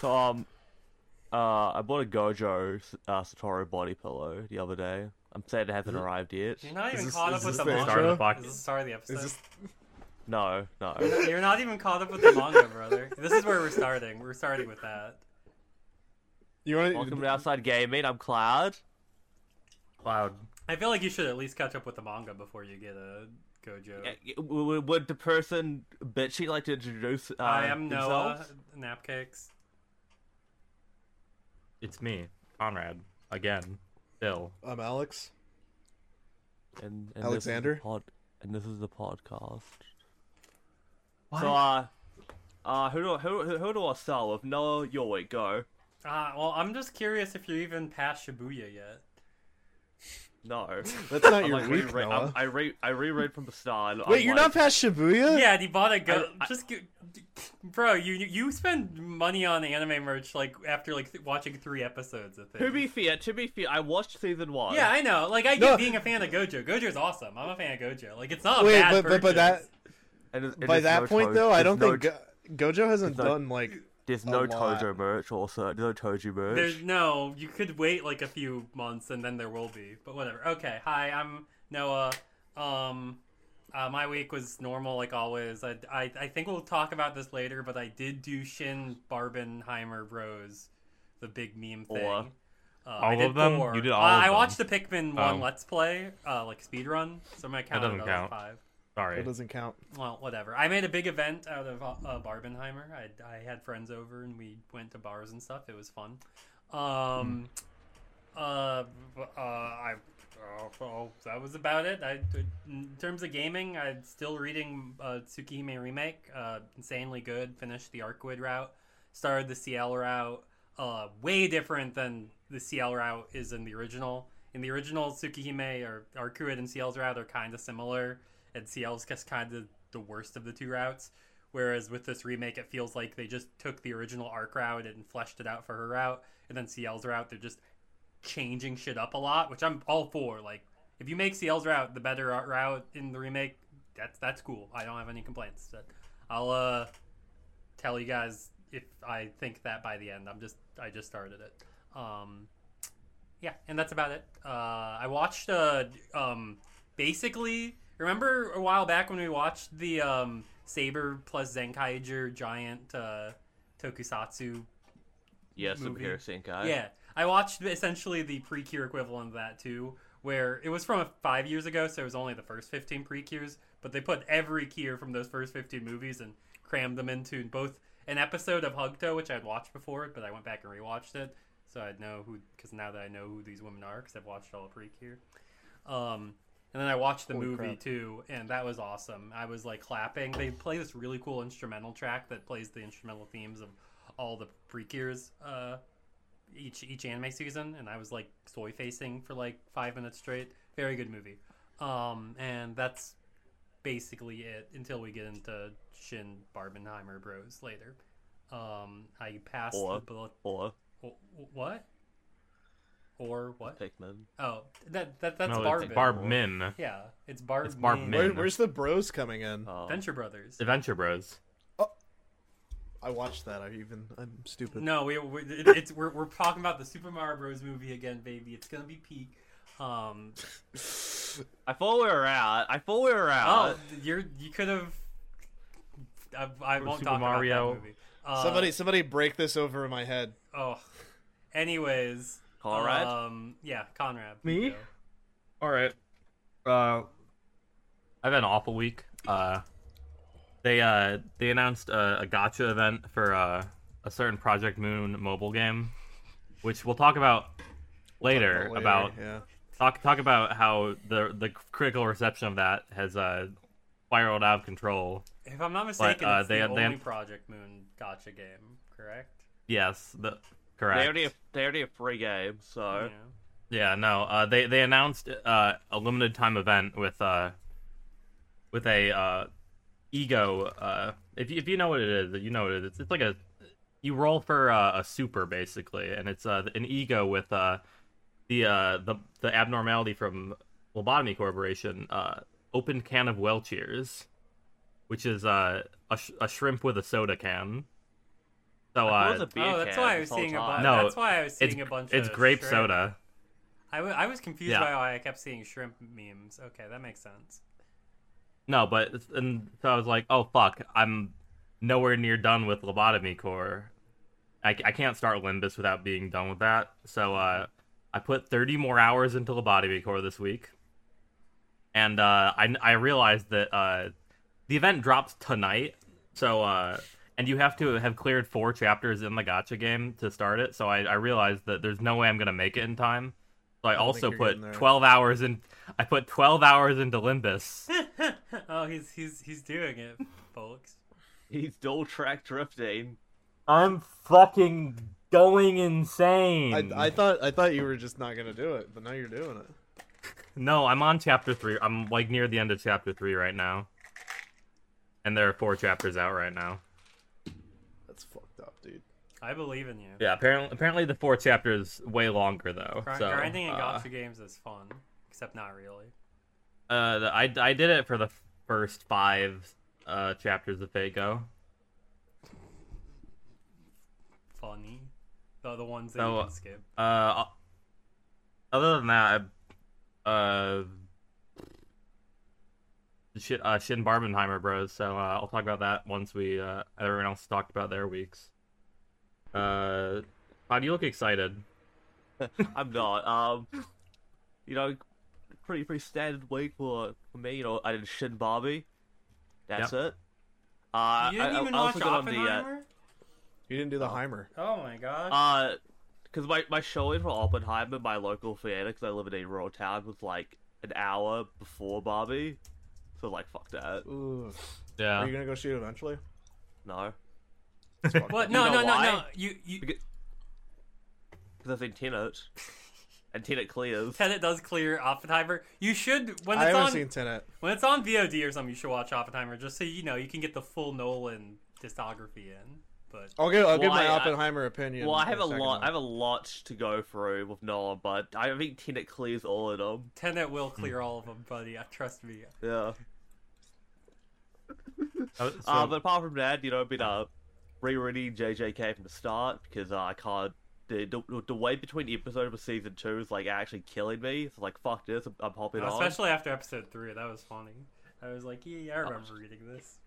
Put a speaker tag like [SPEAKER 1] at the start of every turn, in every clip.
[SPEAKER 1] So um, uh, I bought a Gojo uh, Satoru body pillow the other day. I'm sad it hasn't arrived yet.
[SPEAKER 2] You're not
[SPEAKER 3] Is
[SPEAKER 2] even
[SPEAKER 3] this-
[SPEAKER 2] caught
[SPEAKER 3] is
[SPEAKER 2] up
[SPEAKER 3] this
[SPEAKER 2] with the
[SPEAKER 3] the
[SPEAKER 2] manga.
[SPEAKER 3] start of the
[SPEAKER 2] Is
[SPEAKER 3] podcast?
[SPEAKER 2] this the start of the episode?
[SPEAKER 3] Is this
[SPEAKER 1] No, no.
[SPEAKER 2] You're not even caught up with the manga, brother. This is where we're starting. We're starting with that.
[SPEAKER 3] you want
[SPEAKER 1] Welcome to Outside Gaming. I'm Cloud.
[SPEAKER 3] Cloud?
[SPEAKER 2] I feel like you should at least catch up with the manga before you get a Gojo.
[SPEAKER 1] Yeah, y- w- Would the person bitchy like to introduce uh,
[SPEAKER 2] I am Noah
[SPEAKER 1] themselves?
[SPEAKER 2] Napcakes.
[SPEAKER 4] It's me, Conrad, again. Bill.
[SPEAKER 3] I'm Alex.
[SPEAKER 1] And, and this is the
[SPEAKER 3] Alexander?
[SPEAKER 1] pod- and this is the podcast. So uh, uh, who do who who- who do I start with? Noah, your way go.
[SPEAKER 2] Ah, well, I'm just curious if you're even past Shibuya yet.
[SPEAKER 1] No.
[SPEAKER 3] That's not
[SPEAKER 1] I'm
[SPEAKER 3] your
[SPEAKER 1] like
[SPEAKER 3] week,
[SPEAKER 1] reread- I'm-
[SPEAKER 3] Noah.
[SPEAKER 1] I re I reread from the start.
[SPEAKER 3] Wait, you're not past Shibuya?
[SPEAKER 2] Yeah, and he bought a go.
[SPEAKER 1] I-
[SPEAKER 2] just, g- bro, you you spend money on anime merch like after like th- watching three episodes of
[SPEAKER 1] To
[SPEAKER 2] things.
[SPEAKER 1] be fair, to be fair, I watched season one.
[SPEAKER 2] Yeah, I know. Like I get
[SPEAKER 3] No.
[SPEAKER 2] being a fan of Gojo. Gojo's awesome. I'm a fan of Gojo. Like it's not a
[SPEAKER 3] Wait,
[SPEAKER 2] bad
[SPEAKER 3] but, but by that
[SPEAKER 2] purchase.
[SPEAKER 1] and it's- and
[SPEAKER 3] by
[SPEAKER 1] there's
[SPEAKER 3] that
[SPEAKER 1] no
[SPEAKER 3] point
[SPEAKER 1] Tojo-
[SPEAKER 3] though, I
[SPEAKER 1] there's
[SPEAKER 3] don't
[SPEAKER 1] no
[SPEAKER 3] think
[SPEAKER 1] t-
[SPEAKER 3] Go- Gojo hasn't
[SPEAKER 1] no-
[SPEAKER 3] done like
[SPEAKER 1] there's
[SPEAKER 3] a
[SPEAKER 1] no
[SPEAKER 3] lot.
[SPEAKER 1] Tojo merch. Also, no Toji merch.
[SPEAKER 2] There's no. You could wait like a few months and then there will be. But whatever. Okay. Hi, I'm Noah. Um, uh, my week was normal like always. I, I I think we'll talk about this later. But I did do Shin Barbenheimer Rose, the big meme thing.
[SPEAKER 1] Or-
[SPEAKER 2] Uh, I
[SPEAKER 4] All
[SPEAKER 2] did
[SPEAKER 4] of them?
[SPEAKER 2] four.
[SPEAKER 4] You did all
[SPEAKER 2] Uh,
[SPEAKER 4] of
[SPEAKER 2] I
[SPEAKER 4] them.
[SPEAKER 2] watched the Pikmin one
[SPEAKER 4] Oh.
[SPEAKER 2] Let's Play, uh, like speedrun. So my count
[SPEAKER 4] doesn't count.
[SPEAKER 2] five.
[SPEAKER 4] Sorry.
[SPEAKER 3] That doesn't count.
[SPEAKER 2] Well, whatever. I made a big event out of uh, Barbenheimer. I, I had friends over and we went to bars and stuff. It was fun. Um, uh, b- uh, I, oh, well, that was about it. I, in terms of gaming, I'm still reading uh, Tsukihime Remake. Uh, insanely good. Finished the Arcwood route. Started the CL route. Uh, way different than the CL route is in the original. In the original, Tsukihime or Arcwood and CL's route are kind of similar, and CL's just kind of the worst of the two routes. Whereas with this remake, it feels like they just took the original arc route and fleshed it out for her route, and then CL's route, they're just changing shit up a lot, which I'm all for. Like, if you make CL's route the better art route in the remake, that's that's cool. I don't have any complaints. But I'll uh, tell you guys if I think that by the end. I'm just I just started it. Um, yeah, and that's about it. Uh, I watched uh, um, basically. Remember a while back when we watched the um, Saber plus Zenkaiger giant uh, tokusatsu
[SPEAKER 1] yes,
[SPEAKER 2] movie.
[SPEAKER 1] superhero Senkai.
[SPEAKER 2] yeah, I watched essentially the pre-cure equivalent of that too, where it was from five years ago, so it was only the first fifteen pre-cures, but they put every cure from those first fifteen movies and crammed them into both an episode of Hugto, which I'd watched before, but I went back and rewatched it, so I'd know who, because now that I know who these women are, because I've watched all the pre-cure. Um, and then I watched the
[SPEAKER 3] Holy
[SPEAKER 2] movie
[SPEAKER 3] crap.
[SPEAKER 2] too, and that was awesome. I was like clapping. They play this really cool instrumental track that plays the instrumental themes of all the pre-cures. Uh, each each anime season, and I was like soy facing for like five minutes straight. Very good movie. Um, and that's basically it until we get into Shin Barbenheimer Bros later. Um, I passed
[SPEAKER 1] Or-
[SPEAKER 2] the bullet-
[SPEAKER 1] Or
[SPEAKER 2] wh- what? Or what?
[SPEAKER 1] Pikmin.
[SPEAKER 2] Oh, that that that's
[SPEAKER 4] no,
[SPEAKER 2] Barben.
[SPEAKER 4] it's Barbmin.
[SPEAKER 2] Yeah, it's Barb.
[SPEAKER 4] It's Barb
[SPEAKER 3] Where,
[SPEAKER 4] Man.
[SPEAKER 3] where's the bros coming in?
[SPEAKER 1] Oh.
[SPEAKER 2] Venture Brothers.
[SPEAKER 4] Adventure Bros.
[SPEAKER 3] I watched that. I even I'm stupid.
[SPEAKER 2] No, we, we it, it's we're, we're talking about the Super Mario Bros movie again, baby. It's gonna be peak. Um,
[SPEAKER 1] I thought we were out. I thought we were
[SPEAKER 2] Oh,
[SPEAKER 4] Uh,
[SPEAKER 1] out.
[SPEAKER 2] you're you could have. I, I
[SPEAKER 4] Or
[SPEAKER 2] won't
[SPEAKER 4] Super
[SPEAKER 2] talk
[SPEAKER 4] Mario.
[SPEAKER 2] about that movie. Uh,
[SPEAKER 3] Somebody, somebody, break this over in my head.
[SPEAKER 2] Oh. Anyways.
[SPEAKER 1] Conrad?
[SPEAKER 2] Um. Yeah, Conrad.
[SPEAKER 4] Me?
[SPEAKER 2] you go.
[SPEAKER 4] All right. Uh, I've had an awful week. Uh, they uh they announced a, a gotcha event for uh, a certain Project Moon mobile game, which we'll talk about later.
[SPEAKER 3] Later,
[SPEAKER 4] about
[SPEAKER 3] Oh, yeah.
[SPEAKER 4] talk talk about how the the critical reception of that has uh spiraled out of control.
[SPEAKER 2] If I'm not mistaken,
[SPEAKER 4] uh,
[SPEAKER 2] it's
[SPEAKER 4] they-
[SPEAKER 2] the
[SPEAKER 4] they-
[SPEAKER 2] only Project Moon gotcha game, correct?
[SPEAKER 4] Yes, the
[SPEAKER 1] they
[SPEAKER 4] correct.
[SPEAKER 1] already have, they already have free game, so
[SPEAKER 2] Yeah.
[SPEAKER 4] Yeah, no. Uh, they they announced uh, a limited time event with uh, with a uh, ego. Uh, if you, if you know what it is, you know what it is. It's like a you roll for uh, a super basically, and it's uh, an ego with uh, the uh, the the abnormality from Lobotomy Corporation. Uh, open can of Welchers, which is uh, a sh- a shrimp with a soda can. So
[SPEAKER 1] I was
[SPEAKER 4] uh,
[SPEAKER 1] a beer
[SPEAKER 2] oh, that's
[SPEAKER 1] can
[SPEAKER 2] why I
[SPEAKER 1] this
[SPEAKER 2] was
[SPEAKER 1] whole
[SPEAKER 2] seeing a bunch.
[SPEAKER 1] time.
[SPEAKER 4] No,
[SPEAKER 2] that's why I was
[SPEAKER 4] it's
[SPEAKER 2] seeing a bunch.
[SPEAKER 4] it's
[SPEAKER 2] of
[SPEAKER 4] grape
[SPEAKER 2] shrimp.
[SPEAKER 4] soda.
[SPEAKER 2] I wa- I was confused
[SPEAKER 4] Yeah.
[SPEAKER 2] by why I kept seeing shrimp memes. Okay, that makes sense.
[SPEAKER 4] No, but it's- and so I was like, oh fuck, I'm nowhere near done with lobotomy core. I, I can't start Limbus without being done with that. So uh, I put 30 more hours into lobotomy core this week, and uh, I I realized that uh, the event drops tonight. So uh, and you have to have cleared four chapters in the gotcha game to start it. So I I realized that there's no way I'm gonna make it in time. So I
[SPEAKER 3] don't think
[SPEAKER 4] also
[SPEAKER 3] you're getting
[SPEAKER 4] put
[SPEAKER 3] there.
[SPEAKER 4] 12 hours in. I put 12 hours into Limbus.
[SPEAKER 2] oh, he's he's he's doing it, folks.
[SPEAKER 1] He's dual track drifting.
[SPEAKER 4] I'm fucking going insane.
[SPEAKER 3] I, I thought I thought you were just not gonna do it, but now you're doing it.
[SPEAKER 4] No, I'm on chapter three. I'm like near the end of chapter three right now. And there are four chapters out right now.
[SPEAKER 3] That's fucked up, dude.
[SPEAKER 2] I believe in you.
[SPEAKER 4] Yeah, apparently, apparently the four chapters way longer though.
[SPEAKER 2] Gr-
[SPEAKER 4] so,
[SPEAKER 2] grinding in
[SPEAKER 4] uh,
[SPEAKER 2] gotcha games is fun, except not really.
[SPEAKER 4] uh, the- I I did it for the first five uh chapters of Fago.
[SPEAKER 2] Funny, the the ones that
[SPEAKER 4] So,
[SPEAKER 1] Oh,
[SPEAKER 2] you
[SPEAKER 4] uh,
[SPEAKER 2] can skip.
[SPEAKER 4] Uh, other than that, I, uh, shit, uh, Shin Barbenheimer bros. So uh, I'll talk about that once we uh, everyone else talked about their weeks. Uh, how do you look excited?
[SPEAKER 1] I'm not. Um, you know, pretty pretty standard week for, for me. You know, I did Shin Barbie. That's it. Uh,
[SPEAKER 2] you didn't
[SPEAKER 1] I,
[SPEAKER 2] even
[SPEAKER 1] I, I
[SPEAKER 2] watch
[SPEAKER 1] also got on the uh,
[SPEAKER 2] Oppenheimer.
[SPEAKER 3] You didn't do the Heimer.
[SPEAKER 2] Oh my gosh.
[SPEAKER 1] Uh, because my, my showing for Oppenheimer, my local theater, because I live in a rural town, was like an hour before Barbie. So, like, fuck that.
[SPEAKER 3] Ooh. Are
[SPEAKER 4] Yeah.
[SPEAKER 3] you gonna go shoot eventually?
[SPEAKER 1] No.
[SPEAKER 3] That's fucked
[SPEAKER 2] what?
[SPEAKER 3] up.
[SPEAKER 2] No,
[SPEAKER 1] you
[SPEAKER 2] no,
[SPEAKER 1] know
[SPEAKER 2] no,
[SPEAKER 1] why?
[SPEAKER 2] no. You you.
[SPEAKER 1] Because Because I've seen Tenet. And Tenet clears.
[SPEAKER 2] Tenet does clear Oppenheimer. You should when
[SPEAKER 3] I
[SPEAKER 2] it's
[SPEAKER 3] haven't
[SPEAKER 2] on
[SPEAKER 3] seen Tenet.
[SPEAKER 2] when it's on VOD or something. You should watch Oppenheimer just so you know you can get the full Nolan discography in. But
[SPEAKER 3] I'll give I'll
[SPEAKER 1] Well,
[SPEAKER 3] give
[SPEAKER 1] I-
[SPEAKER 3] my
[SPEAKER 1] I-
[SPEAKER 3] Oppenheimer opinion.
[SPEAKER 1] Well, I
[SPEAKER 3] in
[SPEAKER 1] have
[SPEAKER 3] a
[SPEAKER 1] a
[SPEAKER 3] second,
[SPEAKER 1] lot.
[SPEAKER 3] though.
[SPEAKER 1] I have a lot to go through with Nolan, but I think Tenet clears all of them.
[SPEAKER 2] Tenet will
[SPEAKER 1] Hmm.
[SPEAKER 2] clear all of them, buddy. Uh, Trust me.
[SPEAKER 1] Yeah.
[SPEAKER 4] Oh, so-
[SPEAKER 1] Uh, but apart from that, you know, I've been uh, rereading JJK from the start because uh, I can't. The, the, the wait between episode of season two is like actually killing me. So like, fuck this, I'm, I'm hopping on.
[SPEAKER 2] Especially after episode three, that was funny. I was like, yeah, yeah,
[SPEAKER 1] Oh.
[SPEAKER 2] I remember reading this.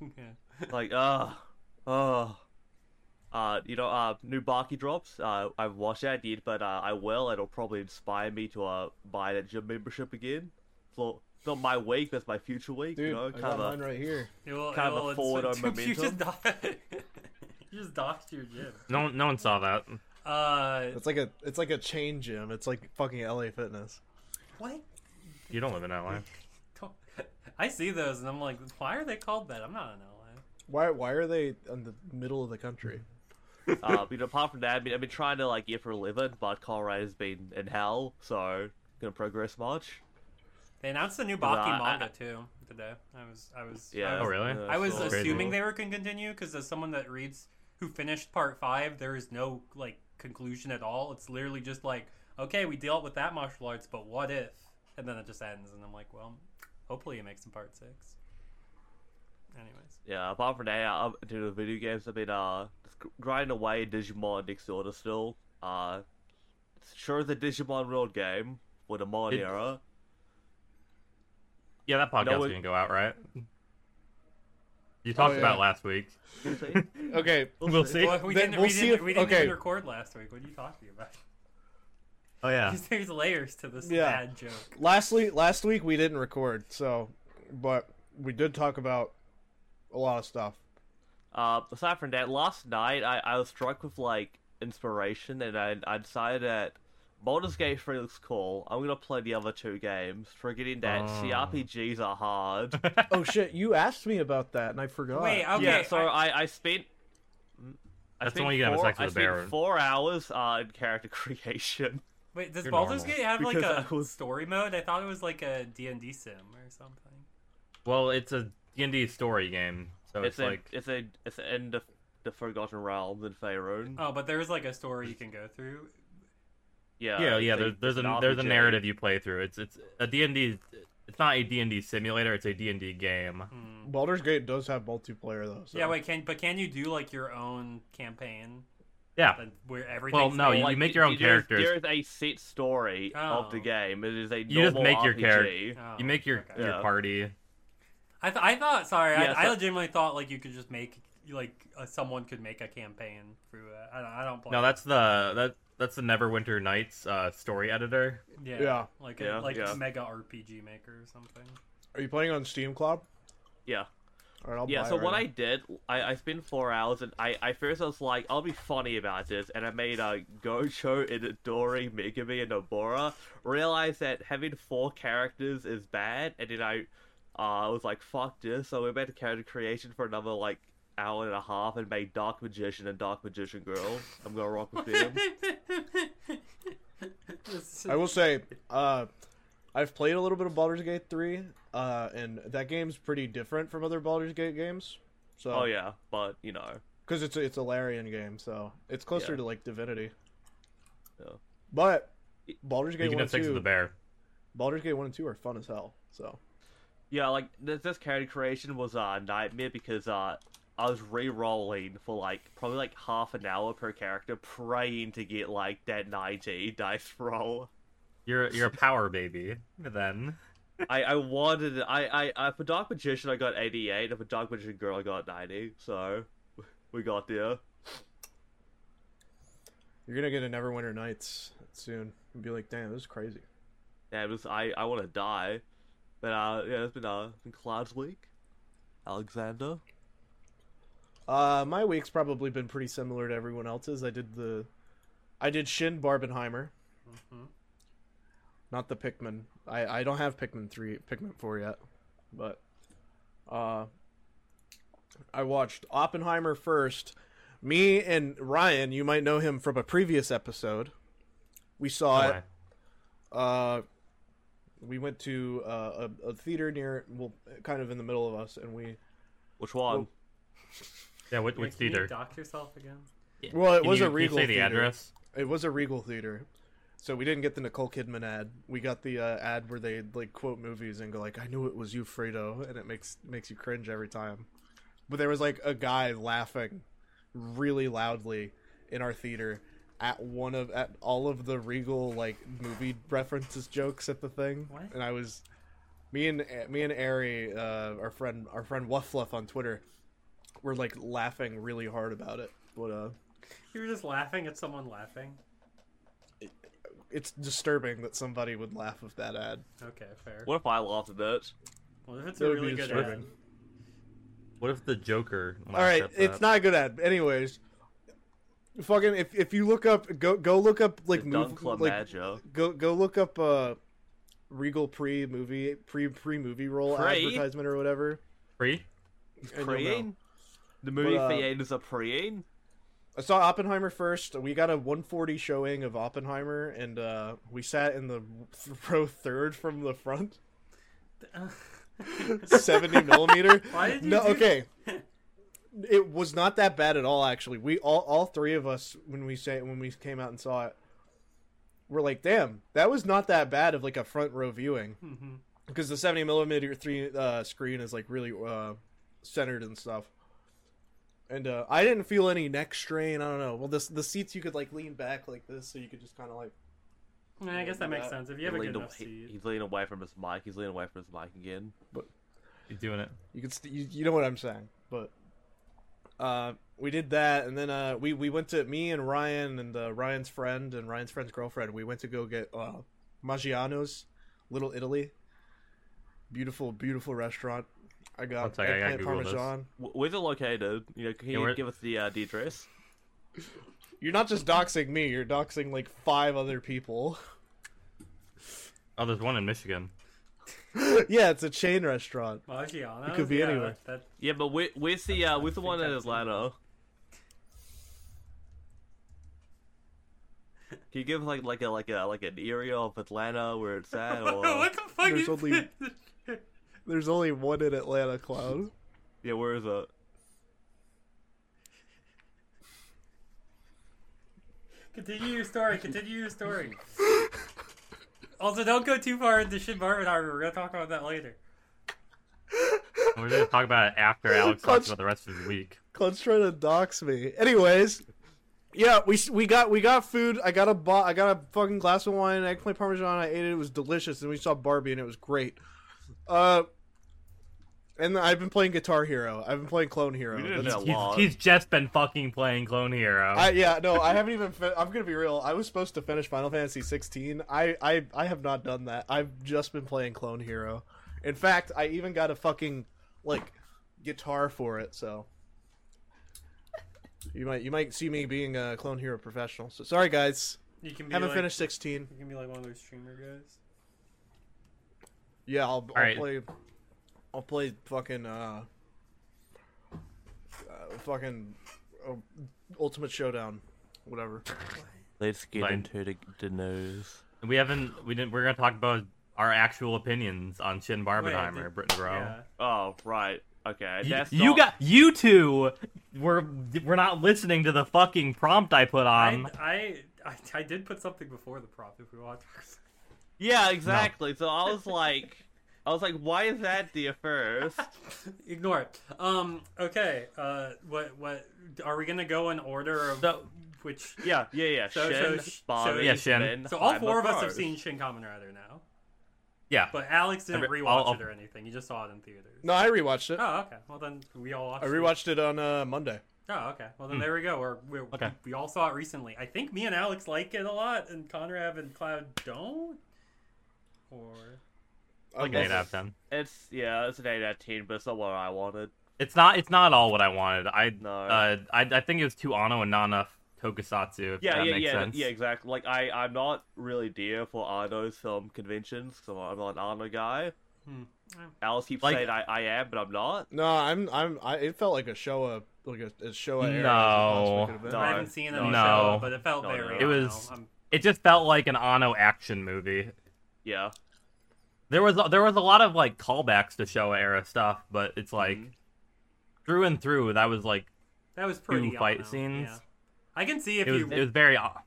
[SPEAKER 2] yeah.
[SPEAKER 1] Like, uh, uh, uh, you know, uh, new Baki drops. Uh, I've watched that yet, but uh, I will. It'll probably inspire me to uh buy that gym membership again. So not my week, that's my future week.
[SPEAKER 3] Dude,
[SPEAKER 1] you know,
[SPEAKER 3] I
[SPEAKER 1] kind
[SPEAKER 3] got
[SPEAKER 1] of.
[SPEAKER 3] mine right here.
[SPEAKER 2] It will,
[SPEAKER 1] Kind of
[SPEAKER 2] it
[SPEAKER 1] a
[SPEAKER 2] will ins-
[SPEAKER 1] forward on
[SPEAKER 2] Dude, You just, do- you just doxed your gym.
[SPEAKER 4] no one, no one saw that.
[SPEAKER 2] Uh,
[SPEAKER 3] It's like a it's like a chain gym. It's like fucking LA Fitness.
[SPEAKER 2] what?
[SPEAKER 4] You don't live in LA.
[SPEAKER 2] Don't- I see those and I'm like, why are they called that? I'm not in LA.
[SPEAKER 3] Why why are they in the middle of the country?
[SPEAKER 1] Uh, you know, apart from that, I mean, I've been trying to like get for a living, but Colorado's been in hell, so gonna progress much.
[SPEAKER 2] They announced the new
[SPEAKER 1] Cause
[SPEAKER 2] Baki
[SPEAKER 1] I- I-
[SPEAKER 2] manga too today. I was, I was,
[SPEAKER 1] Yeah.
[SPEAKER 2] I was,
[SPEAKER 4] Oh, really?
[SPEAKER 1] yeah,
[SPEAKER 2] I was
[SPEAKER 1] so-
[SPEAKER 4] That's crazy.
[SPEAKER 2] assuming they were going to continue because as someone that reads who finished part five, there is no like conclusion at all. It's literally just like, okay, we dealt with that martial arts, but what if? And then it just ends, and I'm like, well, hopefully it makes in part six. Anyways,
[SPEAKER 1] Yeah, apart from that, I'm into the video games. I've been uh just gr- grinding away at Digimon Next Order still. Uh, it's sure the Digimon World game for the modern
[SPEAKER 4] Did-
[SPEAKER 1] era.
[SPEAKER 4] Yeah, that podcast's
[SPEAKER 1] one- Oh,
[SPEAKER 4] gonna go out, right? You talked
[SPEAKER 3] yeah.
[SPEAKER 4] about it last week.
[SPEAKER 1] We'll see.
[SPEAKER 3] Okay,
[SPEAKER 4] We'll see.
[SPEAKER 2] well, we
[SPEAKER 3] Then
[SPEAKER 2] didn't,
[SPEAKER 3] we'll
[SPEAKER 2] we
[SPEAKER 3] see
[SPEAKER 2] didn't,
[SPEAKER 3] if-
[SPEAKER 2] we didn't
[SPEAKER 3] okay.
[SPEAKER 2] even record last week. What are you talking about?
[SPEAKER 4] Oh yeah.
[SPEAKER 2] There's layers to this
[SPEAKER 3] Yeah.
[SPEAKER 2] bad joke.
[SPEAKER 3] lastly last week we didn't record, so but we did talk about a lot of stuff.
[SPEAKER 1] Uh, aside from that, last night I, I was struck with like inspiration, and I, I decided that Baldur's Gate 3 looks cool. I'm gonna play the other two games, forgetting that
[SPEAKER 4] Oh.
[SPEAKER 1] CRPGs are hard.
[SPEAKER 3] Oh shit, you asked me about that and I forgot.
[SPEAKER 2] Wait, okay,
[SPEAKER 1] yeah, so
[SPEAKER 2] I-
[SPEAKER 1] I, I spent. I
[SPEAKER 4] That's the
[SPEAKER 1] spent
[SPEAKER 4] one you gotta have
[SPEAKER 1] four-
[SPEAKER 4] sex with
[SPEAKER 1] I
[SPEAKER 4] a
[SPEAKER 1] spent
[SPEAKER 4] Baron.
[SPEAKER 1] Four hours uh, in character creation.
[SPEAKER 2] Wait, does
[SPEAKER 4] You're
[SPEAKER 2] Baldur's
[SPEAKER 4] normal.
[SPEAKER 2] Gate have like
[SPEAKER 1] Because
[SPEAKER 2] a
[SPEAKER 1] I was-
[SPEAKER 2] story mode? I thought it was like a D and D sim or something.
[SPEAKER 4] Well, it's a D&D story game, so
[SPEAKER 1] It's,
[SPEAKER 4] it's,
[SPEAKER 1] in,
[SPEAKER 4] like
[SPEAKER 1] it's in it's in the, the Forgotten Realms in Faerun.
[SPEAKER 2] Oh, but there's like a story you can go through.
[SPEAKER 1] yeah,
[SPEAKER 4] yeah, yeah.
[SPEAKER 1] it's
[SPEAKER 4] There's, there's
[SPEAKER 1] it's
[SPEAKER 4] a
[SPEAKER 1] an
[SPEAKER 4] there's a
[SPEAKER 1] RPG.
[SPEAKER 4] narrative you play through. It's it's a D and D It's not a D&D simulator, it's a D&D game.
[SPEAKER 2] Hmm.
[SPEAKER 3] Baldur's Gate does have multiplayer though. So.
[SPEAKER 2] Yeah, wait. Can but can you do like your own campaign
[SPEAKER 4] Yeah.
[SPEAKER 2] like, where everything?
[SPEAKER 4] no, you-
[SPEAKER 1] Like,
[SPEAKER 4] make your own
[SPEAKER 1] there is-
[SPEAKER 4] characters.
[SPEAKER 1] There is a set story of the
[SPEAKER 2] Oh.
[SPEAKER 1] game. It is a
[SPEAKER 4] You just
[SPEAKER 1] normal
[SPEAKER 4] make your
[SPEAKER 1] RPG.
[SPEAKER 4] character. uh, You make your
[SPEAKER 2] okay.
[SPEAKER 4] your
[SPEAKER 1] Yeah.
[SPEAKER 4] party.
[SPEAKER 2] I, th- I thought. Sorry,
[SPEAKER 1] Yeah,
[SPEAKER 2] I, I
[SPEAKER 1] so-
[SPEAKER 2] legitimately thought like you could just make like uh, someone could make a campaign through. it. I don't. I don't play.
[SPEAKER 4] No, that's the that that's the Neverwinter Nights uh, story editor.
[SPEAKER 2] yeah,
[SPEAKER 3] Yeah.
[SPEAKER 2] like a,
[SPEAKER 1] Yeah,
[SPEAKER 2] like
[SPEAKER 1] yeah.
[SPEAKER 2] a mega RPG maker or something.
[SPEAKER 3] Are you playing on Steam, Club?
[SPEAKER 1] Yeah.
[SPEAKER 3] All right, I'll
[SPEAKER 1] Yeah,
[SPEAKER 3] buy
[SPEAKER 1] so
[SPEAKER 3] it
[SPEAKER 1] what
[SPEAKER 3] right
[SPEAKER 1] I
[SPEAKER 3] now.
[SPEAKER 1] did, I, I spent four hours and I, I first was like, I'll be funny about this, and I made a Gocho and Dory, Megami, and Nobora. Realized that having four characters is bad, and then I uh, was like, fuck this. So we went back to character creation for another like hour and a half and made Dark Magician and Dark Magician Girl. I'm gonna rock with them.
[SPEAKER 2] This is-
[SPEAKER 3] I will say, uh, I've played a little bit of Baldur's Gate three, uh, and that game's pretty different from other Baldur's Gate games. So,
[SPEAKER 1] oh, yeah, but you know.
[SPEAKER 3] because it's a, it's a Larian game, so it's closer
[SPEAKER 1] Yeah.
[SPEAKER 3] to like Divinity.
[SPEAKER 1] Yeah.
[SPEAKER 3] But Baldur's Gate
[SPEAKER 4] You can
[SPEAKER 3] one
[SPEAKER 4] have
[SPEAKER 3] and
[SPEAKER 4] sex with
[SPEAKER 3] two,
[SPEAKER 4] the bear.
[SPEAKER 3] Baldur's Gate one and two are fun as hell. So
[SPEAKER 1] Yeah, like this, this character creation was uh, a nightmare because uh, I was re-rolling for like probably like half an hour per character, praying to get like that ninety dice roll.
[SPEAKER 4] You're you're a power baby. Then
[SPEAKER 1] I I wanted I I, I for Dark Magician I got eighty eight, and for Dark Magician Girl I got ninety. So we got there.
[SPEAKER 3] you're gonna get a Neverwinter Nights soon and be like, damn, this is crazy.
[SPEAKER 1] Yeah, it was I I want to die, but uh yeah, it's been uh been Cloud's week. Alexander.
[SPEAKER 3] Uh, my week's probably been pretty similar to everyone else's. I did the, I did Shin Barbenheimer,
[SPEAKER 2] Mhm.
[SPEAKER 3] not the Pikmin. I I don't have Pikmin three, Pikmin four yet, but, uh, I watched Oppenheimer first. Me and Ryan, you might know him from a previous episode. We saw it
[SPEAKER 4] Anyway,
[SPEAKER 3] uh, we went to uh, a, a theater near, well, kind of in the middle of us, and we.
[SPEAKER 1] Which one?
[SPEAKER 3] Well,
[SPEAKER 4] yeah, which,
[SPEAKER 2] Yeah,
[SPEAKER 4] which
[SPEAKER 2] can you
[SPEAKER 4] theater?
[SPEAKER 2] dock yourself again?
[SPEAKER 3] Well, it
[SPEAKER 4] Can
[SPEAKER 3] was
[SPEAKER 4] you-
[SPEAKER 3] a
[SPEAKER 4] can you
[SPEAKER 3] Regal
[SPEAKER 4] say the
[SPEAKER 3] theater.
[SPEAKER 4] address?
[SPEAKER 3] It was a Regal theater, so we didn't get the Nicole Kidman ad. We got the uh, ad where they like quote movies and go like, "I knew it was you, Fredo," and it makes makes you cringe every time. But there was like a guy laughing really loudly in our theater at one of at all of the Regal like movie references jokes at the thing,
[SPEAKER 2] What?
[SPEAKER 3] and I was. Me and me and Ari, uh, our friend, our friend Wuffluff on Twitter, were like laughing really hard about it. But uh,
[SPEAKER 2] You were just laughing at someone laughing.
[SPEAKER 3] it's disturbing that somebody would laugh at that ad.
[SPEAKER 2] Okay, fair.
[SPEAKER 1] What if I laughed at it?
[SPEAKER 2] Well, if it's
[SPEAKER 3] That
[SPEAKER 2] a
[SPEAKER 3] would be
[SPEAKER 2] really good
[SPEAKER 3] disturbing.
[SPEAKER 2] ad.
[SPEAKER 4] What if the Joker? uh,
[SPEAKER 3] All right, it's not a good ad. Anyways, fucking if, if you look up go go look up like
[SPEAKER 1] the Dunk
[SPEAKER 3] move-
[SPEAKER 1] Club
[SPEAKER 3] like
[SPEAKER 1] Magic.
[SPEAKER 3] go go look up uh Regal pre movie pre pre movie roll
[SPEAKER 1] Pre?
[SPEAKER 3] advertisement or whatever.
[SPEAKER 4] free.
[SPEAKER 3] and you'll know.
[SPEAKER 1] Praying. The movie
[SPEAKER 3] uh,
[SPEAKER 1] theaters are praying.
[SPEAKER 3] I saw Oppenheimer first. We got a 140 showing of Oppenheimer, and uh, we sat in the row third from the front, 70 millimeter.
[SPEAKER 2] Why did you
[SPEAKER 3] No,
[SPEAKER 2] do-
[SPEAKER 3] okay. It was not that bad at all, actually. We all, all three of us, when we say when we came out and saw it, were like, "Damn, that was not that bad of like a front row viewing,"
[SPEAKER 2] Mhm.
[SPEAKER 3] because the seventy millimeter three uh, screen is like really uh, centered and stuff. And uh, I didn't feel any neck strain. I don't know. Well, this the seats you could like lean back like this, so you could just kind of like
[SPEAKER 2] Yeah, I guess that makes sense. If you have a
[SPEAKER 1] leaned
[SPEAKER 2] good
[SPEAKER 1] away,
[SPEAKER 2] enough seat.
[SPEAKER 1] he's leaning away from his mic. He's leaning away from his mic again.
[SPEAKER 4] You're doing it.
[SPEAKER 3] you could st- you, you know what I'm saying, but uh, we did that, and then uh, we we went to me and Ryan and uh, Ryan's friend and Ryan's friend's girlfriend. We went to go get uh, Maggiano's, Little Italy, beautiful beautiful restaurant. I
[SPEAKER 4] One
[SPEAKER 3] got
[SPEAKER 4] sec, I gotta
[SPEAKER 3] eggplant
[SPEAKER 4] Google this.
[SPEAKER 3] parmesan.
[SPEAKER 1] Wh- Where's it located? You know, can
[SPEAKER 4] Yeah,
[SPEAKER 1] you
[SPEAKER 4] where-
[SPEAKER 1] give us the uh, the address?
[SPEAKER 3] You're not just doxing me; you're doxing like five other people.
[SPEAKER 4] Oh, there's one in Michigan.
[SPEAKER 3] yeah, it's a chain restaurant.
[SPEAKER 2] Maggiano's?
[SPEAKER 3] It could be
[SPEAKER 2] yeah,
[SPEAKER 3] anywhere.
[SPEAKER 2] That, that-
[SPEAKER 1] Yeah, but where, where's the uh, where's the
[SPEAKER 2] think
[SPEAKER 1] one in
[SPEAKER 2] I've seen that.
[SPEAKER 1] Atlanta? Can you give like like a like a like an area of Atlanta where it's at? Or, uh,
[SPEAKER 2] what the fuck
[SPEAKER 3] There's
[SPEAKER 2] is
[SPEAKER 3] only-
[SPEAKER 2] this?
[SPEAKER 3] There's only one in Atlanta, Cloud.
[SPEAKER 1] yeah, where is it?
[SPEAKER 2] Continue your story. Continue your story. Also, don't go too far into Shin Barben Harbor. We're gonna talk about that later.
[SPEAKER 4] We're gonna talk about it after Alex talks about the rest of his week.
[SPEAKER 3] Clutch trying to dox me. Anyways, yeah, we we got we got food. I got a bo- I got a fucking glass of wine, eggplant parmesan. I ate it. It was delicious. And we saw Barbie, and it was great. Uh, and I've been playing Guitar Hero. I've been playing Clone Hero.
[SPEAKER 1] We didn't
[SPEAKER 3] That's-
[SPEAKER 1] know.
[SPEAKER 4] He's,
[SPEAKER 1] Wow.
[SPEAKER 4] he's just been fucking playing Clone Hero.
[SPEAKER 3] I, yeah, no, I haven't even. Fin- I'm gonna be real. I was supposed to finish Final Fantasy 16. I, I I have not done that. I've just been playing Clone Hero. In fact, I even got a fucking like guitar for it. So you might you might see me being a Clone Hero professional. So sorry guys,
[SPEAKER 2] You can be
[SPEAKER 3] haven't
[SPEAKER 2] like,
[SPEAKER 3] finished 16.
[SPEAKER 2] You can be like one of those streamer guys.
[SPEAKER 3] Yeah, I'll, I'll
[SPEAKER 4] right.
[SPEAKER 3] play. I'll play fucking uh, uh fucking uh, Ultimate Showdown, whatever.
[SPEAKER 1] Let's get
[SPEAKER 4] Like-
[SPEAKER 1] into the, the news.
[SPEAKER 4] we haven't. We didn't. We're gonna talk about our actual opinions on Shin Barbenheimer,
[SPEAKER 2] did-
[SPEAKER 4] Britain Bro.
[SPEAKER 2] Yeah.
[SPEAKER 1] Oh right, okay.
[SPEAKER 4] Y-
[SPEAKER 1] That's
[SPEAKER 4] you
[SPEAKER 1] not-
[SPEAKER 4] got you two were were not listening to the fucking prompt I put on.
[SPEAKER 2] I, I, I I did put something before the prop. If we watch,
[SPEAKER 1] Yeah, exactly. So I was like, I was like, why is that the first?
[SPEAKER 2] ignore it. Um. Okay. Uh. What what are we gonna go in order of
[SPEAKER 4] So-
[SPEAKER 2] which?
[SPEAKER 1] Yeah, yeah, yeah.
[SPEAKER 2] So-
[SPEAKER 1] Shin,
[SPEAKER 2] so sh-
[SPEAKER 1] Bobby,
[SPEAKER 2] so- Yeah,
[SPEAKER 4] Shin.
[SPEAKER 1] Finn,
[SPEAKER 2] So all
[SPEAKER 1] I'm
[SPEAKER 2] four
[SPEAKER 1] a
[SPEAKER 2] of us have
[SPEAKER 1] Bars.
[SPEAKER 2] seen Shin Kamen Rider now,
[SPEAKER 4] yeah,
[SPEAKER 2] but Alex didn't
[SPEAKER 4] Every-
[SPEAKER 2] rewatch
[SPEAKER 4] all- all-
[SPEAKER 2] it or anything. You just saw it in theaters.
[SPEAKER 3] No, I rewatched it.
[SPEAKER 2] Oh, okay. Well then, we all watched.
[SPEAKER 3] I
[SPEAKER 2] it.
[SPEAKER 3] rewatched it on uh, Monday.
[SPEAKER 2] Oh, okay. Well then, there we go. We're, we're
[SPEAKER 4] Hmm. Okay.
[SPEAKER 2] we all saw it recently. I think me and Alex like it a lot, and Conrad and Cloud don't. Or
[SPEAKER 4] like an eight out of ten.
[SPEAKER 1] It's yeah, it's an eight out of ten, but it's not what I wanted.
[SPEAKER 4] It's not. It's not all what I wanted. I
[SPEAKER 1] No.
[SPEAKER 4] uh, I, I think it was too Ano and not enough Tokusatsu. If
[SPEAKER 1] yeah,
[SPEAKER 4] that
[SPEAKER 1] yeah,
[SPEAKER 4] makes
[SPEAKER 1] yeah,
[SPEAKER 4] sense.
[SPEAKER 1] yeah, exactly. Like I, I'm not really dear for Arno film conventions, so I'm not an Arno guy.
[SPEAKER 2] Hmm.
[SPEAKER 1] Alice keeps
[SPEAKER 4] Like-
[SPEAKER 1] saying I, I am, but I'm not.
[SPEAKER 3] No, I'm, I'm, I. It felt like a Showa, like a, a Showa era. as it
[SPEAKER 4] No.
[SPEAKER 3] possibly could have been.
[SPEAKER 1] No.
[SPEAKER 2] I haven't seen it
[SPEAKER 1] no,
[SPEAKER 2] on
[SPEAKER 4] no.
[SPEAKER 2] show, but it felt
[SPEAKER 1] No,
[SPEAKER 2] very.
[SPEAKER 1] no,
[SPEAKER 2] I
[SPEAKER 1] no.
[SPEAKER 2] don't
[SPEAKER 4] It was-
[SPEAKER 2] know. I'm-
[SPEAKER 4] It just felt like an Ano action movie.
[SPEAKER 1] Yeah,
[SPEAKER 4] There was there was a lot of like callbacks to Showa era stuff, but it's like
[SPEAKER 1] Mhm.
[SPEAKER 2] Mm-hmm.
[SPEAKER 4] through and through that was like
[SPEAKER 2] That was pretty.
[SPEAKER 4] two
[SPEAKER 2] I
[SPEAKER 4] fight
[SPEAKER 2] don't know.
[SPEAKER 4] scenes.
[SPEAKER 2] Yeah. I can see if
[SPEAKER 4] it was
[SPEAKER 2] you.
[SPEAKER 4] it was very off.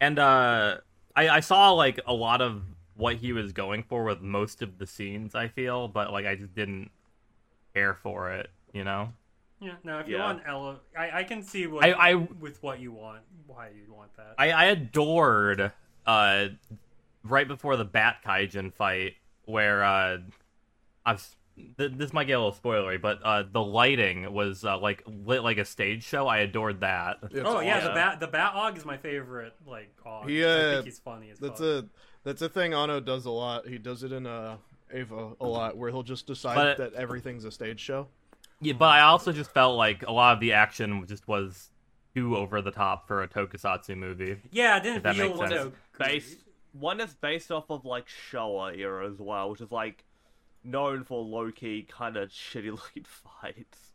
[SPEAKER 4] And uh, I I saw like a lot of what he was going for with most of the scenes. I feel, but like I just didn't care for it. You know.
[SPEAKER 2] yeah, no, if you
[SPEAKER 1] Yeah.
[SPEAKER 2] want ele- I, I can see what
[SPEAKER 4] I- I-
[SPEAKER 2] with what you want, why you'd want that.
[SPEAKER 4] I, I adored uh right before the Bat Kaijin fight where uh I've th- this might get a little spoilery, but uh the lighting was uh, like lit like a stage show. I adored that.
[SPEAKER 3] It's
[SPEAKER 2] oh yeah, the
[SPEAKER 1] awesome.
[SPEAKER 2] bat the bat og is my favorite. Like og.
[SPEAKER 3] He,
[SPEAKER 2] I
[SPEAKER 3] uh,
[SPEAKER 2] think he's funny as
[SPEAKER 3] That's
[SPEAKER 2] fuck.
[SPEAKER 3] a, that's a thing Ano does a lot. He does it in uh, Ava a lot, where he'll just decide
[SPEAKER 4] But-
[SPEAKER 3] that everything's a stage show.
[SPEAKER 4] Yeah, but I also just felt like a lot of the action just was too over the top for a tokusatsu movie.
[SPEAKER 2] yeah, it didn't
[SPEAKER 4] that
[SPEAKER 2] feel
[SPEAKER 4] makes
[SPEAKER 2] so
[SPEAKER 4] sense.
[SPEAKER 2] great.
[SPEAKER 1] based one that's based off of like Showa era as well, which is like known for low key kind of shitty looking fights.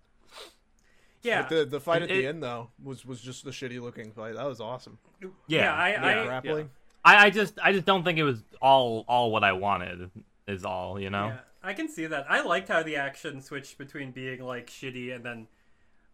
[SPEAKER 2] Yeah,
[SPEAKER 3] But the the fight at
[SPEAKER 4] It-
[SPEAKER 3] the end though was was just the shitty looking fight. That was awesome.
[SPEAKER 4] Yeah,
[SPEAKER 2] I,
[SPEAKER 3] Yeah,
[SPEAKER 2] I
[SPEAKER 3] grappling.
[SPEAKER 4] I, I just I just don't think it was all all what I wanted is all, you know?
[SPEAKER 2] Yeah, I can see that. I liked how the action switched between being like shitty and then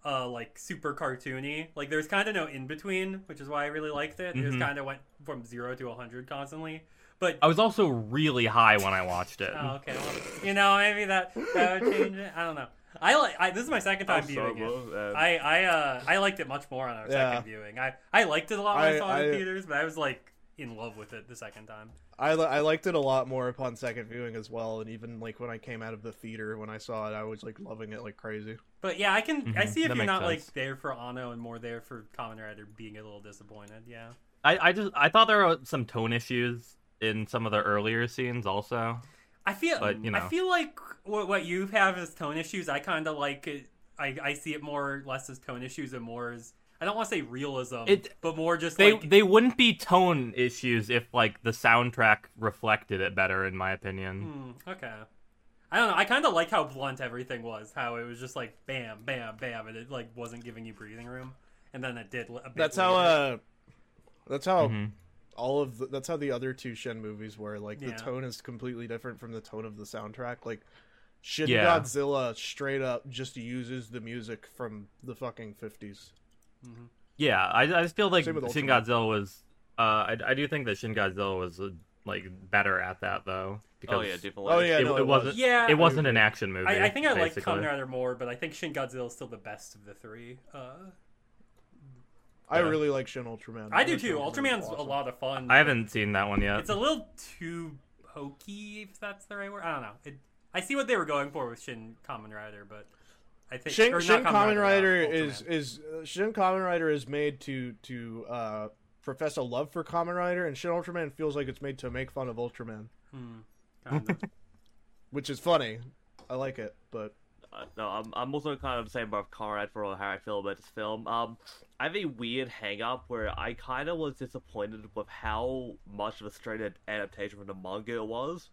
[SPEAKER 2] uh like super cartoony. Like there's kind of no in between, which is why I really liked it. It was
[SPEAKER 4] Mhm.
[SPEAKER 2] kind of went from 0 to 100 constantly. But
[SPEAKER 4] I was also really high when I watched it.
[SPEAKER 2] oh, okay. Well, you know, maybe that that would change it. I don't know. I like I, this is my second time
[SPEAKER 1] I'm so
[SPEAKER 2] viewing it.
[SPEAKER 1] moved, and-
[SPEAKER 2] I I uh I liked it much more on our
[SPEAKER 3] Yeah.
[SPEAKER 2] second viewing. I I liked it a lot when I,
[SPEAKER 3] I-
[SPEAKER 2] saw it in
[SPEAKER 3] I-
[SPEAKER 2] theaters, but I was like in love with it the second time.
[SPEAKER 3] I, li- I liked it a lot more upon second viewing as well, and even like when I came out of the theater when I saw it, I was like loving it like crazy.
[SPEAKER 2] But yeah, I can I
[SPEAKER 4] Mhm,
[SPEAKER 2] see if you're
[SPEAKER 4] that makes
[SPEAKER 2] not
[SPEAKER 4] sense.
[SPEAKER 2] like there for Ano and more there for Common Rider being a little disappointed. Yeah.
[SPEAKER 4] I, I just I thought there were some tone issues in some of the earlier scenes also.
[SPEAKER 2] I feel
[SPEAKER 4] But, you
[SPEAKER 2] I
[SPEAKER 4] know.
[SPEAKER 2] feel like what what you have as tone issues. I kind of like it. I I see it more or less as tone issues and more as I don't want to say realism,
[SPEAKER 4] It-
[SPEAKER 2] but more just
[SPEAKER 4] They
[SPEAKER 2] like
[SPEAKER 4] they wouldn't be tone issues if like the soundtrack reflected it better in my opinion.
[SPEAKER 2] hmm, okay. I don't know. I kind of like how blunt everything was. How it was just like bam, bam, bam, and it like wasn't giving you breathing room. And then it did. A bit
[SPEAKER 3] That's Mm-hmm. how
[SPEAKER 2] later.
[SPEAKER 3] uh, that's
[SPEAKER 2] Hmm.
[SPEAKER 3] how
[SPEAKER 2] Oh.
[SPEAKER 4] Mhm.
[SPEAKER 3] all of the, that's how the other two Shen movies were. Like the
[SPEAKER 2] Yeah.
[SPEAKER 3] tone is completely different from the tone of the soundtrack. Like Shin
[SPEAKER 4] Yeah.
[SPEAKER 3] Godzilla straight up just uses the music from the fucking fifties.
[SPEAKER 2] Mm-hmm.
[SPEAKER 4] Yeah, I, I just feel like
[SPEAKER 3] Same with
[SPEAKER 4] Shin
[SPEAKER 3] Ultimate.
[SPEAKER 4] Godzilla was Uh, I, I do think that Shin Godzilla was uh, like better at that though. Because
[SPEAKER 1] Oh yeah, definitely.
[SPEAKER 3] Oh yeah,
[SPEAKER 4] It,
[SPEAKER 3] no,
[SPEAKER 4] it wasn't.
[SPEAKER 2] Yeah,
[SPEAKER 4] It wasn't an action movie.
[SPEAKER 2] I, I think I like
[SPEAKER 4] basically.
[SPEAKER 2] Kamen Rider more, but I think Shin Godzilla is still the best of the three. Uh,
[SPEAKER 3] I
[SPEAKER 4] Yeah.
[SPEAKER 3] really like Shin Ultraman.
[SPEAKER 2] I do
[SPEAKER 3] think
[SPEAKER 2] too.
[SPEAKER 3] Ultraman's
[SPEAKER 2] Ultraman's a
[SPEAKER 3] awesome.
[SPEAKER 2] lot of fun.
[SPEAKER 4] I haven't uh, seen that one yet.
[SPEAKER 2] It's a little too hokey, if that's the right word. I don't know. It, I see what they were going for with Shin Kamen Rider, but I think
[SPEAKER 3] Shin,
[SPEAKER 2] or
[SPEAKER 3] Shin
[SPEAKER 2] not
[SPEAKER 3] Kamen Rider
[SPEAKER 2] uh,
[SPEAKER 3] is
[SPEAKER 2] Ultraman.
[SPEAKER 3] is uh, Shin Kamen Rider is made to to uh, profess a love for Kamen Rider, and Shin Ultraman feels like it's made to make fun of Ultraman,
[SPEAKER 2] Hmm, kind of.
[SPEAKER 3] which is funny. I like it, but
[SPEAKER 1] Uh, no, I'm, I'm also kind of the same about Conrad for how I feel about this film. Um, I have a weird hang up where I kind of was disappointed with how much of a straight ad- adaptation from the manga it was.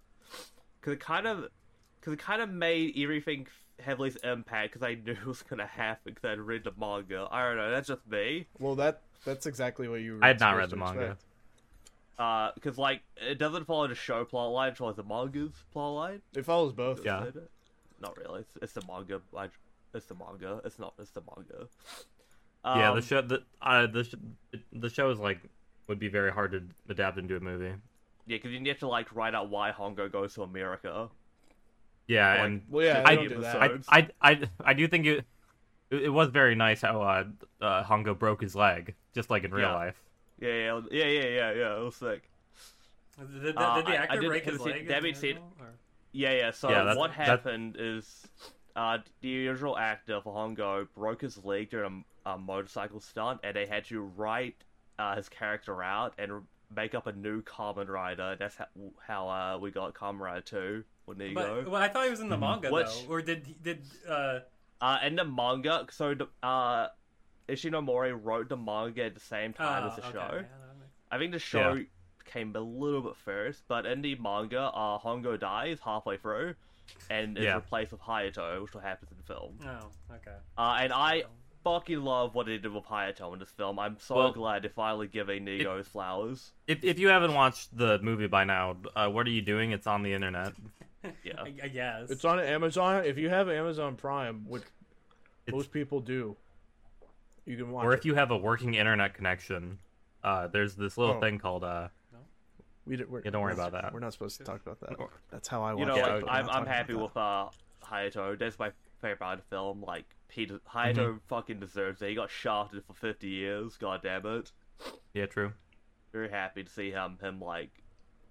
[SPEAKER 1] Because it kind of. Because it kind of made everything heavily impact because I knew it was going to happen because I'd read the manga. I don't know, that's just me.
[SPEAKER 3] well, that that's exactly what you. Were
[SPEAKER 4] I had not
[SPEAKER 3] supposed
[SPEAKER 4] read the
[SPEAKER 3] to
[SPEAKER 4] manga.
[SPEAKER 3] expect.
[SPEAKER 1] Because, Uh, like, it doesn't follow the show plot line, it follows the manga's plot line.
[SPEAKER 3] It follows both.
[SPEAKER 4] Yeah.
[SPEAKER 1] Is it? Not really. It's, it's the manga. I- It's the manga. It's not. It's the manga.
[SPEAKER 4] yeah, the
[SPEAKER 1] Um,
[SPEAKER 4] show. The uh, the sh- the show is like would be very hard to adapt into a movie.
[SPEAKER 1] Yeah, because you need to like write out why Hongo goes to America.
[SPEAKER 4] Yeah,
[SPEAKER 1] Like,
[SPEAKER 4] and
[SPEAKER 3] Well, yeah,
[SPEAKER 1] I-
[SPEAKER 3] I don't do that.
[SPEAKER 1] I-
[SPEAKER 4] I, I I I do think it it, it was very nice how uh, uh Hongo broke his leg, just like in real
[SPEAKER 1] Yeah.
[SPEAKER 4] life.
[SPEAKER 1] Yeah, yeah, yeah, yeah, yeah, yeah. It was sick.
[SPEAKER 2] Did, did, did
[SPEAKER 1] Uh, I-
[SPEAKER 2] the
[SPEAKER 1] I
[SPEAKER 2] actor
[SPEAKER 1] didn't-
[SPEAKER 2] break his
[SPEAKER 1] haven't seen-
[SPEAKER 2] leg?
[SPEAKER 1] they
[SPEAKER 2] in the
[SPEAKER 1] haven't seen-
[SPEAKER 2] original, or-
[SPEAKER 1] Yeah, yeah. So
[SPEAKER 4] Yeah, that's-
[SPEAKER 1] what
[SPEAKER 4] that's-
[SPEAKER 1] happened is, uh, the usual actor for Hongo broke his leg during a, a motorcycle stunt, and they had to write uh, his character out and make up a new Kamen Rider. That's how, how uh, we got Kamen Rider Two or Nego.
[SPEAKER 2] But, well, I thought he was in the manga
[SPEAKER 1] Which-
[SPEAKER 2] though, or did he- did uh,
[SPEAKER 1] Uh, and the manga, so the, uh, Ishinomori wrote the manga at the same time
[SPEAKER 2] oh,
[SPEAKER 1] as the
[SPEAKER 2] okay,
[SPEAKER 1] show.
[SPEAKER 2] yeah, that makes-
[SPEAKER 1] I think the show came a little bit first, but in the manga, uh, Hongo dies halfway through and is
[SPEAKER 4] Yeah.
[SPEAKER 1] replaced with Hayato, which will happen in the film.
[SPEAKER 2] Oh, okay.
[SPEAKER 1] Uh, and I fucking love what they did with Hayato in this film. I'm so
[SPEAKER 4] Well-
[SPEAKER 1] glad they're finally giving Nego his flowers.
[SPEAKER 4] If if you haven't watched the movie by now, uh, what are you doing? It's on the internet.
[SPEAKER 1] Yeah.
[SPEAKER 2] I, I guess.
[SPEAKER 3] It's on Amazon. If you have Amazon Prime, which
[SPEAKER 4] It's-
[SPEAKER 3] most people do, you can watch.
[SPEAKER 4] or
[SPEAKER 3] it.
[SPEAKER 4] if you have a working internet connection, uh, there's this little
[SPEAKER 3] Oh.
[SPEAKER 4] thing called uh,
[SPEAKER 3] we did, we're,
[SPEAKER 4] yeah, don't worry
[SPEAKER 3] that's-
[SPEAKER 4] about that.
[SPEAKER 3] We're not supposed to talk about that. That's how I watch.
[SPEAKER 1] You know,
[SPEAKER 3] it,
[SPEAKER 1] like,
[SPEAKER 3] but
[SPEAKER 1] I'm,
[SPEAKER 3] we're not
[SPEAKER 1] I'm
[SPEAKER 3] talking about
[SPEAKER 1] happy
[SPEAKER 3] that.
[SPEAKER 1] with uh, Hayato. That's my favorite part of the film. Like, Peter, Hayato fucking deserves it. He got shafted for 50 years, god damn it.
[SPEAKER 4] yeah, true.
[SPEAKER 1] Very happy to see him, him like,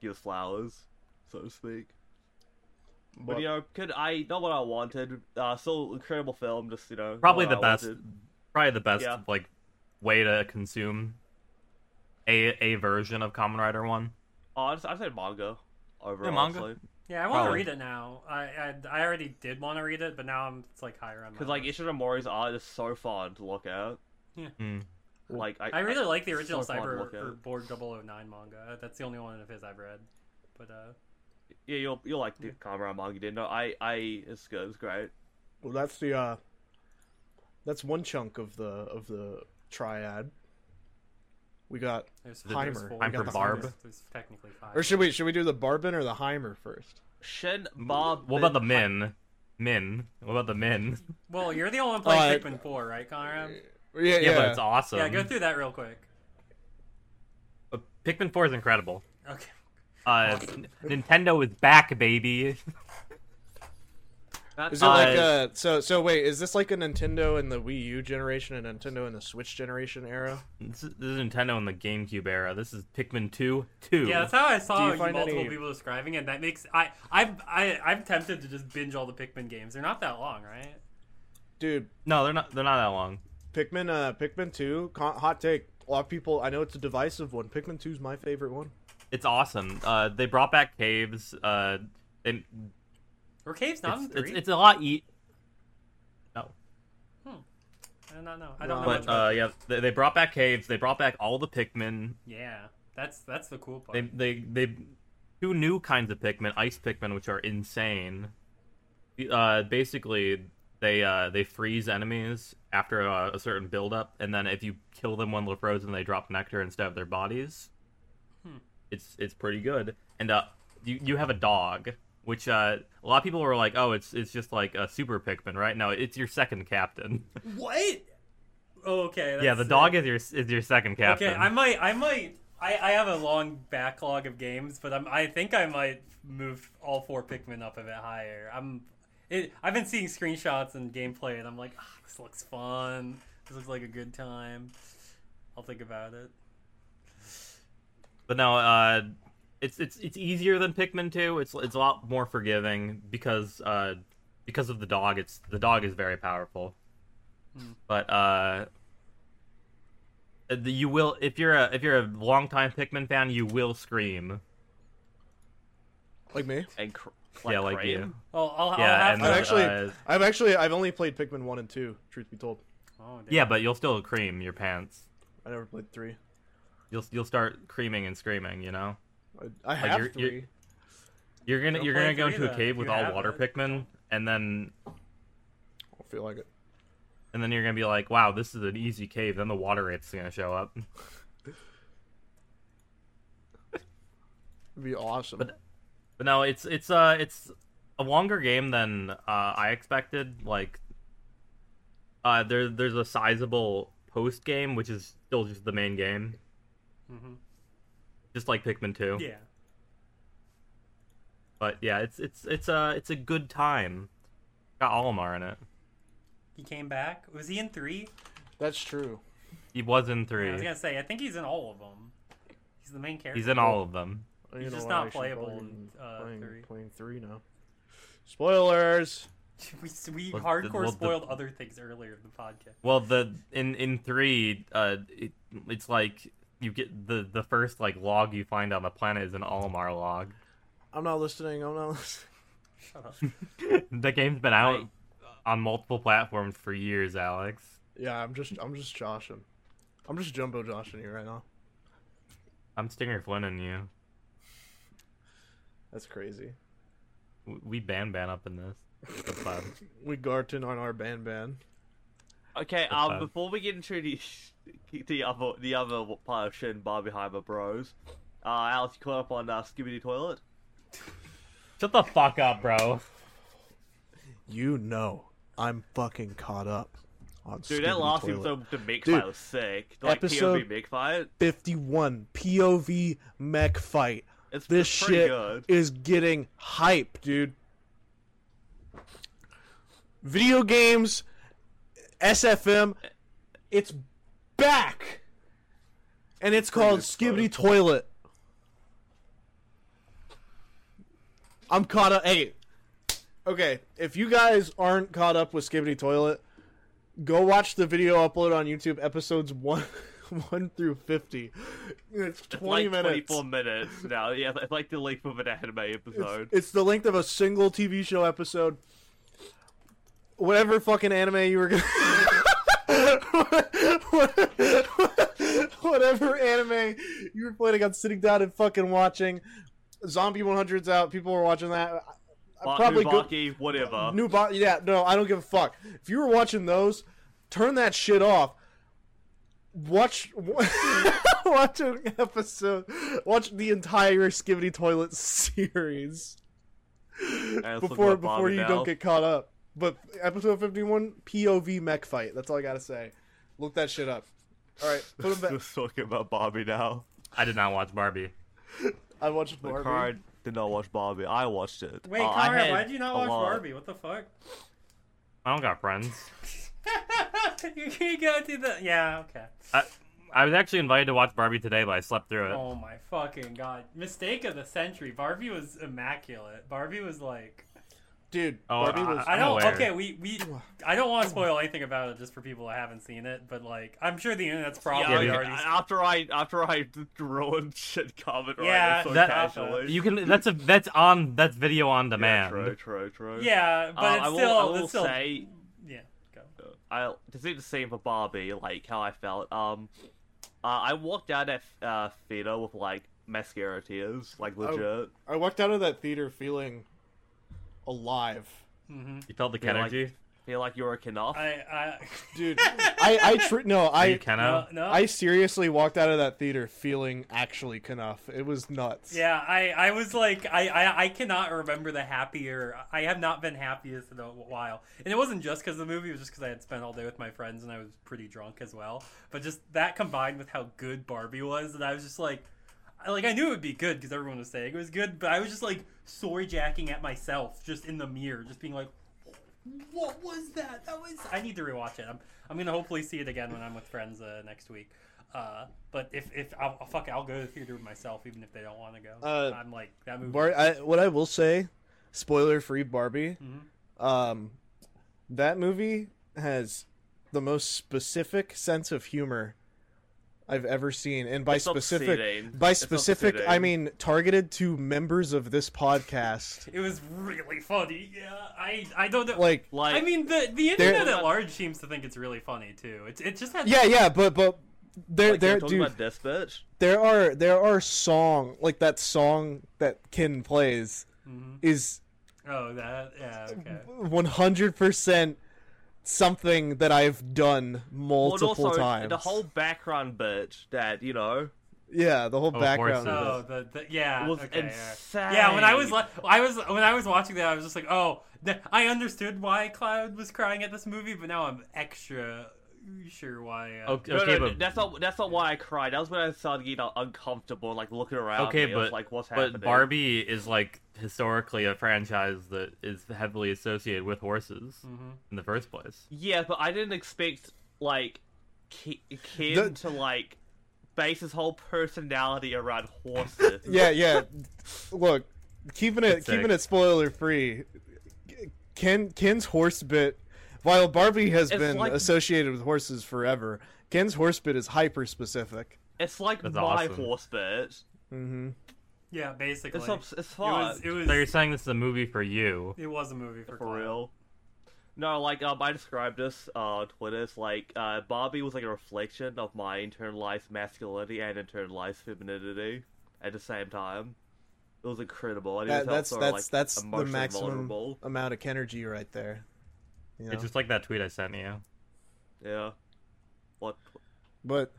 [SPEAKER 1] give flowers, so to speak. But,
[SPEAKER 3] But-
[SPEAKER 1] you know, could I not what I wanted? Uh, still incredible film, just you know, not
[SPEAKER 4] Probably
[SPEAKER 1] Oh, what
[SPEAKER 4] the
[SPEAKER 1] I
[SPEAKER 4] best,
[SPEAKER 1] wanted.
[SPEAKER 4] probably the best
[SPEAKER 1] Yeah.
[SPEAKER 4] like way to consume a a version of Common Rider one.
[SPEAKER 1] Oh, I, just, I said manga over
[SPEAKER 4] Yeah, manga.
[SPEAKER 2] Yeah, I want to
[SPEAKER 4] Probably.
[SPEAKER 2] read it now. I, I I already did want to read it, but now I'm it's like higher on my.
[SPEAKER 1] because like
[SPEAKER 2] list.
[SPEAKER 1] Ishinomori's art is so fun to look at.
[SPEAKER 4] Hmm.
[SPEAKER 1] Like I,
[SPEAKER 2] I really like the original
[SPEAKER 1] so fun to
[SPEAKER 2] Cyber
[SPEAKER 1] look at.
[SPEAKER 2] or Board 009 manga. That's the only one of his I've read. But uh,
[SPEAKER 1] yeah, you'll you'll like the Kamen manga, didn't know? I I it's good, it's great.
[SPEAKER 3] Well, that's the uh, that's one chunk of the of the triad. We got,
[SPEAKER 2] there's,
[SPEAKER 3] The-
[SPEAKER 2] there's
[SPEAKER 3] Heimer.
[SPEAKER 2] four.
[SPEAKER 4] Heimer
[SPEAKER 2] there's- there's-
[SPEAKER 4] Barb.
[SPEAKER 2] There's technically five.
[SPEAKER 3] or should we should we do the Barbin or the Heimer first?
[SPEAKER 1] Shin Bob.
[SPEAKER 4] What about the Min? Min? What about the Min?
[SPEAKER 2] Well, you're the only one playing
[SPEAKER 3] Uh,
[SPEAKER 2] Pikmin 4, right, Conrad?
[SPEAKER 3] Yeah, yeah.
[SPEAKER 4] Yeah, Um, but it's awesome.
[SPEAKER 2] Yeah, go through that real quick.
[SPEAKER 4] Uh, Pikmin Four is incredible.
[SPEAKER 2] Okay.
[SPEAKER 4] Uh, N- Nintendo is back, baby.
[SPEAKER 1] Not,
[SPEAKER 3] is it like
[SPEAKER 4] uh,
[SPEAKER 3] uh so so wait is this like a Nintendo in the Wii U generation and Nintendo in the Switch generation era?
[SPEAKER 4] This is, this is Nintendo in the GameCube era. This is Pikmin Two. Two.
[SPEAKER 2] Yeah, that's how I
[SPEAKER 3] Do you
[SPEAKER 2] saw
[SPEAKER 3] find
[SPEAKER 2] multiple
[SPEAKER 3] any-
[SPEAKER 2] people describing it. and That makes I I'm I, I'm tempted to just binge all the Pikmin games. They're not that long, right?
[SPEAKER 3] Dude,
[SPEAKER 4] No, they're not. They're not that long.
[SPEAKER 3] Pikmin uh Pikmin 2 con- hot take. A lot of people I know it's a divisive one. Pikmin 2 is my favorite one.
[SPEAKER 4] It's awesome. Uh, they brought back caves. Uh, and
[SPEAKER 2] Were caves not in
[SPEAKER 4] it's, it's
[SPEAKER 2] three?
[SPEAKER 4] it's a lot. E-
[SPEAKER 2] I don't know. I don't
[SPEAKER 3] But,
[SPEAKER 2] know. much
[SPEAKER 4] but
[SPEAKER 2] about
[SPEAKER 4] uh, yeah, they, they brought back caves. They brought back all the Pikmin.
[SPEAKER 2] Yeah, that's that's the cool part.
[SPEAKER 4] They they they two new kinds of Pikmin, ice Pikmin, which are insane. Uh, basically, they uh they freeze enemies after uh, a certain buildup, and then if you kill them when they're frozen, they drop nectar instead of their bodies.
[SPEAKER 2] Hmm.
[SPEAKER 4] It's it's pretty good, and uh, you you have a dog, which uh a lot of people were like, oh, it's it's just like a super Pikmin, right? No, it's your second captain.
[SPEAKER 2] what? Oh, okay.
[SPEAKER 4] yeah,
[SPEAKER 2] that's
[SPEAKER 4] the
[SPEAKER 2] sick.
[SPEAKER 4] dog is your is your second captain.
[SPEAKER 2] Okay, I might I might I, I have a long backlog of games, but I'm, I think I might move all four Pikmin up a bit higher. I'm, it, I've been seeing screenshots and gameplay, and I'm like, ah, this looks fun. This looks like a good time. I'll think about it.
[SPEAKER 4] But no, uh, it's it's it's easier than Pikmin 2. It's it's a lot more forgiving because uh, because of the dog. It's the dog is very powerful.
[SPEAKER 2] Hmm.
[SPEAKER 4] But uh, the- you will if you're a if you're a longtime Pikmin fan, you will scream.
[SPEAKER 3] Like me?
[SPEAKER 1] And cr-
[SPEAKER 4] Uh, yeah, like
[SPEAKER 1] Crane?
[SPEAKER 4] you.
[SPEAKER 2] Well, Oh, I'll, I'll
[SPEAKER 4] Yeah,
[SPEAKER 2] have
[SPEAKER 4] and
[SPEAKER 2] to.
[SPEAKER 3] I've actually,
[SPEAKER 4] uh,
[SPEAKER 3] I've actually, I've only played Pikmin one and two. Truth be told,
[SPEAKER 2] Oh, damn.
[SPEAKER 4] Yeah, but you'll still cream your pants.
[SPEAKER 3] I never played three.
[SPEAKER 4] You'll you'll start creaming and screaming. You know.
[SPEAKER 3] I, I have
[SPEAKER 4] you're-
[SPEAKER 3] 3
[SPEAKER 4] you're- You're gonna
[SPEAKER 2] Don't
[SPEAKER 4] you're
[SPEAKER 2] play
[SPEAKER 4] gonna go
[SPEAKER 2] three,
[SPEAKER 4] into a
[SPEAKER 2] then.
[SPEAKER 4] cave with
[SPEAKER 2] You
[SPEAKER 4] all
[SPEAKER 2] have
[SPEAKER 4] water
[SPEAKER 2] it.
[SPEAKER 4] Pikmin, and then
[SPEAKER 3] I don't feel like it.
[SPEAKER 4] and then you're gonna be like, wow, this is an easy cave. Then the water rate's gonna show up.
[SPEAKER 3] It'd be awesome.
[SPEAKER 4] But- But no, it's it's uh it's a longer game than uh, I expected. Like, uh, there there's a sizable post game, which is still just the main game,
[SPEAKER 2] Mhm.
[SPEAKER 4] just like Pikmin Two.
[SPEAKER 2] Yeah.
[SPEAKER 4] But yeah, it's it's it's a it's a good time. Got Olimar in it.
[SPEAKER 2] He came back. Was he in three?
[SPEAKER 3] That's true.
[SPEAKER 4] He was in
[SPEAKER 2] Yeah,
[SPEAKER 4] three.
[SPEAKER 2] I was gonna say. I think he's in all of them. He's the main character.
[SPEAKER 4] He's in all of them.
[SPEAKER 3] You
[SPEAKER 2] He's
[SPEAKER 3] know
[SPEAKER 2] just
[SPEAKER 3] what, I
[SPEAKER 2] not
[SPEAKER 3] should
[SPEAKER 2] playable
[SPEAKER 3] probably
[SPEAKER 2] in,
[SPEAKER 3] be
[SPEAKER 2] uh,
[SPEAKER 3] playing,
[SPEAKER 2] three.
[SPEAKER 3] Playing three now. Spoilers.
[SPEAKER 2] we we
[SPEAKER 4] Well, the-
[SPEAKER 2] hardcore
[SPEAKER 4] well, the-
[SPEAKER 2] spoiled other things earlier in the podcast.
[SPEAKER 4] Well, the in in three, uh, it, it's like you get the the first like log you find on the planet is an Olimar log.
[SPEAKER 3] I'm not listening. I'm not listening.
[SPEAKER 2] Shut up.
[SPEAKER 4] the game's been out on multiple platforms for years, Alex.
[SPEAKER 3] Yeah, I'm just, I'm just joshing. I'm just jumbo joshing you right now.
[SPEAKER 4] I'm Stinger Flynn and you.
[SPEAKER 3] That's crazy.
[SPEAKER 4] W- We ban ban up in this. That's loud.
[SPEAKER 3] We Garton on our ban ban.
[SPEAKER 1] Okay,
[SPEAKER 4] That's
[SPEAKER 1] um,
[SPEAKER 4] fine.
[SPEAKER 1] before we get into the the other the other part of Shin Barbie Heimer Bros, uh, Alex, you caught up on uh, Scooby Doo Toilet.
[SPEAKER 4] Shut the fuck up, bro.
[SPEAKER 3] You know, I'm fucking caught up on
[SPEAKER 1] Dude, that
[SPEAKER 3] Scooby-Doo
[SPEAKER 1] last
[SPEAKER 3] Toilet.
[SPEAKER 1] episode to make
[SPEAKER 3] Dude,
[SPEAKER 1] fight was sick. Like
[SPEAKER 3] episode-
[SPEAKER 1] POV make fight,
[SPEAKER 3] 51 POV mech fight.
[SPEAKER 1] it's,
[SPEAKER 3] This
[SPEAKER 1] it's pretty
[SPEAKER 3] shit
[SPEAKER 1] good.
[SPEAKER 3] is getting hype, dude. Video games, SFM, it's back. And it's called
[SPEAKER 1] pretty
[SPEAKER 3] Skibbity Toilet. I'm caught up. Hey, okay. If you guys aren't caught up with Skibbity Toilet, go watch the video upload on YouTube, episodes one, one through fifty. It's
[SPEAKER 1] It's
[SPEAKER 3] twenty
[SPEAKER 1] like
[SPEAKER 3] minutes.
[SPEAKER 1] 24 minutes now. Yeah, it's like the length of an anime episode.
[SPEAKER 3] It's, it's the length of a single TV show episode. Whatever fucking anime you were gonna. Whatever anime you were planning on sitting down and fucking watching. Zombie 100's out. People were watching that. I
[SPEAKER 1] Ba-
[SPEAKER 3] probably go-
[SPEAKER 1] Nubaki, whatever.
[SPEAKER 3] New bo- yeah, no, I don't give a fuck. If you were watching those, turn that shit off. Watch watch an episode. Watch the entire Skivity Toilet series
[SPEAKER 1] let's look
[SPEAKER 3] before
[SPEAKER 1] up Bobby
[SPEAKER 3] before you
[SPEAKER 1] now.
[SPEAKER 3] don't get caught up. But episode 51 POV mech fight. That's all I got to say. Look that shit up. All right, put 'em back.
[SPEAKER 1] Just talking about Barbie now.
[SPEAKER 4] I did not watch Barbie.
[SPEAKER 3] I watched
[SPEAKER 1] The
[SPEAKER 3] Barbie.
[SPEAKER 1] card did not watch Barbie. I watched it.
[SPEAKER 2] Wait,
[SPEAKER 1] uh, I
[SPEAKER 2] Connor,
[SPEAKER 1] had
[SPEAKER 2] why did you not
[SPEAKER 1] a
[SPEAKER 2] watch
[SPEAKER 1] lot.
[SPEAKER 2] Barbie? What the fuck?
[SPEAKER 4] I don't got friends.
[SPEAKER 2] you can go to the yeah. Okay.
[SPEAKER 4] I I was actually invited to watch Barbie today, but I slept through it.
[SPEAKER 2] Oh my fucking god! Mistake of the century. Barbie was immaculate. Barbie was like.
[SPEAKER 3] Dude,
[SPEAKER 4] Oh,
[SPEAKER 3] Barbie was
[SPEAKER 2] I
[SPEAKER 4] I'm
[SPEAKER 2] don't.
[SPEAKER 4] aware.
[SPEAKER 2] Okay, we we. I don't want to spoil anything about it just for people who haven't seen it, but like, I'm sure the internet's probably
[SPEAKER 1] Yeah,
[SPEAKER 4] we-
[SPEAKER 2] already.
[SPEAKER 1] after I after I ruined shit comment
[SPEAKER 2] Yeah,
[SPEAKER 1] right so
[SPEAKER 4] that-
[SPEAKER 1] casually.
[SPEAKER 4] You can. That's a. That's on. That's video on
[SPEAKER 1] yeah,
[SPEAKER 4] demand.
[SPEAKER 1] true, true, true.
[SPEAKER 2] yeah,
[SPEAKER 1] Uh,
[SPEAKER 2] but
[SPEAKER 1] I
[SPEAKER 2] it's
[SPEAKER 1] will,
[SPEAKER 2] still.
[SPEAKER 1] I will
[SPEAKER 2] it's still.
[SPEAKER 1] say,
[SPEAKER 2] Yeah. Go.
[SPEAKER 1] I just need to say for Barbie, like how I felt. Um, uh, I walked out of uh, theater with like mascara tears, like legit.
[SPEAKER 3] I walked out of that theater feeling alive.
[SPEAKER 2] Mm-hmm.
[SPEAKER 4] You felt the
[SPEAKER 1] Yeah, like-
[SPEAKER 4] energy.
[SPEAKER 1] You're like you're a Knopf.
[SPEAKER 2] I, I
[SPEAKER 3] dude. I I tr- no
[SPEAKER 4] Are
[SPEAKER 3] I
[SPEAKER 4] you Kenno?
[SPEAKER 2] no, no.
[SPEAKER 3] I seriously walked out of that theater feeling actually enough. It was nuts.
[SPEAKER 2] yeah, I, I was like, I, I, I cannot remember the happier. I have not been happiest in a while, and it wasn't just because the movie it was just because I had spent all day with my friends and I was pretty drunk as well. But just that combined with how good Barbie was, and I was just like, I- like I knew it would be good because everyone was saying it was good, but I was just like soy jacking at myself just in the mirror, just being like, what was that? That was. I need to rewatch it. I'm, I'm gonna hopefully see it again when I'm with friends uh, next week. Uh, but if if I'll, I'll- fuck, it, I'll go to the theater with myself, even if they don't want to go.
[SPEAKER 3] Uh,
[SPEAKER 2] I'm like that movie.
[SPEAKER 3] Bar- I, what I will say, spoiler free Barbie, um, that movie has the most specific sense of humor I've ever seen, and by
[SPEAKER 1] It's
[SPEAKER 3] specific,
[SPEAKER 1] obscene. eh?
[SPEAKER 3] by
[SPEAKER 1] It's
[SPEAKER 3] specific,
[SPEAKER 1] obscene.
[SPEAKER 3] I mean targeted to members of this podcast.
[SPEAKER 2] it was really funny. Yeah, I I don't know.
[SPEAKER 3] like,
[SPEAKER 1] like
[SPEAKER 2] I mean the the
[SPEAKER 3] There-
[SPEAKER 2] internet at large seems to think it's really funny too. It's it just had
[SPEAKER 3] yeah, yeah, but but there,
[SPEAKER 1] like,
[SPEAKER 3] there,
[SPEAKER 1] you're talking
[SPEAKER 3] dude,
[SPEAKER 1] about this bitch.
[SPEAKER 3] there are there are song like that song that Ken plays is
[SPEAKER 2] oh that yeah okay.
[SPEAKER 3] 100% something that I've done multiple
[SPEAKER 1] well, and also,
[SPEAKER 3] times.
[SPEAKER 1] The whole background bitch that you know
[SPEAKER 3] yeah, the whole
[SPEAKER 4] Oh,
[SPEAKER 3] background.
[SPEAKER 4] horses.
[SPEAKER 2] Oh, the, the yeah,
[SPEAKER 1] was
[SPEAKER 2] okay, yeah.
[SPEAKER 1] insane.
[SPEAKER 2] Yeah, when I was li- I was when I was watching that, I was just like, oh, th- I understood why Cloud was crying at this movie, but now I'm extra sure why. Uh,
[SPEAKER 4] Okay,
[SPEAKER 1] No, no,
[SPEAKER 4] okay, but
[SPEAKER 1] that's not that's not why I cried. That was when I started getting uh, uncomfortable, like looking around.
[SPEAKER 4] okay,
[SPEAKER 1] me. I was
[SPEAKER 4] but
[SPEAKER 1] like what's happening?
[SPEAKER 4] but Barbie is like historically a franchise that is heavily associated with horses in the first place.
[SPEAKER 1] Yeah, but I didn't expect like Ki- Ken
[SPEAKER 3] The-
[SPEAKER 1] to like base his whole personality around horses.
[SPEAKER 3] Yeah, yeah. Look, keeping it
[SPEAKER 4] That's sick.
[SPEAKER 3] keeping it spoiler free. Ken Ken's horse bit while Barbie has
[SPEAKER 1] It's
[SPEAKER 3] been
[SPEAKER 1] like-
[SPEAKER 3] associated with horses forever, Ken's horse bit is hyper specific.
[SPEAKER 1] It's like
[SPEAKER 4] That's
[SPEAKER 1] my
[SPEAKER 4] awesome.
[SPEAKER 1] horse bitch.
[SPEAKER 3] Mhm.
[SPEAKER 2] yeah, basically,
[SPEAKER 1] It's obs- it's
[SPEAKER 2] it was
[SPEAKER 1] hot
[SPEAKER 2] it was
[SPEAKER 4] So you're saying this is a movie for you?
[SPEAKER 2] it was a movie
[SPEAKER 1] for
[SPEAKER 2] for, Cloud.
[SPEAKER 1] real. No, like um, I described this uh, on Twitter. It's like uh, Barbie was like a reflection of my internalized masculinity and internalized femininity at the same time. It was incredible. And it
[SPEAKER 3] That,
[SPEAKER 1] was
[SPEAKER 3] that's
[SPEAKER 1] also,
[SPEAKER 3] that's
[SPEAKER 1] like,
[SPEAKER 3] that's the
[SPEAKER 1] emotionally
[SPEAKER 3] maximum
[SPEAKER 1] vulnerable.
[SPEAKER 3] amount of Kenergy right there. You know?
[SPEAKER 4] It's just like that tweet I sent you.
[SPEAKER 1] Yeah. What?
[SPEAKER 3] But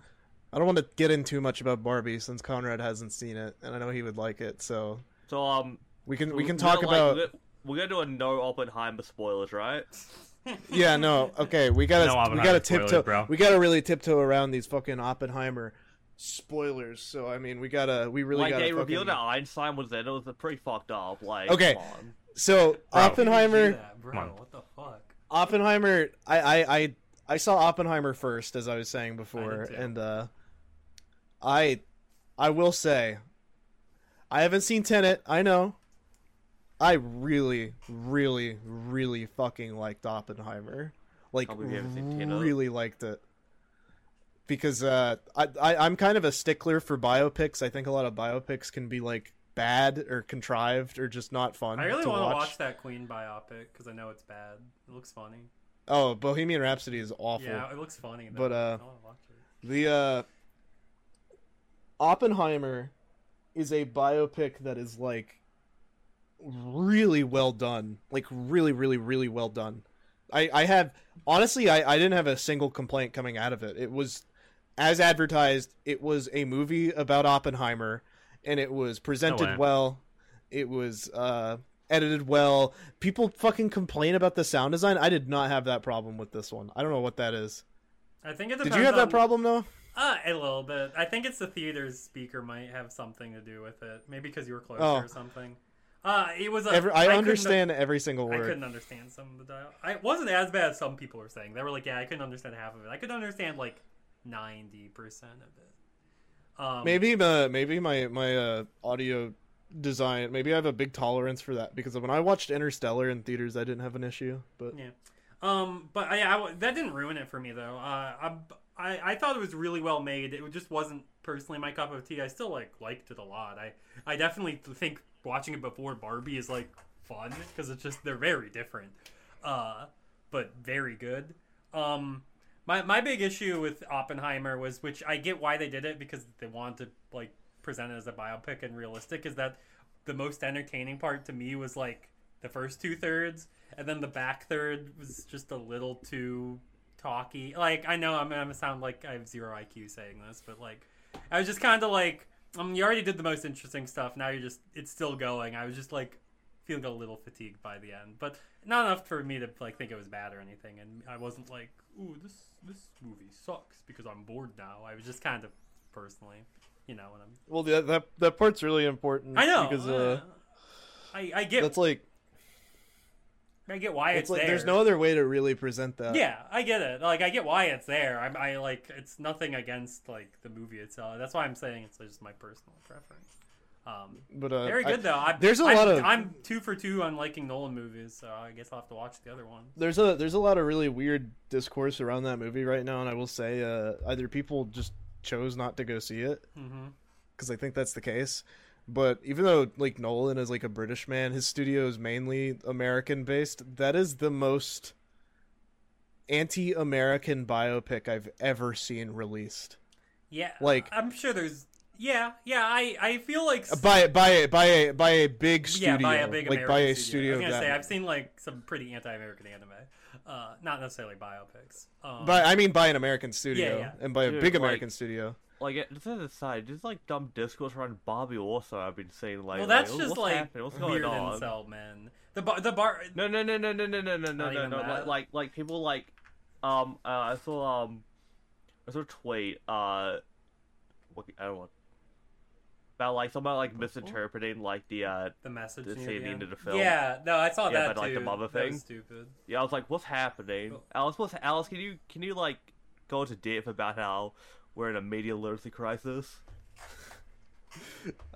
[SPEAKER 3] I don't want to get in too much about Barbie since Conrad hasn't seen it, and I know he would like it. So
[SPEAKER 1] So um,
[SPEAKER 3] we can we
[SPEAKER 1] we're
[SPEAKER 3] can talk
[SPEAKER 1] gonna,
[SPEAKER 3] about
[SPEAKER 1] Like, we're- we're gonna do a no Oppenheimer spoilers, right?
[SPEAKER 3] yeah no uh, okay we gotta
[SPEAKER 4] No
[SPEAKER 3] we
[SPEAKER 4] Oppenheimer
[SPEAKER 3] gotta
[SPEAKER 4] spoilers,
[SPEAKER 3] tiptoe
[SPEAKER 4] bro.
[SPEAKER 3] we gotta really tiptoe around these fucking Oppenheimer spoilers. So I mean we gotta we really
[SPEAKER 1] like
[SPEAKER 3] gotta
[SPEAKER 1] they
[SPEAKER 3] fucking...
[SPEAKER 1] revealed that Einstein was in. It was pretty fucked up. Like
[SPEAKER 3] Okay.
[SPEAKER 1] come on.
[SPEAKER 3] So
[SPEAKER 2] Why did you do
[SPEAKER 3] Oppenheimer
[SPEAKER 2] that,
[SPEAKER 4] Come on.
[SPEAKER 2] bro, what the fuck?
[SPEAKER 3] Oppenheimer I I I I saw Oppenheimer first as I was saying before
[SPEAKER 2] too.
[SPEAKER 3] and uh I I will say I haven't seen Tenet, I know. I really really really fucking liked Oppenheimer. Like
[SPEAKER 1] Can't believe you haven't seen Tenet.
[SPEAKER 3] really liked it. Because uh I, I I'm kind of a stickler for biopics. I think a lot of biopics can be like bad or contrived or just not fun
[SPEAKER 2] I really
[SPEAKER 3] to
[SPEAKER 2] want to
[SPEAKER 3] watch.
[SPEAKER 2] watch that Queen biopic because I know it's bad. It looks funny.
[SPEAKER 3] Oh, Bohemian Rhapsody is awful.
[SPEAKER 2] Yeah, it looks funny. Though.
[SPEAKER 3] But, uh,
[SPEAKER 2] I want to watch it.
[SPEAKER 3] The uh Oppenheimer is a biopic that is like really well done. Like really, really, really well done. I, I have honestly I, I didn't have a single complaint coming out of it. It was as advertised, it was a movie about Oppenheimer and it was presented
[SPEAKER 4] way.
[SPEAKER 3] well. It was uh edited well. People fucking complain about the sound design. I did not have that problem with this one. I don't know what that is.
[SPEAKER 2] I think it
[SPEAKER 3] Did
[SPEAKER 2] depends
[SPEAKER 3] you have that
[SPEAKER 2] on-
[SPEAKER 3] problem though?
[SPEAKER 2] Uh, a little bit. I think it's the theater's speaker might have something to do with it. Maybe because you were closer
[SPEAKER 3] Oh.
[SPEAKER 2] or something. Uh, it was. A,
[SPEAKER 3] Every,
[SPEAKER 2] I
[SPEAKER 3] I,
[SPEAKER 2] couldn't-
[SPEAKER 3] understand every single
[SPEAKER 2] I
[SPEAKER 3] word.
[SPEAKER 2] couldn't understand some of the dialogue. I it wasn't as bad as some people were saying. They were like, "Yeah, I couldn't understand half of it. I could understand like ninety percent of it." Um,
[SPEAKER 3] Maybe my maybe my my uh, audio design. Maybe I have a big tolerance for that because when I watched Interstellar in theaters, I didn't have an issue. But
[SPEAKER 2] Yeah. Um, but I, I w- that didn't ruin it for me though. Uh, I, I I thought it was really well made. It just wasn't personally my cup of tea. I still like liked it a lot. I I definitely th- think watching it before Barbie is like fun because it's just they're very different, uh, but very good. Um, my my big issue with Oppenheimer was, which I get why they did it because they wanted to like present it as a biopic and realistic, is that the most entertaining part to me was like the first two thirds, and then the back third was just a little too talky. Like I know I'm gonna sound like I have zero IQ saying this, but like I was just kind of like, um, you already did the most interesting stuff. Now you're just it's still going. I was just like feeling a little fatigued by the end, but not enough for me to like think it was bad or anything. And I wasn't like, ooh, this this movie sucks because I'm bored now. I was just kind of personally, you know, when I'm
[SPEAKER 3] Well, that that, that part's really important.
[SPEAKER 2] I know
[SPEAKER 3] because
[SPEAKER 2] uh,
[SPEAKER 3] uh,
[SPEAKER 2] I I get
[SPEAKER 3] that's like
[SPEAKER 2] I get why
[SPEAKER 3] it's,
[SPEAKER 2] it's,
[SPEAKER 3] like
[SPEAKER 2] there.
[SPEAKER 3] there's no other way to really present that.
[SPEAKER 2] Yeah, I get it. Like, I get why it's there. I, I like it's nothing against like the movie itself. That's why I'm saying it's just my personal preference. Um,
[SPEAKER 3] but uh,
[SPEAKER 2] very
[SPEAKER 3] I-
[SPEAKER 2] good though. I,
[SPEAKER 3] there's a
[SPEAKER 2] I'm,
[SPEAKER 3] lot of-
[SPEAKER 2] I'm two for two on liking Nolan movies, so I guess I'll have to watch the other one.
[SPEAKER 3] there's a there's a lot of really weird discourse around that movie right now, and I will say uh, either people just chose not to go see it
[SPEAKER 2] hmm
[SPEAKER 3] because I think that's the case. But even though like Nolan is like a British man, his studio is mainly American based. That is the most anti-American biopic I've ever seen released
[SPEAKER 2] Yeah,
[SPEAKER 3] Like-
[SPEAKER 2] I'm sure there's. Yeah, yeah. I I feel like s-
[SPEAKER 3] Uh, by by a by a by a big studio,
[SPEAKER 2] yeah by a big
[SPEAKER 3] like
[SPEAKER 2] American
[SPEAKER 3] by a
[SPEAKER 2] studio.
[SPEAKER 3] studio.
[SPEAKER 2] I was gonna
[SPEAKER 3] that-
[SPEAKER 2] say I've seen like some pretty anti-American anime, uh, not necessarily biopics. Um,
[SPEAKER 3] By I mean by an American studio
[SPEAKER 2] yeah.
[SPEAKER 3] and by a
[SPEAKER 1] Dude,
[SPEAKER 3] big
[SPEAKER 1] like-
[SPEAKER 3] American studio.
[SPEAKER 1] Like, it- just as a side, just like dumb discourse around Bobby Orso, I've been seeing like,
[SPEAKER 2] well, that's
[SPEAKER 1] what's
[SPEAKER 2] just like
[SPEAKER 1] happening? what's
[SPEAKER 2] weird
[SPEAKER 1] going on?
[SPEAKER 2] and sell, man. The bar, the bar,
[SPEAKER 1] No, no, no, no, no, no, no, no, no,
[SPEAKER 2] Not
[SPEAKER 1] no,
[SPEAKER 2] even
[SPEAKER 1] no.
[SPEAKER 2] that?
[SPEAKER 1] Like, like, like people like, um, uh, I saw, um, I saw a tweet, uh, what, I don't know, about like somebody like misinterpreting like the, uh,
[SPEAKER 2] the message
[SPEAKER 1] Did
[SPEAKER 2] near
[SPEAKER 1] say the
[SPEAKER 2] end.
[SPEAKER 1] end of the film.
[SPEAKER 2] Yeah, no, I saw
[SPEAKER 1] Yeah,
[SPEAKER 2] that
[SPEAKER 1] but, like,
[SPEAKER 2] too.
[SPEAKER 1] the Mama
[SPEAKER 2] That was
[SPEAKER 1] thing.
[SPEAKER 2] stupid.
[SPEAKER 1] yeah, I was like, what's happening?
[SPEAKER 2] Oh.
[SPEAKER 1] Alice, what's Alice? Can you can you like go into depth about how we're in a media literacy crisis,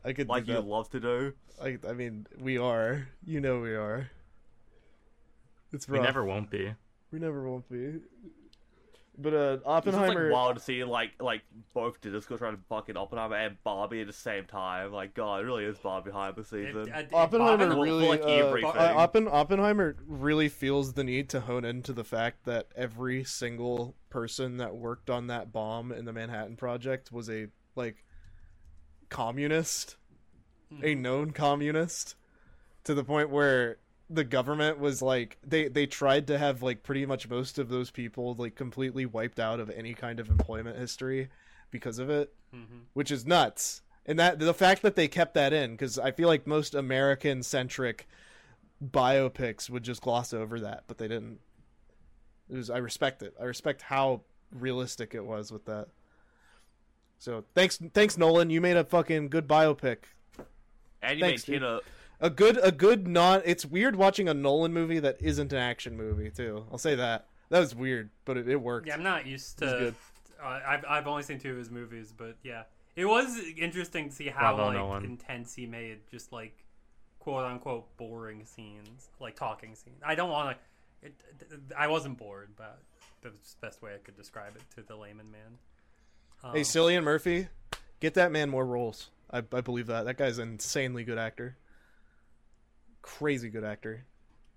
[SPEAKER 3] I could
[SPEAKER 1] like
[SPEAKER 3] like
[SPEAKER 1] you love to do?
[SPEAKER 3] I, I mean, we are. You know, we are. It's
[SPEAKER 4] We
[SPEAKER 3] rough.
[SPEAKER 4] never won't be.
[SPEAKER 3] we never won't be. But uh,
[SPEAKER 1] It's just
[SPEAKER 3] Oppenheimer.
[SPEAKER 1] like wild to see like like both discourse around fucking Oppenheimer and Bobby at the same time. Like, God, it really is Bobby Heimer
[SPEAKER 2] It- uh,
[SPEAKER 1] season.
[SPEAKER 3] Oh,
[SPEAKER 2] I- it-
[SPEAKER 3] Oppenheimer
[SPEAKER 2] Bob-
[SPEAKER 1] Well,
[SPEAKER 3] really,
[SPEAKER 1] like
[SPEAKER 3] uh,
[SPEAKER 1] everything.
[SPEAKER 3] uh, Oppen- Oppenheimer really feels the need to hone into the fact that every single person that worked on that bomb in the Manhattan Project was a like communist, a known communist, to the point where the government was like they they tried to have like pretty much most of those people like completely wiped out of any kind of employment history because of it
[SPEAKER 2] Mhm.
[SPEAKER 3] which is nuts. And that the fact that they kept that in, because I feel like most American centric biopics would just gloss over that, but they didn't. It was I respect it. I respect how realistic it was with that. So thanks, thanks Nolan. You made a fucking good biopic.
[SPEAKER 1] and you
[SPEAKER 3] thanks,
[SPEAKER 1] maintain a
[SPEAKER 3] A good, a good not. It's weird watching a Nolan movie that isn't an action movie too. I'll say that. That was weird, but it, it worked.
[SPEAKER 2] Yeah, I'm not used
[SPEAKER 3] It was
[SPEAKER 2] to.
[SPEAKER 3] good.
[SPEAKER 2] Uh, I've I've only seen two of his movies, but yeah, it was interesting to see how
[SPEAKER 4] Bravo,
[SPEAKER 2] like
[SPEAKER 4] Nolan.
[SPEAKER 2] intense he made just like quote unquote boring scenes, like talking scenes. I don't want to. I wasn't bored, but that's the best way I could describe it to the layman man. Um,
[SPEAKER 3] Hey, Cillian Murphy, get that man more roles. I, I believe that. That guy's an insanely good actor. Crazy good actor.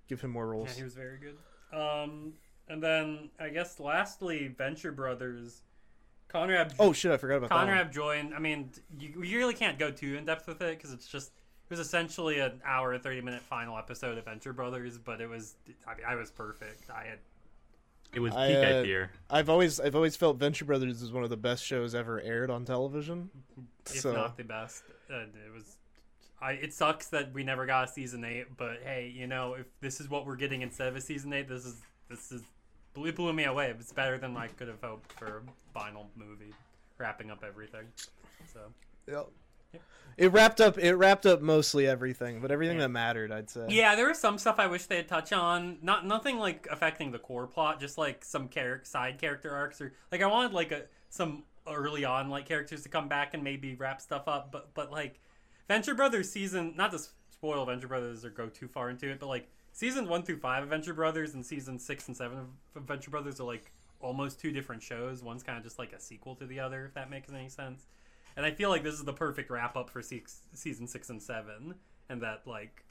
[SPEAKER 3] Give him more roles.
[SPEAKER 2] Yeah, he was very good. Um, and then I guess lastly, Venture Brothers, Conrad.
[SPEAKER 3] oh shit, I forgot about that.
[SPEAKER 2] Conrad joined. I mean, you, you really can't go too in depth with it because it's just it was essentially an hour and thirty minute final episode of Venture Brothers, but it was I, mean, I was perfect. I had
[SPEAKER 4] It was peak
[SPEAKER 3] I, uh,
[SPEAKER 4] I fear.
[SPEAKER 3] One. I've always I've always felt Venture Brothers is one of the best shows ever aired on television.
[SPEAKER 2] if
[SPEAKER 3] So-
[SPEAKER 2] not the best. Uh, it was. I, it sucks that we never got a season eight, but hey, you know if this is what we're getting instead of a season eight, this is this is it blew me away. It's better than I could have hoped for a final movie, wrapping up everything. So
[SPEAKER 3] Yep.
[SPEAKER 2] Yep.
[SPEAKER 3] It wrapped up it wrapped up mostly everything, but everything
[SPEAKER 2] Yeah.
[SPEAKER 3] that mattered, I'd say.
[SPEAKER 2] Yeah, there was some stuff I wish they had touched on. Not nothing like affecting the core plot, just like some char- side character arcs or like I wanted like a some early on like characters to come back and maybe wrap stuff up. But but like Venture Brothers season, not to s- spoil Venture Brothers or go too far into it, but like season one through five of Venture Brothers and season six and seven of Venture Brothers are like almost two different shows. One's kind of just like a sequel to the other, if that makes any sense. And I feel like this is the perfect wrap up for six, season six and seven, and that like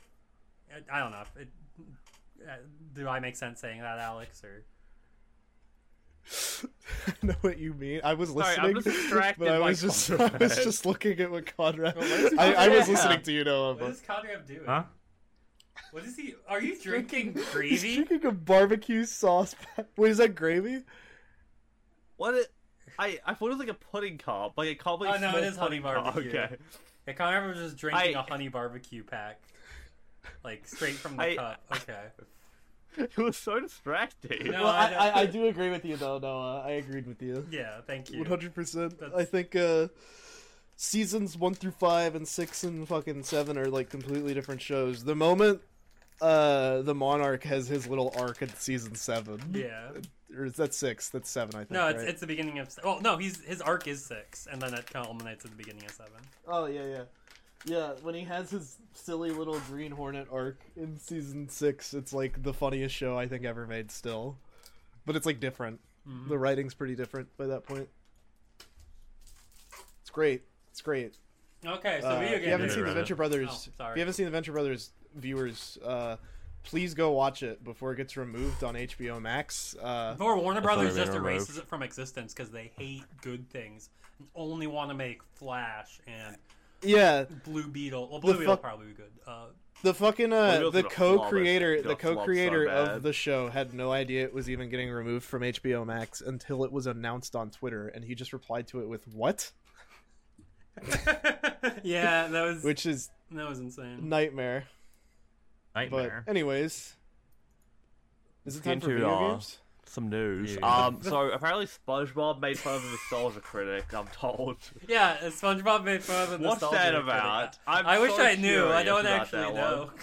[SPEAKER 2] I- I don't know. If it, uh, do I make sense saying that, Alex? Or
[SPEAKER 3] I know what you mean. I was
[SPEAKER 1] Sorry,
[SPEAKER 3] listening,
[SPEAKER 1] I'm just distracted
[SPEAKER 3] but I
[SPEAKER 1] by
[SPEAKER 3] was just I was
[SPEAKER 1] Conrad.
[SPEAKER 3] just looking at what Conrad.
[SPEAKER 2] Well, what is
[SPEAKER 3] I, I was
[SPEAKER 1] Conrad?
[SPEAKER 3] listening to you, Noah.
[SPEAKER 2] what
[SPEAKER 3] But
[SPEAKER 2] is Conrad doing?
[SPEAKER 4] Huh?
[SPEAKER 2] What is he? Are you drinking
[SPEAKER 3] He's
[SPEAKER 2] gravy?
[SPEAKER 3] drinking a barbecue sauce. pack- Wait, is that gravy?
[SPEAKER 1] What? It, I I thought it was like a pudding cup, like a cup. Like
[SPEAKER 2] Oh, no, it
[SPEAKER 1] small
[SPEAKER 2] is honey
[SPEAKER 1] pudding cup.
[SPEAKER 2] barbecue.
[SPEAKER 1] Okay.
[SPEAKER 2] Yeah, Connor was just drinking a
[SPEAKER 1] I-
[SPEAKER 2] honey barbecue pack, like straight from the
[SPEAKER 1] I-
[SPEAKER 2] cup. Okay.
[SPEAKER 1] It was so distracting.
[SPEAKER 2] No,
[SPEAKER 3] well, I,
[SPEAKER 2] I,
[SPEAKER 3] I, I do agree with you though, Noah. I agreed with you.
[SPEAKER 2] Yeah, thank you.
[SPEAKER 3] One hundred percent. I
[SPEAKER 2] That's-
[SPEAKER 3] think uh, seasons one through five and six and fucking seven are like completely different shows. The moment uh, the Monarch has his little arc in season seven,
[SPEAKER 2] Yeah.
[SPEAKER 3] or is that six? That's seven, I think.
[SPEAKER 2] No, it's
[SPEAKER 3] right?
[SPEAKER 2] it's the beginning of. Well, no, he's his arc is six, and then it culminates at the beginning of seven.
[SPEAKER 3] Oh yeah, yeah, yeah. When he has his silly little Green Hornet arc in season six, it's like the funniest show I think ever made. Still, but it's like different.
[SPEAKER 2] Mm-hmm.
[SPEAKER 3] The writing's pretty different by that point. It's great. It's great.
[SPEAKER 2] Okay, so
[SPEAKER 3] Uh,
[SPEAKER 2] video
[SPEAKER 3] if you
[SPEAKER 2] game.
[SPEAKER 3] haven't
[SPEAKER 4] news.
[SPEAKER 3] seen the
[SPEAKER 4] Right.
[SPEAKER 3] Venture Brothers,
[SPEAKER 2] Oh,
[SPEAKER 3] if
[SPEAKER 2] sorry.
[SPEAKER 3] you haven't seen the Venture Brothers viewers, uh, please go watch it before it gets removed on HBO Max. Uh,
[SPEAKER 2] Or Warner
[SPEAKER 4] thought
[SPEAKER 2] Brothers
[SPEAKER 4] they
[SPEAKER 2] just
[SPEAKER 4] removed.
[SPEAKER 2] erases it from existence because they hate good things and only want to make Flash and
[SPEAKER 3] yeah,
[SPEAKER 2] Blue Beetle. Well, Blue
[SPEAKER 3] The
[SPEAKER 2] Beetle
[SPEAKER 3] fuck-
[SPEAKER 2] probably be good. Uh,
[SPEAKER 3] the fucking
[SPEAKER 1] Well,
[SPEAKER 3] uh,
[SPEAKER 1] Beetle's
[SPEAKER 3] the
[SPEAKER 1] gonna flop it.
[SPEAKER 3] co-creator,
[SPEAKER 1] It's
[SPEAKER 3] the
[SPEAKER 1] gonna flop so
[SPEAKER 3] co-creator of
[SPEAKER 1] bad.
[SPEAKER 3] the show had no idea it was even getting removed from HBO Max until it was announced on Twitter, and he just replied to it with "What,"
[SPEAKER 2] yeah, that was
[SPEAKER 3] which is
[SPEAKER 2] that was insane.
[SPEAKER 3] nightmare.
[SPEAKER 4] Nightmare.
[SPEAKER 3] But anyways, is it time for
[SPEAKER 1] Into,
[SPEAKER 3] video
[SPEAKER 1] uh,
[SPEAKER 3] games?
[SPEAKER 1] Some news.
[SPEAKER 4] Yeah.
[SPEAKER 1] Um. So apparently, SpongeBob made fun of the nostalgia critic. I'm told.
[SPEAKER 2] Yeah, SpongeBob made fun of the
[SPEAKER 1] What's
[SPEAKER 2] nostalgia
[SPEAKER 1] that
[SPEAKER 2] critic.
[SPEAKER 1] about?
[SPEAKER 2] I,
[SPEAKER 1] I'm
[SPEAKER 2] I wish
[SPEAKER 1] so
[SPEAKER 2] I knew. I
[SPEAKER 1] curious
[SPEAKER 2] don't
[SPEAKER 1] about
[SPEAKER 2] actually
[SPEAKER 1] that
[SPEAKER 2] know.
[SPEAKER 1] one.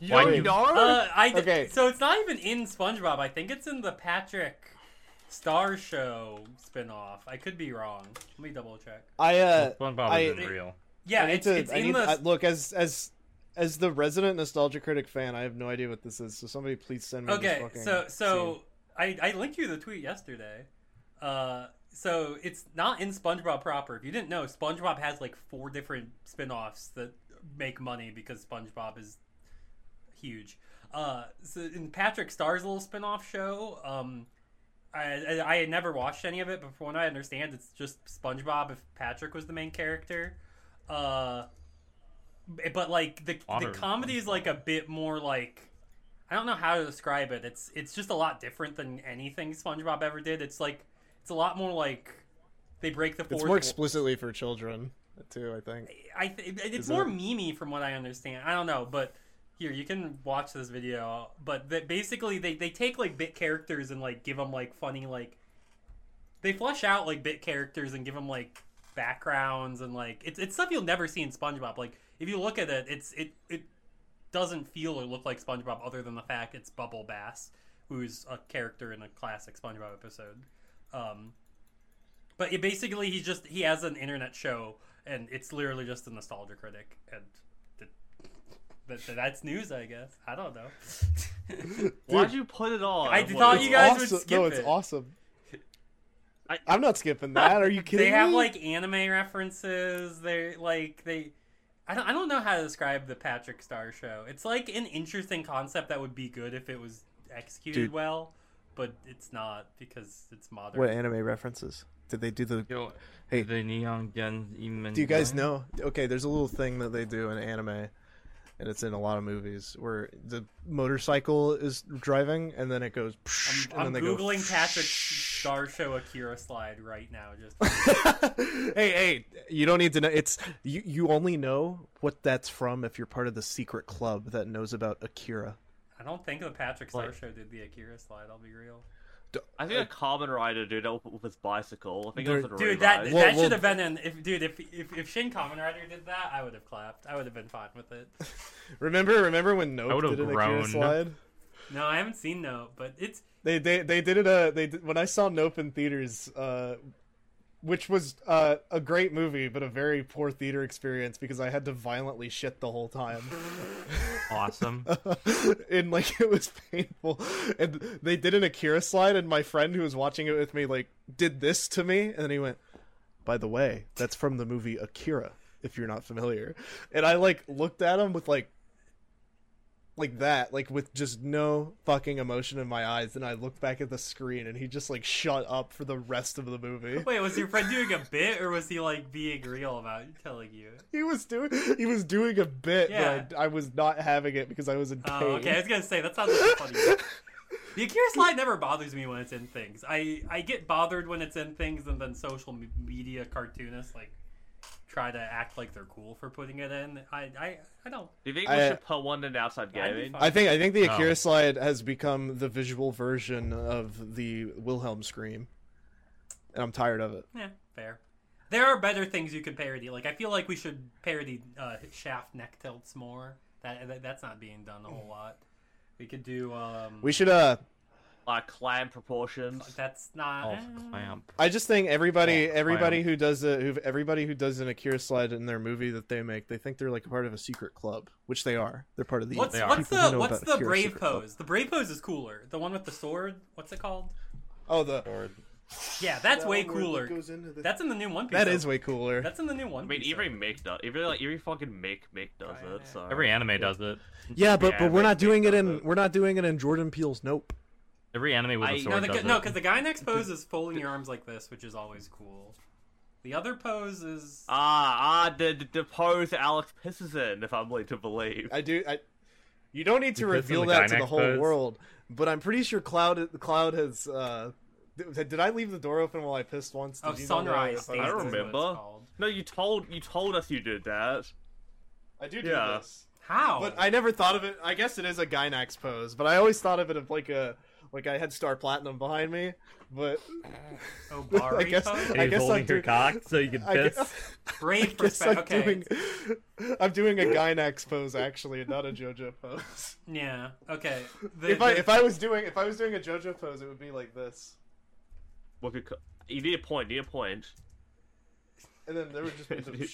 [SPEAKER 1] You
[SPEAKER 4] Why
[SPEAKER 1] don't
[SPEAKER 4] you-
[SPEAKER 1] know?
[SPEAKER 2] Uh, I d-
[SPEAKER 3] Okay.
[SPEAKER 2] So it's not even in SpongeBob. I think it's in the Patrick Star Show spinoff. I could be wrong. Let me double check.
[SPEAKER 3] I uh, I-
[SPEAKER 4] SpongeBob isn't real.
[SPEAKER 2] Yeah,
[SPEAKER 3] I need
[SPEAKER 2] it's,
[SPEAKER 3] to.
[SPEAKER 2] it's
[SPEAKER 3] I
[SPEAKER 2] in
[SPEAKER 3] need,
[SPEAKER 2] the.
[SPEAKER 3] I- look as as as the resident nostalgia critic fan. I have no idea what this is. So somebody please send me.
[SPEAKER 2] okay,
[SPEAKER 3] this fucking
[SPEAKER 2] so so
[SPEAKER 3] scene.
[SPEAKER 2] I I linked you the tweet yesterday. Uh, so it's not in SpongeBob proper. If you didn't know, SpongeBob has like four different spin-offs that make money because SpongeBob is huge. Uh, so in Patrick Starr's little spin-off show, um, I, I I had never watched any of it, but from what I understand, it's just SpongeBob if Patrick was the main character. Uh, b- but like the the
[SPEAKER 4] Otter.
[SPEAKER 2] comedy is like a bit more like I don't know how to describe it. It's it's just a lot different than anything SpongeBob ever did. It's like it's a lot more like they break the fourth.
[SPEAKER 3] it's more
[SPEAKER 2] wa-
[SPEAKER 3] explicitly for children too. I think.
[SPEAKER 2] I th- it's
[SPEAKER 3] Is
[SPEAKER 2] more
[SPEAKER 3] it-
[SPEAKER 2] memey from what I understand. I don't know, but here you can watch this video. But that basically, they they take like bit characters and like give them like funny like they flesh out like bit characters and give them like backgrounds and like it's it's stuff you'll never see in SpongeBob. Like if you look at it, it's it it doesn't feel or look like SpongeBob other than the fact it's Bubble Bass, who's a character in a classic SpongeBob episode. Um, but it basically he's just he has an internet show and it's literally just a nostalgia critic and th- but that's news, I guess. I don't know.
[SPEAKER 1] Why'd you put it on?
[SPEAKER 2] I
[SPEAKER 1] What-
[SPEAKER 2] thought
[SPEAKER 1] it's
[SPEAKER 2] you guys would
[SPEAKER 3] awesome.
[SPEAKER 2] skip
[SPEAKER 3] no, it's
[SPEAKER 2] it.
[SPEAKER 3] awesome.
[SPEAKER 1] I-
[SPEAKER 3] I'm not skipping that. Are you kidding
[SPEAKER 2] they have
[SPEAKER 3] me?
[SPEAKER 2] like anime references. They're like they. I don't, I don't know how to describe the Patrick Star show. It's like an interesting concept that would be good if it was executed
[SPEAKER 3] Dude.
[SPEAKER 2] well, but it's not because it's modern.
[SPEAKER 3] what anime references did they do? The
[SPEAKER 4] Yo,
[SPEAKER 3] Hey.
[SPEAKER 4] the neon guns. even
[SPEAKER 3] do you guys
[SPEAKER 4] die?
[SPEAKER 3] know? Okay, there's a little thing that they do in anime. And it's in a lot of movies where the motorcycle is driving, and then it goes.
[SPEAKER 2] I'm,
[SPEAKER 3] and
[SPEAKER 2] I'm
[SPEAKER 3] then they go,
[SPEAKER 2] googling Patrick Star show Akira slide right now. Just
[SPEAKER 3] hey, hey, you don't need to know. It's you. You only know what that's from if you're part of the secret club that knows about Akira.
[SPEAKER 2] I don't think the Patrick Star
[SPEAKER 4] Like-
[SPEAKER 2] show did the Akira slide. I'll be real.
[SPEAKER 1] I think a common rider did that with his bicycle. I think it was
[SPEAKER 3] Dude,
[SPEAKER 1] an
[SPEAKER 2] Dude, that
[SPEAKER 1] Orion.
[SPEAKER 3] Well,
[SPEAKER 2] that
[SPEAKER 3] well-
[SPEAKER 2] should have been an if dude if if, if Shin Kamen Rider did that, I would have clapped. I would have been fine with it.
[SPEAKER 3] Remember, remember when
[SPEAKER 4] I
[SPEAKER 3] Nope
[SPEAKER 4] would've
[SPEAKER 3] did an Akira
[SPEAKER 4] groaned.
[SPEAKER 3] slide?
[SPEAKER 2] No, I haven't seen no, but it's
[SPEAKER 3] They they they did it. Uh, they did, when I saw Nope in theaters, uh, which was uh, a great movie, but a very poor theater experience because I had to violently shit the whole time.
[SPEAKER 4] Awesome.
[SPEAKER 3] Oh. and like it was painful and they did an akira slide and my friend who was watching it with me like did this to me and then he went by the way that's from the movie akira if you're not familiar and i like looked at him with like like that, like with just no fucking emotion in my eyes. Then I looked back at the screen and he just like shut up for the rest of the movie.
[SPEAKER 2] Wait, was your friend doing a bit or was he like being real about telling you?
[SPEAKER 3] He was doing he was doing a bit,
[SPEAKER 2] Yeah.
[SPEAKER 3] but I, I was not having it because I was in pain.
[SPEAKER 2] Oh, okay. I was gonna say that sounds like a funny. one. the Akira slide never bothers me when it's in things. I I get bothered when it's in things, and then social me- media cartoonists like try to act like they're cool for putting it in. I I, I don't.
[SPEAKER 1] Do you think we
[SPEAKER 3] I- uh,
[SPEAKER 1] should put one in outside
[SPEAKER 2] I'd be
[SPEAKER 1] gaming?
[SPEAKER 2] fine.
[SPEAKER 3] I think I think the Akira
[SPEAKER 4] Oh.
[SPEAKER 3] slide has become the visual version of the Wilhelm scream, and I'm tired of it.
[SPEAKER 2] Yeah, fair. There are better things you can parody. Like I feel like we should parody uh, shaft neck tilts more. That, that that's not being done a whole lot. We could do. Um,
[SPEAKER 3] We should uh.
[SPEAKER 1] Like clam proportions.
[SPEAKER 2] that's not.
[SPEAKER 4] Oh,
[SPEAKER 2] eh.
[SPEAKER 4] clamp.
[SPEAKER 3] I just think everybody,
[SPEAKER 4] Oh,
[SPEAKER 3] everybody
[SPEAKER 4] clam.
[SPEAKER 3] who does a, who everybody who does an Akira slide in their movie that they make, they think they're like part of a secret club, which they are. They're part of the.
[SPEAKER 2] What's
[SPEAKER 4] They are.
[SPEAKER 2] what's
[SPEAKER 3] people who
[SPEAKER 2] the
[SPEAKER 3] know
[SPEAKER 2] what's
[SPEAKER 3] about
[SPEAKER 2] the
[SPEAKER 3] Akira
[SPEAKER 2] brave
[SPEAKER 3] Secret Club.
[SPEAKER 2] pose? The brave pose is cooler. The one with the sword. What's it called?
[SPEAKER 3] Oh, the
[SPEAKER 2] Yeah, that's way cooler.
[SPEAKER 3] Goes into the...
[SPEAKER 2] That's in the new One Piece.
[SPEAKER 3] that
[SPEAKER 2] though.
[SPEAKER 3] is way cooler.
[SPEAKER 2] That's in the new One
[SPEAKER 1] I mean,
[SPEAKER 2] Piece.
[SPEAKER 1] every
[SPEAKER 2] though.
[SPEAKER 1] Mick does. Every like every fucking Mick Mick does
[SPEAKER 2] Right.
[SPEAKER 1] it. So
[SPEAKER 4] Every anime does it.
[SPEAKER 3] Yeah, but
[SPEAKER 1] Yeah,
[SPEAKER 3] but we're
[SPEAKER 1] they-
[SPEAKER 3] not
[SPEAKER 1] they
[SPEAKER 3] doing it
[SPEAKER 1] does
[SPEAKER 3] in
[SPEAKER 1] it.
[SPEAKER 3] we're not doing it in Jordan Peele's Nope.
[SPEAKER 4] Every anime with
[SPEAKER 1] I-
[SPEAKER 4] a
[SPEAKER 1] no,
[SPEAKER 4] sword
[SPEAKER 2] no, the,
[SPEAKER 4] does
[SPEAKER 2] gu- no,
[SPEAKER 4] it.
[SPEAKER 2] because the guy next pose is folding your arms like this, which is always cool. The other pose is
[SPEAKER 1] ah ah the, the the pose Alex pisses in, if I'm led to believe.
[SPEAKER 3] I do. I, you don't need to
[SPEAKER 4] Because of
[SPEAKER 3] reveal
[SPEAKER 4] the
[SPEAKER 3] that to the
[SPEAKER 4] Gynax
[SPEAKER 3] whole
[SPEAKER 4] pose?
[SPEAKER 3] world, but I'm pretty sure Cloud Cloud has. Uh, did, did I leave the door open while I pissed once? Did
[SPEAKER 2] of
[SPEAKER 3] you not know
[SPEAKER 2] Oh, sunrise.
[SPEAKER 3] if I
[SPEAKER 2] Days
[SPEAKER 1] I
[SPEAKER 2] is
[SPEAKER 1] don't
[SPEAKER 2] what
[SPEAKER 3] was-
[SPEAKER 2] it's
[SPEAKER 1] remember.
[SPEAKER 2] called.
[SPEAKER 1] No, you told you told us you did that.
[SPEAKER 3] I do do
[SPEAKER 1] Yeah.
[SPEAKER 3] this,
[SPEAKER 2] How?
[SPEAKER 3] but I never thought of it. I guess it is a Gynax pose, but I always thought of it of like a like I had Star Platinum behind me, but
[SPEAKER 2] Obari
[SPEAKER 3] I guess
[SPEAKER 2] pose?
[SPEAKER 3] I guess I'm doing.
[SPEAKER 4] cock so you can
[SPEAKER 3] I guess,
[SPEAKER 2] Brave
[SPEAKER 3] guess I'm
[SPEAKER 2] perspective. Okay.
[SPEAKER 3] doing. I'm doing a Gynax pose actually, and not a JoJo pose.
[SPEAKER 2] Yeah. Okay. The,
[SPEAKER 3] if I
[SPEAKER 2] the-
[SPEAKER 3] if I was doing if I was doing a JoJo pose, it would be like this,
[SPEAKER 1] What could co- you need a point? Need a point.
[SPEAKER 3] and then there would just be the.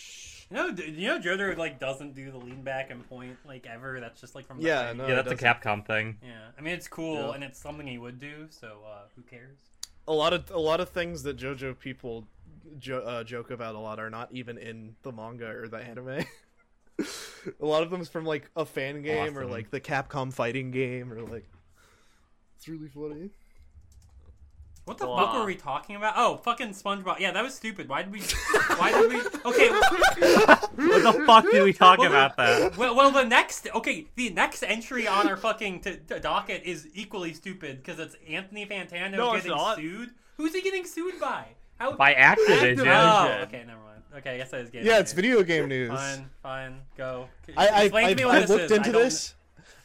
[SPEAKER 2] no, d- you know, Joder like doesn't do the lean back and point like ever. That's just like from the
[SPEAKER 3] Yeah,
[SPEAKER 2] thing.
[SPEAKER 3] no.
[SPEAKER 4] Yeah, that's a
[SPEAKER 3] doesn't.
[SPEAKER 4] Capcom thing.
[SPEAKER 2] Yeah. I mean, it's cool
[SPEAKER 3] Yeah.
[SPEAKER 2] and it's something he would do. So uh, who cares?
[SPEAKER 3] A lot of a lot of things that JoJo people jo- uh, joke about a lot are not even in the manga or the anime. a lot of them is from like a fan game or
[SPEAKER 4] Awesome.
[SPEAKER 3] like the Capcom fighting game or like. It's really funny.
[SPEAKER 2] What the
[SPEAKER 1] Wow.
[SPEAKER 2] fuck were we talking about? Oh, fucking SpongeBob. Yeah, that was stupid. Why did we? Why did we? Okay.
[SPEAKER 4] What the fuck did we talk
[SPEAKER 2] Well,
[SPEAKER 4] about that?
[SPEAKER 2] Well, well, the next. Okay, the next entry on our fucking t- t- docket is equally stupid because it's Anthony Fantano
[SPEAKER 1] No, it's
[SPEAKER 2] getting
[SPEAKER 1] not.
[SPEAKER 2] sued. Who's he getting sued by? How?
[SPEAKER 4] By Activision.
[SPEAKER 2] oh, okay, never mind. Okay, I guess I was getting.
[SPEAKER 3] Yeah, it's
[SPEAKER 2] it.
[SPEAKER 3] video game news.
[SPEAKER 2] Fine, fine, go.
[SPEAKER 3] I I,
[SPEAKER 2] Explain
[SPEAKER 3] I,
[SPEAKER 2] to me what
[SPEAKER 3] I
[SPEAKER 2] this
[SPEAKER 3] looked
[SPEAKER 2] is.
[SPEAKER 3] into
[SPEAKER 2] I don't-
[SPEAKER 3] this.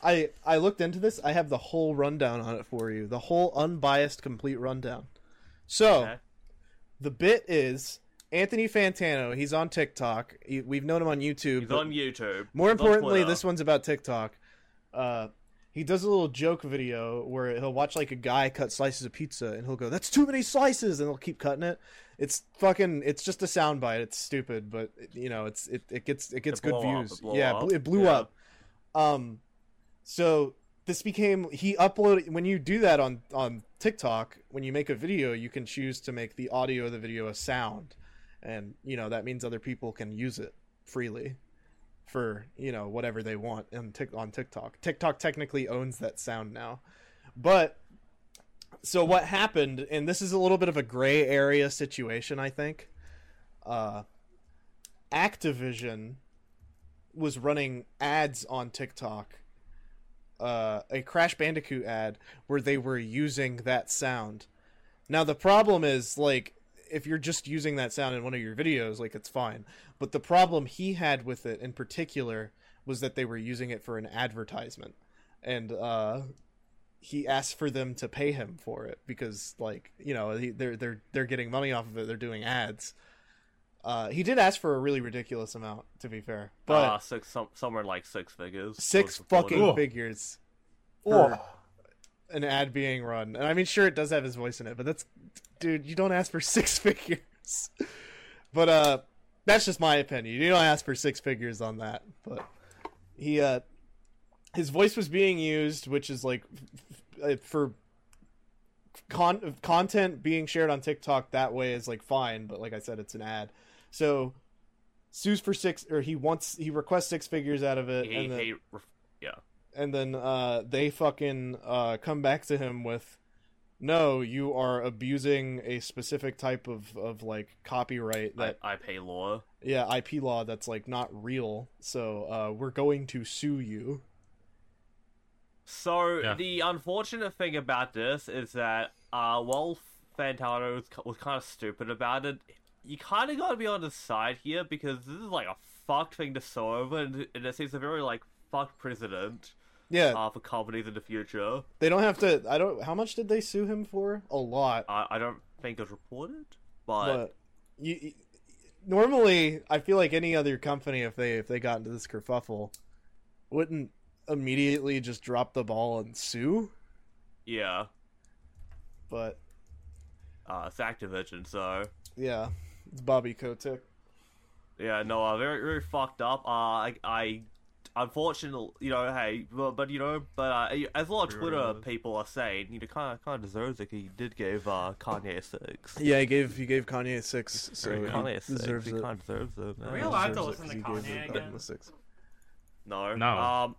[SPEAKER 3] I I looked into this. I have the whole rundown on it for you. The whole unbiased, complete rundown. So
[SPEAKER 1] Okay.
[SPEAKER 3] the bit is Anthony Fantano. He's on TikTok. He- We've known him on YouTube.
[SPEAKER 1] He's
[SPEAKER 3] but
[SPEAKER 1] on YouTube.
[SPEAKER 3] more
[SPEAKER 1] He's on
[SPEAKER 3] importantly,
[SPEAKER 1] Twitter.
[SPEAKER 3] this one's about TikTok. Uh, he does a little joke video where he'll watch like a guy cut slices of pizza, and he'll go, "That's too many slices," and he'll keep cutting it. It's fucking. It's just a soundbite. It's stupid, but you know, it's it, it gets it gets good
[SPEAKER 1] blow up,
[SPEAKER 3] views.
[SPEAKER 1] it blow
[SPEAKER 3] yeah,
[SPEAKER 1] up.
[SPEAKER 3] bl- it blew
[SPEAKER 1] Yeah.
[SPEAKER 3] up. Um, so this became he uploaded when you do that on on TikTok. When you make a video, you can choose to make the audio of the video a sound, and you know that means other people can use it freely for you know whatever they want on, Tik on TikTok. TikTok technically owns that sound now, but so what happened? And this is a little bit of a gray area situation, I think. Uh, Activision was running ads on TikTok, uh, a Crash Bandicoot ad where they were using that sound. Now the problem is like if you're just using that sound in one of your videos, like it's fine. But the problem he had with it in particular was that they were using it for an advertisement, and uh, he asked for them to pay him for it because like you know he- they're they're they're getting money off of it. They're doing ads. Uh, he did ask for a really ridiculous amount, to be fair, but
[SPEAKER 1] Ah, six some, somewhere like six figures.
[SPEAKER 3] six
[SPEAKER 1] was reported.
[SPEAKER 3] fucking
[SPEAKER 4] Ugh.
[SPEAKER 3] figures for an ad being run. And I mean, sure, it does have his voice in it, but that's, dude, you don't ask for six figures. but uh, that's just my opinion. You don't ask for six figures on that. But he, uh, his voice was being used, which is like f- f- uh, for con- content being shared on TikTok that way is like fine, but like I said, it's an ad. So sues for six, or he wants he requests six figures out of it,
[SPEAKER 1] He,
[SPEAKER 3] and then,
[SPEAKER 1] he, ref-
[SPEAKER 3] and then uh, they fucking uh, come back to him with, "No, you are abusing a specific type of of like copyright that
[SPEAKER 1] I, I pay law.
[SPEAKER 3] yeah IP law that's like not real. So uh, we're going to sue you."
[SPEAKER 1] So
[SPEAKER 4] Yeah.
[SPEAKER 1] the unfortunate thing about this is that uh, while Fantano was, was kind of stupid about it, you kind of got to be on his side here because this is like a fucked thing to sew over, and, and it seems a very like fucked precedent
[SPEAKER 3] Yeah,
[SPEAKER 1] uh, for companies in the future.
[SPEAKER 3] they don't have to. I don't. How much did they sue him for? A lot.
[SPEAKER 1] I, I don't think it was reported, but,
[SPEAKER 3] but you, you- normally I feel like any other company if they if they got into this kerfuffle wouldn't immediately just drop the ball and sue,
[SPEAKER 1] yeah,
[SPEAKER 3] but
[SPEAKER 1] uh, it's Activision, so
[SPEAKER 3] yeah, it's Bobby Kotick.
[SPEAKER 1] yeah, no, uh, very very fucked up. Uh, I, I unfortunately, you know, hey, well, but you know, but uh, as a lot of
[SPEAKER 4] Pre-order
[SPEAKER 1] Twitter
[SPEAKER 4] those.
[SPEAKER 1] people are saying, you know, kind of kind of deserves it. 'cause He did give uh, Kanye a six.
[SPEAKER 3] Yeah, he gave he gave Kanye a six, so
[SPEAKER 4] Very
[SPEAKER 3] he
[SPEAKER 1] Kanye a six.
[SPEAKER 3] deserves
[SPEAKER 1] he
[SPEAKER 3] it.
[SPEAKER 1] kind of deserves it.
[SPEAKER 2] Are we
[SPEAKER 1] man.
[SPEAKER 2] allowed- I'll have to
[SPEAKER 3] Deserves
[SPEAKER 2] listen
[SPEAKER 3] it
[SPEAKER 2] to
[SPEAKER 3] 'cause he
[SPEAKER 2] Kanye
[SPEAKER 3] gave them
[SPEAKER 2] again.
[SPEAKER 3] a six.
[SPEAKER 1] No,
[SPEAKER 4] No.
[SPEAKER 1] um,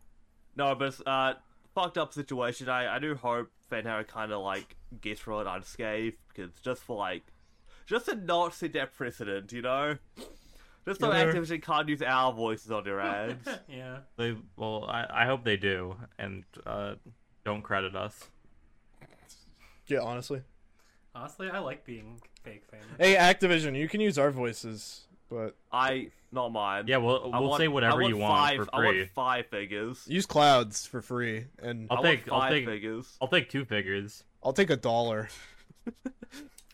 [SPEAKER 1] no, but it's, uh, fucked up situation. I I do hope Fanhara kind of like gets from it unscathed because just for like, just to not set that precedent, you know, just so
[SPEAKER 4] Yeah.
[SPEAKER 1] Activision can't use our voices on their ads.
[SPEAKER 2] yeah.
[SPEAKER 4] They well, I, I hope they do and uh, don't credit us.
[SPEAKER 3] Yeah, honestly.
[SPEAKER 2] Honestly, I like being fake famous.
[SPEAKER 3] Hey, Activision, you can use our voices, but
[SPEAKER 1] I not mine.
[SPEAKER 4] Yeah, we'll
[SPEAKER 1] I
[SPEAKER 4] we'll
[SPEAKER 1] want-
[SPEAKER 4] say
[SPEAKER 1] I
[SPEAKER 4] whatever
[SPEAKER 1] want
[SPEAKER 4] you want
[SPEAKER 1] five,
[SPEAKER 4] for
[SPEAKER 1] I
[SPEAKER 4] free.
[SPEAKER 1] want five figures.
[SPEAKER 3] use clouds for free, and
[SPEAKER 1] I
[SPEAKER 4] I'll
[SPEAKER 1] want
[SPEAKER 4] take- I'll
[SPEAKER 1] five
[SPEAKER 4] take-
[SPEAKER 1] figures.
[SPEAKER 4] I'll take two figures.
[SPEAKER 3] I'll take a dollar.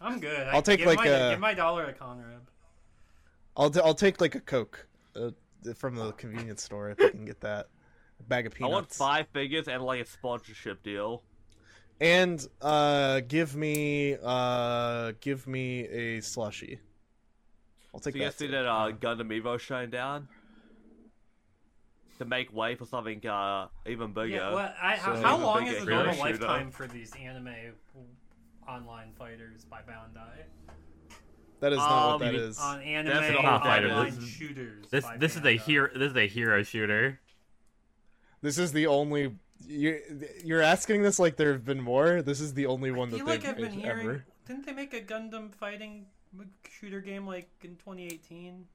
[SPEAKER 2] I'm good. I-
[SPEAKER 3] I'll take
[SPEAKER 2] give
[SPEAKER 3] like
[SPEAKER 2] my,
[SPEAKER 3] a-
[SPEAKER 2] give my dollar to Conrad.
[SPEAKER 3] I'll t- I'll take like a Coke uh, from the convenience store if I can get that. A bag of
[SPEAKER 1] I
[SPEAKER 3] peanuts.
[SPEAKER 1] want five figures and like a sponsorship deal.
[SPEAKER 3] And uh, give me uh, give me a slushy. I'll take
[SPEAKER 1] So you
[SPEAKER 3] that.
[SPEAKER 1] guys see
[SPEAKER 3] too.
[SPEAKER 1] that uh, Gundam Evo shutting down to make way for something uh, even bigger.
[SPEAKER 2] Yeah, well, I, how,
[SPEAKER 3] So-
[SPEAKER 2] how long
[SPEAKER 1] Big
[SPEAKER 2] is the
[SPEAKER 1] Acre
[SPEAKER 2] normal
[SPEAKER 1] shooter.
[SPEAKER 2] lifetime for these anime online fighters by Bandai?
[SPEAKER 3] that is not what
[SPEAKER 1] Um,
[SPEAKER 3] that
[SPEAKER 1] you-
[SPEAKER 3] is.
[SPEAKER 2] On anime
[SPEAKER 1] That's an
[SPEAKER 4] online fighter.
[SPEAKER 2] online
[SPEAKER 4] This
[SPEAKER 1] is-
[SPEAKER 2] shooters.
[SPEAKER 4] This
[SPEAKER 2] by
[SPEAKER 4] this is a
[SPEAKER 2] Bandai.
[SPEAKER 4] hero this is a hero shooter.
[SPEAKER 3] This is the only you're you're asking this like there have been more. This is the only one
[SPEAKER 2] I feel
[SPEAKER 3] that
[SPEAKER 2] like
[SPEAKER 3] they've
[SPEAKER 2] I've been
[SPEAKER 3] made
[SPEAKER 2] hearing.
[SPEAKER 3] ever.
[SPEAKER 2] Didn't they make a Gundam fighting shooter game like in 2018,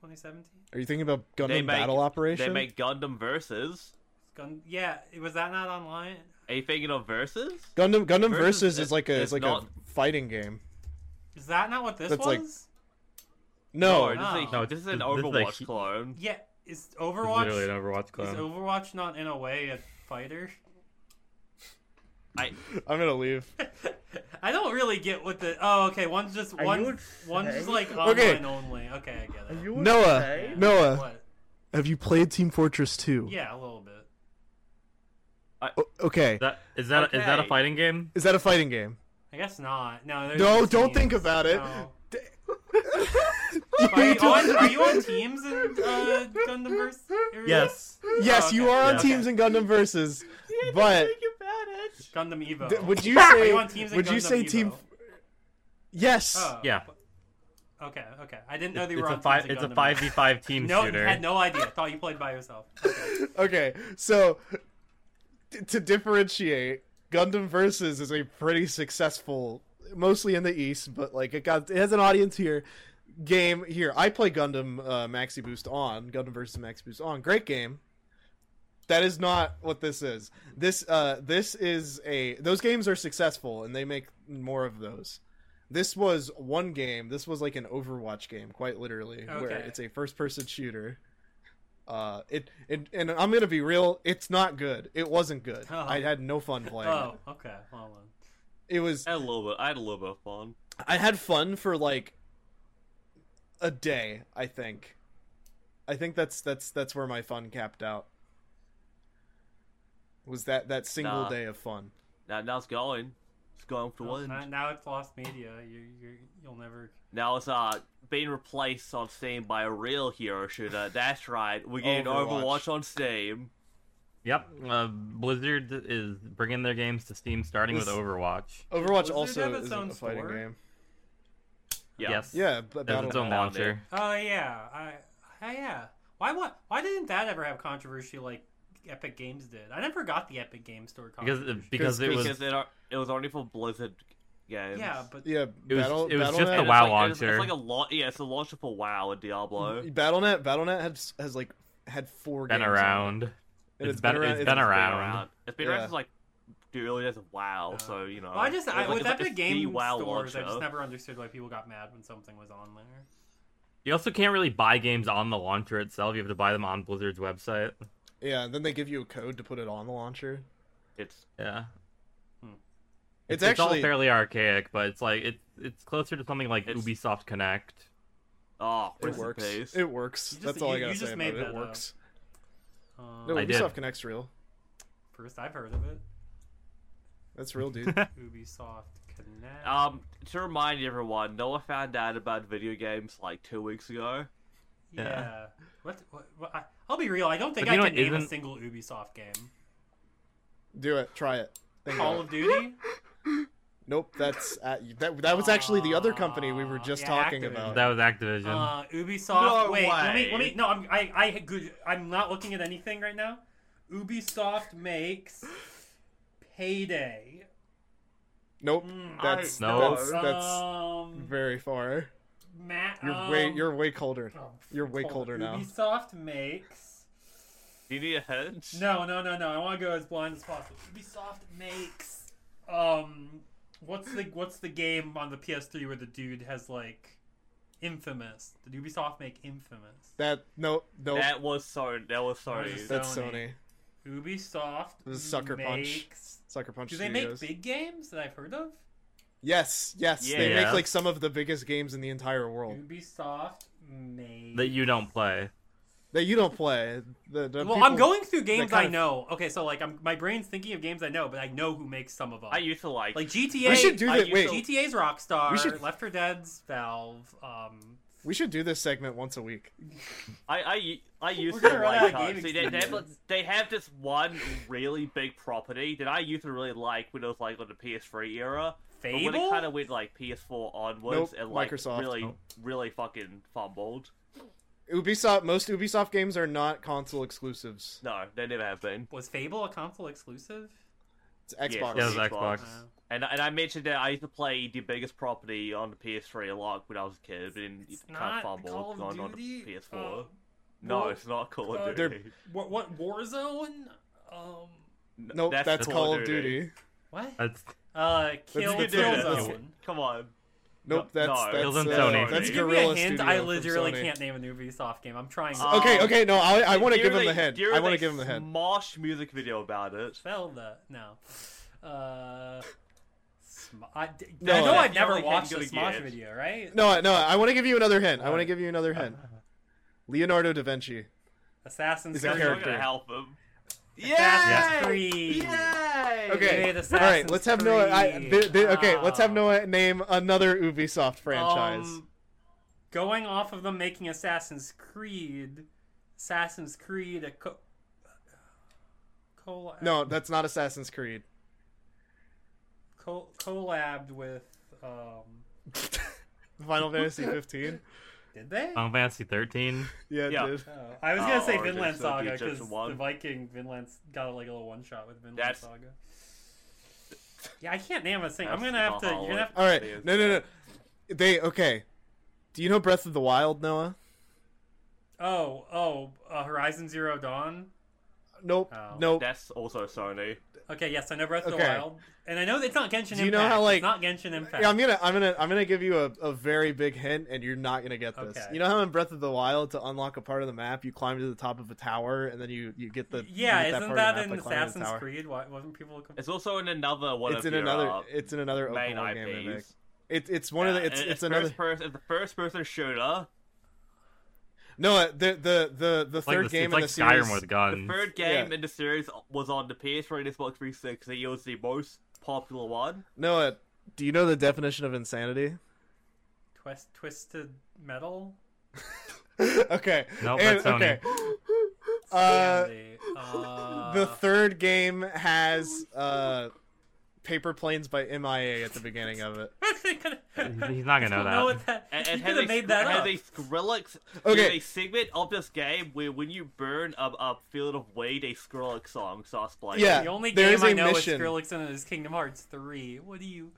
[SPEAKER 2] 2017?
[SPEAKER 3] Are you thinking about Gundam
[SPEAKER 1] They make-
[SPEAKER 3] Battle Operation?
[SPEAKER 1] They make Gundam Versus.
[SPEAKER 2] Gun- yeah, was that not online?
[SPEAKER 1] Are you thinking of Versus?
[SPEAKER 3] Gundam Gundam
[SPEAKER 1] Versus
[SPEAKER 3] Versus,
[SPEAKER 1] is-
[SPEAKER 3] is like a
[SPEAKER 1] is
[SPEAKER 3] is like
[SPEAKER 1] not-
[SPEAKER 3] a fighting game.
[SPEAKER 2] Is that not what this
[SPEAKER 3] That's
[SPEAKER 2] was?
[SPEAKER 3] like- No,
[SPEAKER 1] this, is a,
[SPEAKER 2] No,
[SPEAKER 1] this is an
[SPEAKER 4] this is like-
[SPEAKER 1] Overwatch clone.
[SPEAKER 2] Yeah, is
[SPEAKER 4] This is
[SPEAKER 2] Overwatch
[SPEAKER 4] literally an Overwatch
[SPEAKER 2] is
[SPEAKER 4] clone.
[SPEAKER 2] Overwatch not in a way a fighter?
[SPEAKER 1] I,
[SPEAKER 3] I'm gonna leave.
[SPEAKER 2] I don't really get what the oh okay one's just
[SPEAKER 1] Are you
[SPEAKER 2] one one's just like online
[SPEAKER 3] Okay.
[SPEAKER 2] only. Okay, I get it.
[SPEAKER 3] Noah,
[SPEAKER 2] Yeah.
[SPEAKER 3] Noah.
[SPEAKER 2] What?
[SPEAKER 3] Have you played Team Fortress 2?
[SPEAKER 2] Yeah, a little bit.
[SPEAKER 3] O- okay.
[SPEAKER 4] Is that is that, is that a
[SPEAKER 1] Okay.
[SPEAKER 4] fighting game?
[SPEAKER 3] Is that a fighting game?
[SPEAKER 2] I guess not. No, there's
[SPEAKER 3] No,
[SPEAKER 2] just
[SPEAKER 3] don't
[SPEAKER 2] teams.
[SPEAKER 3] think about it.
[SPEAKER 2] No.
[SPEAKER 3] D-
[SPEAKER 2] Are you, on, are you on teams in uh, Gundamverse? Or-
[SPEAKER 4] Yes.
[SPEAKER 3] Yes,
[SPEAKER 2] Oh, okay.
[SPEAKER 3] you are on
[SPEAKER 4] Yeah,
[SPEAKER 3] teams in Gundam Versus, but
[SPEAKER 2] Gundam Evo.
[SPEAKER 3] d- would you
[SPEAKER 2] Are
[SPEAKER 3] say
[SPEAKER 2] you on teams in
[SPEAKER 3] would you
[SPEAKER 2] Gundam
[SPEAKER 3] say team?
[SPEAKER 2] Evo?
[SPEAKER 3] Yes.
[SPEAKER 2] Oh.
[SPEAKER 4] Yeah.
[SPEAKER 2] Okay. Okay. I didn't know
[SPEAKER 4] It's
[SPEAKER 2] they were on
[SPEAKER 4] a
[SPEAKER 2] teams
[SPEAKER 4] five
[SPEAKER 2] in
[SPEAKER 4] it's a
[SPEAKER 2] Gundam
[SPEAKER 4] five
[SPEAKER 2] Evo.
[SPEAKER 4] v five team
[SPEAKER 2] No,
[SPEAKER 4] shooter.
[SPEAKER 2] had no idea. Thought you played by yourself. Okay.
[SPEAKER 3] Okay, so d- to differentiate, Gundam Versus is a pretty successful, mostly in the East, but like it got it has an audience here. Game here. I play Gundam uh, Maxi Boost on Gundam Versus Maxi Boost on. Great game. That is not what this is. This uh this is a those games are successful and they make more of those. This was one game. This was like an Overwatch game, quite literally, where
[SPEAKER 2] Okay.
[SPEAKER 3] it's a first-person shooter. Uh, it, it and I'm gonna be real. It's not good. It wasn't good.
[SPEAKER 2] Oh.
[SPEAKER 3] I had no fun playing.
[SPEAKER 2] Oh. Okay. Hold on.
[SPEAKER 3] It It was.
[SPEAKER 1] I had a little bit. I had a little bit of fun.
[SPEAKER 3] I had fun for like a day. I think. I think that's that's that's where my fun capped out. Was that that single
[SPEAKER 1] Nah.
[SPEAKER 3] day of fun?
[SPEAKER 1] Now, now it's going. It's going for
[SPEAKER 2] Well,
[SPEAKER 1] one.
[SPEAKER 2] now, now it's lost media. You you you'll never.
[SPEAKER 1] Now it's uh being replaced on Steam by a real hero shooter. That's right. We're getting
[SPEAKER 3] Overwatch.
[SPEAKER 1] Overwatch on Steam.
[SPEAKER 4] Yep. Uh, Blizzard is bringing their games to Steam starting with
[SPEAKER 3] This-
[SPEAKER 4] Overwatch.
[SPEAKER 3] Overwatch
[SPEAKER 2] Does it
[SPEAKER 3] also
[SPEAKER 2] have its
[SPEAKER 3] is
[SPEAKER 2] own
[SPEAKER 3] a fighting
[SPEAKER 2] store?
[SPEAKER 3] game.
[SPEAKER 1] Yeah.
[SPEAKER 4] Yes.
[SPEAKER 3] Yeah, b-
[SPEAKER 4] There's
[SPEAKER 3] Battle
[SPEAKER 4] its own
[SPEAKER 1] Battle
[SPEAKER 4] launcher.
[SPEAKER 2] Oh yeah. I, I yeah. Why what? Why didn't that ever have controversy like Epic Games did. I never got the Epic Game Store
[SPEAKER 4] because
[SPEAKER 2] contribution.
[SPEAKER 4] because it was
[SPEAKER 1] because it, ar- it was already for Blizzard games.
[SPEAKER 2] yeah, but
[SPEAKER 3] Yeah,
[SPEAKER 4] It was-
[SPEAKER 3] Battle,
[SPEAKER 4] it was just
[SPEAKER 1] And
[SPEAKER 4] the
[SPEAKER 3] Battle.net,
[SPEAKER 1] it's like- It's,
[SPEAKER 4] WoW launcher.
[SPEAKER 1] it's like a lot. Yeah, it's a launcher for WoW and
[SPEAKER 2] Mm,
[SPEAKER 1] Diablo.
[SPEAKER 3] Battle.net, Battle.net has has like had four
[SPEAKER 4] been
[SPEAKER 3] games on it.
[SPEAKER 4] around.
[SPEAKER 3] And
[SPEAKER 4] It's been- it's been
[SPEAKER 1] It's been
[SPEAKER 4] around.
[SPEAKER 1] It's been
[SPEAKER 3] Yeah.
[SPEAKER 1] around since like the early days of WoW.
[SPEAKER 2] Uh,
[SPEAKER 1] so you know.
[SPEAKER 2] well, I just
[SPEAKER 1] it's
[SPEAKER 2] I,
[SPEAKER 1] like-
[SPEAKER 2] with
[SPEAKER 1] it's like-
[SPEAKER 2] Epic
[SPEAKER 1] it's the
[SPEAKER 2] Game
[SPEAKER 1] WoW
[SPEAKER 2] Stores, I
[SPEAKER 1] launcher.
[SPEAKER 2] just never understood why people got mad when something was on there.
[SPEAKER 4] You also can't really buy games on the launcher itself. You have to buy them on Blizzard's website.
[SPEAKER 3] Yeah, then they give you a code to put it on the launcher.
[SPEAKER 1] It's
[SPEAKER 4] Yeah,
[SPEAKER 3] It's,
[SPEAKER 4] it's all
[SPEAKER 3] actually
[SPEAKER 4] fairly archaic, but it's like it it's closer to something like
[SPEAKER 1] It's-
[SPEAKER 4] Ubisoft Connect.
[SPEAKER 1] oh,
[SPEAKER 3] it
[SPEAKER 1] rest in
[SPEAKER 3] works.
[SPEAKER 1] peace.
[SPEAKER 3] It works.
[SPEAKER 2] You just-
[SPEAKER 3] That's all
[SPEAKER 2] you-
[SPEAKER 3] I gotta
[SPEAKER 2] you just
[SPEAKER 3] say about
[SPEAKER 2] made
[SPEAKER 3] it.
[SPEAKER 2] that
[SPEAKER 3] It works.
[SPEAKER 2] Um,
[SPEAKER 3] No,
[SPEAKER 4] I did.
[SPEAKER 3] Ubisoft Connect's real.
[SPEAKER 2] First, I've heard of it.
[SPEAKER 3] That's real, dude.
[SPEAKER 2] Ubisoft Connect.
[SPEAKER 4] Oh,
[SPEAKER 1] Um, to remind everyone, Noah found out about video games like two weeks ago.
[SPEAKER 2] yeah.
[SPEAKER 4] yeah.
[SPEAKER 2] What? what, what I, I'll be real. I don't think
[SPEAKER 4] But
[SPEAKER 2] I
[SPEAKER 4] you know
[SPEAKER 2] can
[SPEAKER 4] what
[SPEAKER 2] name a
[SPEAKER 4] isn't-
[SPEAKER 2] single Ubisoft game.
[SPEAKER 3] Do it. Try it. Think about
[SPEAKER 2] Call
[SPEAKER 3] it.
[SPEAKER 2] of Duty.
[SPEAKER 3] Nope, that's at, that. That was actually the other company we were just
[SPEAKER 2] Yeah,
[SPEAKER 3] talking
[SPEAKER 2] Activision.
[SPEAKER 3] about.
[SPEAKER 4] That was Activision.
[SPEAKER 2] Uh, Ubisoft.
[SPEAKER 1] No
[SPEAKER 2] wait, let me, let
[SPEAKER 1] way.
[SPEAKER 2] me. No, I'm, I, I, good. I'm not looking at anything right now. Ubisoft makes Payday.
[SPEAKER 3] nope,
[SPEAKER 2] Mm,
[SPEAKER 3] that's
[SPEAKER 4] No.
[SPEAKER 3] that's, that's
[SPEAKER 2] um,
[SPEAKER 3] very far.
[SPEAKER 2] Matt.
[SPEAKER 3] You're
[SPEAKER 2] um,
[SPEAKER 3] way you're way colder.
[SPEAKER 2] oh,
[SPEAKER 3] you're way
[SPEAKER 2] hold on.
[SPEAKER 3] colder now.
[SPEAKER 2] Ubisoft makes.
[SPEAKER 1] Do you need a hint?
[SPEAKER 2] No, no, no, no. I want to go as blind as possible. Ubisoft makes. Um, what's the what's the game on the PS3 where the dude has like, Infamous? Did Ubisoft make Infamous?
[SPEAKER 3] That no no
[SPEAKER 1] That was Sony. That was
[SPEAKER 2] That was
[SPEAKER 1] Sony.
[SPEAKER 2] a-
[SPEAKER 3] that's Sony.
[SPEAKER 2] Sony. Ubisoft.
[SPEAKER 3] This is Sucker Punch
[SPEAKER 2] makes-
[SPEAKER 3] Sucker Punch
[SPEAKER 2] Do they make
[SPEAKER 3] Studios.
[SPEAKER 2] big games that I've heard of?
[SPEAKER 3] yes, yes,
[SPEAKER 1] Yeah.
[SPEAKER 3] they
[SPEAKER 4] Yeah.
[SPEAKER 3] make like some of the biggest games in the entire world
[SPEAKER 2] Ubisoft made.
[SPEAKER 4] that you don't play.
[SPEAKER 3] that you don't play. The, the
[SPEAKER 2] well,
[SPEAKER 3] people-
[SPEAKER 2] I'm going through games
[SPEAKER 3] kind
[SPEAKER 2] I
[SPEAKER 3] of-
[SPEAKER 2] know. Okay, so like, I'm my brain's thinking of games I know, but I know who makes some of them.
[SPEAKER 1] I used to like.
[SPEAKER 2] like GTA.
[SPEAKER 3] We should do
[SPEAKER 1] I
[SPEAKER 3] that.
[SPEAKER 1] used
[SPEAKER 3] Wait,
[SPEAKER 1] to-
[SPEAKER 2] GTA's Rockstar.
[SPEAKER 3] We should-
[SPEAKER 2] Left 4 Dead's Valve. Um,
[SPEAKER 3] we should do this segment once a week.
[SPEAKER 1] I I I used
[SPEAKER 2] We're
[SPEAKER 1] to
[SPEAKER 2] gonna run
[SPEAKER 1] like.
[SPEAKER 2] out of
[SPEAKER 1] uh,
[SPEAKER 2] gaming
[SPEAKER 1] See, they, they, have,
[SPEAKER 2] studios.
[SPEAKER 1] they have this one really big property that I used to really like when it was like on the PS3 era. But
[SPEAKER 2] Fable.
[SPEAKER 1] when it kind of went like PS4 onwards
[SPEAKER 3] Nope,
[SPEAKER 1] and like
[SPEAKER 3] Microsoft.
[SPEAKER 1] really,
[SPEAKER 3] Nope.
[SPEAKER 1] really fucking fumbled.
[SPEAKER 3] Ubisoft. Most Ubisoft games are not console exclusives.
[SPEAKER 1] No, they never have been.
[SPEAKER 2] Was Fable a console exclusive?
[SPEAKER 3] It's Xbox.
[SPEAKER 4] Yeah, it was
[SPEAKER 1] Xbox.
[SPEAKER 4] Xbox.
[SPEAKER 2] Uh,
[SPEAKER 1] And and I mentioned that I used to play the biggest property on the PS3 a lot when I was a kid, but then
[SPEAKER 2] it's
[SPEAKER 1] it kind
[SPEAKER 2] not
[SPEAKER 1] of
[SPEAKER 2] Call
[SPEAKER 1] fumbled
[SPEAKER 2] of
[SPEAKER 1] on, on the
[SPEAKER 2] Duty.
[SPEAKER 1] PS4.
[SPEAKER 2] Uh,
[SPEAKER 1] no,
[SPEAKER 2] well,
[SPEAKER 1] it's not Call
[SPEAKER 2] uh,
[SPEAKER 1] of
[SPEAKER 3] They're-
[SPEAKER 1] Duty.
[SPEAKER 2] what? What Warzone? Um,
[SPEAKER 1] N-
[SPEAKER 3] Nope, that's, Call of Duty.
[SPEAKER 2] what?
[SPEAKER 4] That's
[SPEAKER 2] Uh, kill,
[SPEAKER 3] good
[SPEAKER 2] kill
[SPEAKER 3] data.
[SPEAKER 2] zone.
[SPEAKER 1] Come on.
[SPEAKER 3] Nope, that's
[SPEAKER 1] no,
[SPEAKER 3] that's
[SPEAKER 4] Kills and
[SPEAKER 3] uh,
[SPEAKER 4] Sony.
[SPEAKER 3] That's
[SPEAKER 1] Could you
[SPEAKER 2] Give me
[SPEAKER 3] Guerrilla
[SPEAKER 2] a hint.
[SPEAKER 3] Studio
[SPEAKER 2] I
[SPEAKER 3] from
[SPEAKER 2] literally
[SPEAKER 3] Sony.
[SPEAKER 2] can't name a new Ubisoft game. I'm trying.
[SPEAKER 1] Uh,
[SPEAKER 3] Okay,
[SPEAKER 1] Um,
[SPEAKER 3] okay, no, I, I want to
[SPEAKER 1] There
[SPEAKER 3] give him
[SPEAKER 1] is
[SPEAKER 3] the
[SPEAKER 1] a-
[SPEAKER 3] head.
[SPEAKER 1] there
[SPEAKER 3] I
[SPEAKER 1] is
[SPEAKER 3] want
[SPEAKER 1] a
[SPEAKER 3] to give him the head.
[SPEAKER 1] Smosh music video about it.
[SPEAKER 2] spell that now. Uh, sm- I, d- I
[SPEAKER 3] No,
[SPEAKER 2] know
[SPEAKER 3] I
[SPEAKER 2] I've
[SPEAKER 1] feel
[SPEAKER 2] never
[SPEAKER 1] like I'm
[SPEAKER 2] watched a
[SPEAKER 1] gonna
[SPEAKER 2] Smosh
[SPEAKER 1] get-
[SPEAKER 2] video, right?
[SPEAKER 3] No, no, I want to give you another hint. I want to
[SPEAKER 2] Alright.
[SPEAKER 3] give you another hint.
[SPEAKER 2] uh,
[SPEAKER 3] Leonardo da Vinci.
[SPEAKER 2] Assassin's
[SPEAKER 3] Is
[SPEAKER 1] You're
[SPEAKER 3] that
[SPEAKER 2] Creed.
[SPEAKER 1] not
[SPEAKER 3] character?
[SPEAKER 1] gonna help him.
[SPEAKER 2] Assassin's
[SPEAKER 1] Yay!
[SPEAKER 2] Creed.
[SPEAKER 1] Yay!
[SPEAKER 3] Okay,
[SPEAKER 2] Creed,
[SPEAKER 3] all right. Let's have Noah. I,
[SPEAKER 2] Assassin's
[SPEAKER 3] th- th- okay, let's have
[SPEAKER 2] Creed.
[SPEAKER 3] Noah name another Ubisoft franchise.
[SPEAKER 2] Um, going off of them making Assassin's Creed, Assassin's Creed a co- collab,
[SPEAKER 3] no, that's not Assassin's Creed.
[SPEAKER 2] co- collabed with um,
[SPEAKER 3] Final Fantasy 15.
[SPEAKER 2] did they?
[SPEAKER 4] Final Fantasy 13.
[SPEAKER 3] Yeah, it
[SPEAKER 1] Yeah.
[SPEAKER 3] did.
[SPEAKER 2] Oh, I was gonna
[SPEAKER 1] Oh,
[SPEAKER 2] say
[SPEAKER 1] or just
[SPEAKER 2] Vinland
[SPEAKER 1] the
[SPEAKER 2] Saga
[SPEAKER 1] Egyptian
[SPEAKER 2] because
[SPEAKER 1] one.
[SPEAKER 2] the Viking Vinland got like a little one shot with Vinland
[SPEAKER 1] That's-
[SPEAKER 2] Saga. Yeah, I can't name a thing. I'm
[SPEAKER 1] That's
[SPEAKER 2] gonna have
[SPEAKER 1] not
[SPEAKER 2] to. You're gonna
[SPEAKER 1] Hollywood.
[SPEAKER 2] have to.
[SPEAKER 3] All right. No, no, no. They okay. Do you know Breath of the Wild, Noah?
[SPEAKER 2] Oh, oh, uh, Horizon Zero Dawn.
[SPEAKER 3] Nope.
[SPEAKER 2] Oh.
[SPEAKER 3] Nope.
[SPEAKER 1] That's also Sony.
[SPEAKER 2] Okay, yes, I know Breath of the
[SPEAKER 3] Okay.
[SPEAKER 2] Wild, and I know that it's not Genshin Impact.
[SPEAKER 3] Do you know how, like-
[SPEAKER 2] it's not Genshin Impact?
[SPEAKER 3] Yeah, I'm gonna, I'm gonna, I'm gonna give you a, a very big hint, and you're not gonna get this.
[SPEAKER 2] Okay.
[SPEAKER 3] You know how in Breath of the Wild, to unlock a part of the map, you climb to the top of a tower, and then you, you get the
[SPEAKER 2] yeah,
[SPEAKER 3] you get
[SPEAKER 2] isn't
[SPEAKER 3] part
[SPEAKER 2] that,
[SPEAKER 3] of the map
[SPEAKER 2] in
[SPEAKER 3] by climbing the
[SPEAKER 2] Assassin's
[SPEAKER 3] tower.
[SPEAKER 2] Creed? Why wasn't people? Com-
[SPEAKER 1] It's also in another one
[SPEAKER 3] It's
[SPEAKER 1] of
[SPEAKER 3] in
[SPEAKER 1] your,
[SPEAKER 3] another,
[SPEAKER 1] uh,
[SPEAKER 3] it's in another open
[SPEAKER 1] main
[SPEAKER 3] world game. they make.
[SPEAKER 1] IPs.
[SPEAKER 3] It's it's one of the
[SPEAKER 1] Yeah,
[SPEAKER 3] it's
[SPEAKER 1] and
[SPEAKER 3] it's another
[SPEAKER 1] First person, it's a first person shooter.
[SPEAKER 3] no the the the the
[SPEAKER 4] It's like
[SPEAKER 3] third
[SPEAKER 4] the,
[SPEAKER 3] game
[SPEAKER 4] it's like
[SPEAKER 3] in the series.
[SPEAKER 4] Skyrim with
[SPEAKER 1] The
[SPEAKER 4] guns.
[SPEAKER 1] third game
[SPEAKER 3] Yeah.
[SPEAKER 1] in the series was on the PS3 and Xbox 360. It was the most popular one.
[SPEAKER 3] Noah, do you know the definition of insanity?
[SPEAKER 2] Twist, twisted metal.
[SPEAKER 3] okay.
[SPEAKER 4] Nope,
[SPEAKER 3] and,
[SPEAKER 4] that's Sony.
[SPEAKER 3] okay. Uh,
[SPEAKER 2] Sandy, uh,
[SPEAKER 3] the third game has uh Paper Planes by MIA at the beginning of it.
[SPEAKER 2] They coulda-
[SPEAKER 4] He's not gonna know
[SPEAKER 2] don't
[SPEAKER 4] that.
[SPEAKER 2] know what that.
[SPEAKER 1] And,
[SPEAKER 2] you
[SPEAKER 1] and
[SPEAKER 2] could
[SPEAKER 1] has a,
[SPEAKER 2] have made that
[SPEAKER 1] has
[SPEAKER 2] up.
[SPEAKER 1] a Skrillex
[SPEAKER 3] Okay.
[SPEAKER 1] there's a segment of this game where when you burn a, a field of weed, a Skrillex song starts playing.
[SPEAKER 3] Yeah.
[SPEAKER 2] The only
[SPEAKER 3] There
[SPEAKER 2] game
[SPEAKER 3] is
[SPEAKER 2] I
[SPEAKER 3] a
[SPEAKER 2] know
[SPEAKER 3] mission.
[SPEAKER 2] is Skrillex and his Kingdom Hearts 3. What do you?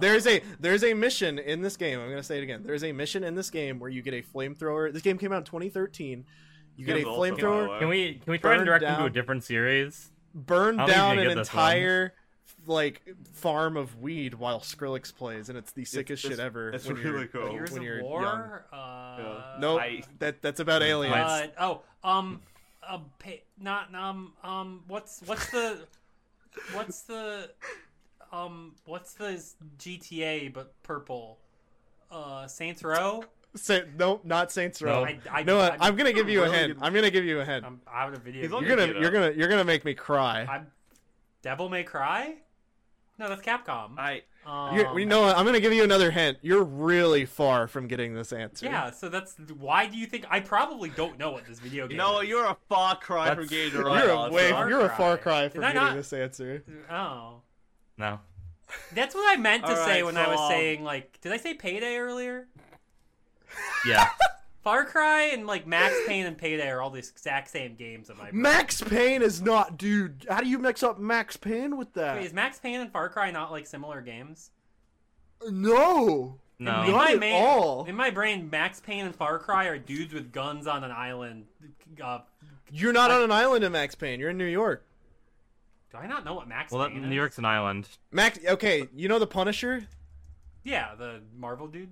[SPEAKER 3] There's a there's a mission in this game. I'm gonna say it again. There's a mission in this game where you get a flamethrower. This game came out in 2013. You get a
[SPEAKER 1] Game's also
[SPEAKER 3] flamethrower,
[SPEAKER 1] Bioware.
[SPEAKER 4] Can we can we try
[SPEAKER 3] Burn
[SPEAKER 4] and direct him to a
[SPEAKER 3] down-
[SPEAKER 4] different series?
[SPEAKER 3] burn
[SPEAKER 4] I don't think
[SPEAKER 3] down
[SPEAKER 4] you
[SPEAKER 3] an
[SPEAKER 4] get this one.
[SPEAKER 3] entire like farm of weed while Skrillex plays, and it's the sickest
[SPEAKER 1] it's-
[SPEAKER 3] shit ever.
[SPEAKER 1] it's
[SPEAKER 3] when
[SPEAKER 1] really
[SPEAKER 3] you're,
[SPEAKER 1] cool.
[SPEAKER 3] Oh, When
[SPEAKER 2] Years of
[SPEAKER 3] you're young.
[SPEAKER 2] War. Uh,
[SPEAKER 3] No,
[SPEAKER 1] I-
[SPEAKER 3] that that's about aliens.
[SPEAKER 2] Uh, oh, um, uh, pa not um um. What's what's the what's the um what's the GTA but purple? Uh, Saints Row.
[SPEAKER 3] Sa- no, not Saints Row.
[SPEAKER 4] No.
[SPEAKER 2] I, I,
[SPEAKER 3] no,
[SPEAKER 2] I,
[SPEAKER 3] I, am gonna give you a
[SPEAKER 1] Really
[SPEAKER 3] hint.
[SPEAKER 1] good-
[SPEAKER 3] I'm gonna give you a hint.
[SPEAKER 2] I'm out of video.
[SPEAKER 1] He's
[SPEAKER 2] games.
[SPEAKER 1] on
[SPEAKER 3] You're gonna
[SPEAKER 1] Look it
[SPEAKER 3] you're
[SPEAKER 1] up.
[SPEAKER 3] gonna you're gonna make me cry.
[SPEAKER 2] I'm Devil May Cry. No, that's Capcom.
[SPEAKER 1] I
[SPEAKER 2] um,
[SPEAKER 3] You, you know what? I'm gonna give you another hint. You're really far from getting this answer.
[SPEAKER 2] Yeah, so that's why do you think I probably don't know what this video game?
[SPEAKER 1] no,
[SPEAKER 2] is.
[SPEAKER 1] you're a far cry from
[SPEAKER 4] That's-
[SPEAKER 1] getting the
[SPEAKER 3] You're
[SPEAKER 1] right
[SPEAKER 3] a way.
[SPEAKER 2] Far
[SPEAKER 3] You're a
[SPEAKER 2] Cry.
[SPEAKER 3] far cry from
[SPEAKER 2] Did I
[SPEAKER 3] getting
[SPEAKER 2] not-
[SPEAKER 3] this answer.
[SPEAKER 2] Oh,
[SPEAKER 4] No.
[SPEAKER 2] that's what I meant to
[SPEAKER 1] All
[SPEAKER 2] say
[SPEAKER 1] right,
[SPEAKER 2] when I was
[SPEAKER 1] so, um,
[SPEAKER 2] saying like, did I say Payday earlier?
[SPEAKER 4] Yeah.
[SPEAKER 2] Far Cry and like Max Payne and Payday are all the exact same games in my brain.
[SPEAKER 3] Max Payne is not, dude. How do you mix up Max Payne with that?
[SPEAKER 2] Wait, is Max Payne and Far Cry not like similar games?
[SPEAKER 3] no.
[SPEAKER 4] No.
[SPEAKER 3] Not
[SPEAKER 2] in my
[SPEAKER 3] at
[SPEAKER 2] main-
[SPEAKER 3] all.
[SPEAKER 2] In my brain, Max Payne and Far Cry are dudes with guns on an island. Uh,
[SPEAKER 3] You're not on an island in Max Payne. You're in New York.
[SPEAKER 2] do I not know what Max
[SPEAKER 4] Well, that,
[SPEAKER 2] Payne is?
[SPEAKER 4] New York's an island.
[SPEAKER 3] Max. Okay, you know the Punisher.
[SPEAKER 2] Yeah, the Marvel dude.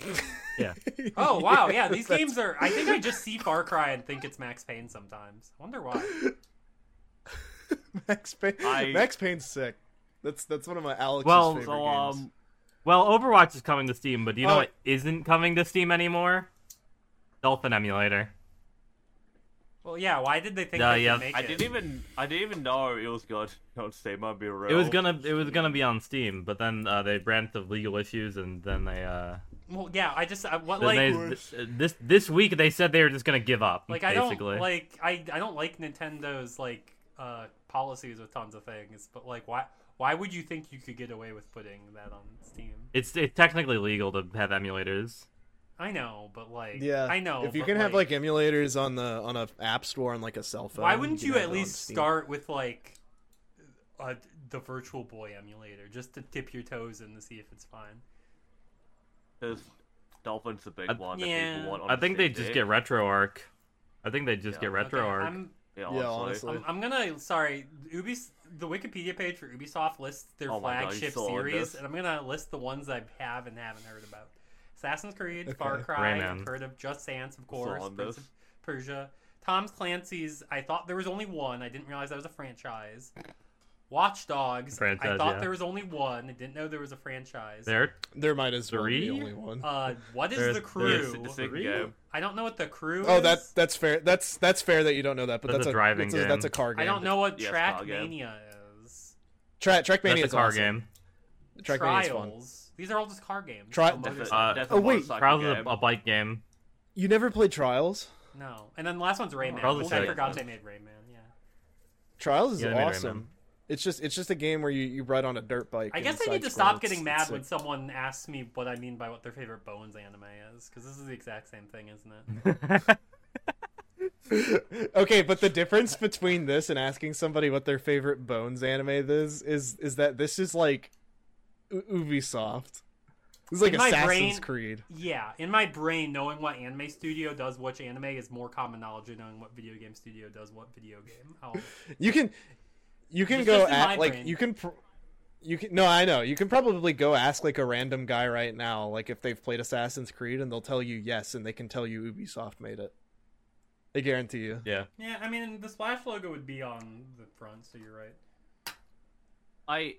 [SPEAKER 4] Yeah.
[SPEAKER 2] Oh wow, yeah, these
[SPEAKER 3] that's-
[SPEAKER 2] games are. I think I just see Far Cry and think it's Max Payne sometimes. I wonder why.
[SPEAKER 3] Max Payne.
[SPEAKER 1] I-
[SPEAKER 3] Max Payne's sick. That's that's one of my Alex's
[SPEAKER 4] Well,
[SPEAKER 3] favorite
[SPEAKER 1] so
[SPEAKER 3] games.
[SPEAKER 1] um
[SPEAKER 4] Well, Overwatch is coming to Steam, but do you know
[SPEAKER 3] Oh.
[SPEAKER 4] what isn't coming to Steam anymore? Dolphin Emulator.
[SPEAKER 2] Well, yeah, why did they think?
[SPEAKER 4] Uh,
[SPEAKER 2] they could
[SPEAKER 4] yeah,
[SPEAKER 2] make
[SPEAKER 1] I
[SPEAKER 2] it?
[SPEAKER 1] didn't even I didn't even know it was going to say might be real.
[SPEAKER 4] It was gonna it was gonna be on Steam, but then uh, they ran into legal issues, and then they uh
[SPEAKER 2] Well, yeah, I just I, what
[SPEAKER 4] then
[SPEAKER 2] like
[SPEAKER 4] they- th- uh, this this week they said they were just gonna give up.
[SPEAKER 2] like I don't
[SPEAKER 4] basically.
[SPEAKER 2] like I I don't like Nintendo's like uh policies with tons of things, but like why why would you think you could get away with putting that on Steam?
[SPEAKER 4] It's it's technically legal to have emulators.
[SPEAKER 2] I know, but like
[SPEAKER 3] yeah,
[SPEAKER 2] I know.
[SPEAKER 3] If you
[SPEAKER 2] but,
[SPEAKER 3] can have like emulators on the on a app store on like a cell phone,
[SPEAKER 2] why wouldn't
[SPEAKER 3] can
[SPEAKER 2] you
[SPEAKER 3] have it
[SPEAKER 2] at
[SPEAKER 3] on
[SPEAKER 2] least
[SPEAKER 3] Steam.
[SPEAKER 2] start with like uh, the Virtual Boy emulator just to dip your toes in to see if it's fine?
[SPEAKER 1] 'Cause Dolphin's the big
[SPEAKER 4] I-
[SPEAKER 1] one. That
[SPEAKER 2] Yeah.
[SPEAKER 1] people want on
[SPEAKER 4] I think they
[SPEAKER 1] Steam
[SPEAKER 4] just
[SPEAKER 1] Deck.
[SPEAKER 4] get RetroArch. I think they just
[SPEAKER 1] Yeah.
[SPEAKER 4] get RetroArch.
[SPEAKER 2] Okay, I'm,
[SPEAKER 1] yeah,
[SPEAKER 3] Yeah,
[SPEAKER 1] honestly.
[SPEAKER 3] honestly.
[SPEAKER 2] I'm I'm gonna sorry. Ubis the Wikipedia page for Ubisoft lists their
[SPEAKER 1] Oh my God, you
[SPEAKER 2] flagship
[SPEAKER 1] still own
[SPEAKER 2] series,
[SPEAKER 1] this?
[SPEAKER 2] and I'm gonna list the ones I have and haven't heard about: Assassin's Creed, Far
[SPEAKER 3] Okay.
[SPEAKER 2] Cry,
[SPEAKER 4] Rayman.
[SPEAKER 2] I've heard of Just Dance, of course,
[SPEAKER 1] own
[SPEAKER 2] Prince
[SPEAKER 1] this?
[SPEAKER 2] of Persia, Tom's Clancy's. I thought there was only one. I didn't realize that was a franchise. Watch Dogs. I
[SPEAKER 4] Franchise,
[SPEAKER 2] thought
[SPEAKER 4] yeah.
[SPEAKER 2] there was only one. I didn't know there was a franchise.
[SPEAKER 4] There,
[SPEAKER 3] There might as well be
[SPEAKER 4] Three?
[SPEAKER 3] the only one.
[SPEAKER 2] Uh, what is
[SPEAKER 4] There's-
[SPEAKER 2] the
[SPEAKER 1] It's-
[SPEAKER 2] crew?
[SPEAKER 1] it's a sick
[SPEAKER 4] Really?
[SPEAKER 1] game.
[SPEAKER 2] I don't know what the crew.
[SPEAKER 3] Oh,
[SPEAKER 2] is.
[SPEAKER 3] that's that's fair. That's that's fair that you don't know that, but
[SPEAKER 4] That's
[SPEAKER 3] that's,
[SPEAKER 4] a driving
[SPEAKER 3] that's
[SPEAKER 4] game.
[SPEAKER 3] A, that's a car game.
[SPEAKER 2] I don't know what
[SPEAKER 1] Yes, Paul, yeah.
[SPEAKER 2] Trackmania is.
[SPEAKER 3] Tra- Trackmania
[SPEAKER 4] that's a
[SPEAKER 3] is
[SPEAKER 4] car
[SPEAKER 3] awesome.
[SPEAKER 4] game.
[SPEAKER 3] Trackmania is fun.
[SPEAKER 2] Trials. These are all just car games.
[SPEAKER 3] Tri-
[SPEAKER 2] Oh,
[SPEAKER 1] That's
[SPEAKER 2] motorcycle.
[SPEAKER 1] a,
[SPEAKER 4] Uh,
[SPEAKER 1] that's a
[SPEAKER 3] oh, wait.
[SPEAKER 1] motorcycle
[SPEAKER 4] Trials is
[SPEAKER 1] game.
[SPEAKER 4] a, a bike game.
[SPEAKER 3] You never played Trials?
[SPEAKER 2] no. And then the last one's Rayman.
[SPEAKER 4] Trials is
[SPEAKER 2] which I
[SPEAKER 4] sick.
[SPEAKER 2] forgot they made Rayman. Yeah.
[SPEAKER 3] Trials is
[SPEAKER 4] Yeah, they made Rayman.
[SPEAKER 3] awesome. It's just it's just a game where you, you ride on a dirt bike.
[SPEAKER 2] I
[SPEAKER 3] and
[SPEAKER 2] guess I need to
[SPEAKER 3] side-scroll.
[SPEAKER 2] stop
[SPEAKER 3] It's-
[SPEAKER 2] getting
[SPEAKER 3] it's
[SPEAKER 2] mad
[SPEAKER 3] sick.
[SPEAKER 2] when someone asks me what I mean by what their favorite Bones anime is, because this is the exact same thing, isn't it?
[SPEAKER 3] okay, but the difference between this and asking somebody what their favorite Bones anime is is is that this is like U- Ubisoft. This is like
[SPEAKER 2] In my
[SPEAKER 3] Assassin's
[SPEAKER 2] brain-
[SPEAKER 3] Creed.
[SPEAKER 2] yeah. In my brain, knowing what anime studio does which anime is more common knowledge than knowing what video game studio does what video game. Oh. I'll,
[SPEAKER 3] You can you can
[SPEAKER 2] It's
[SPEAKER 3] go
[SPEAKER 2] just in my
[SPEAKER 3] at like
[SPEAKER 2] brain.
[SPEAKER 3] you can pr- you can no, I know. You can probably go ask like a random guy right now like if they've played Assassin's Creed and they'll tell you yes and they can tell you Ubisoft made it. I guarantee you.
[SPEAKER 4] yeah.
[SPEAKER 2] yeah, I mean, the Splash logo would be on the front, so you're right.
[SPEAKER 1] I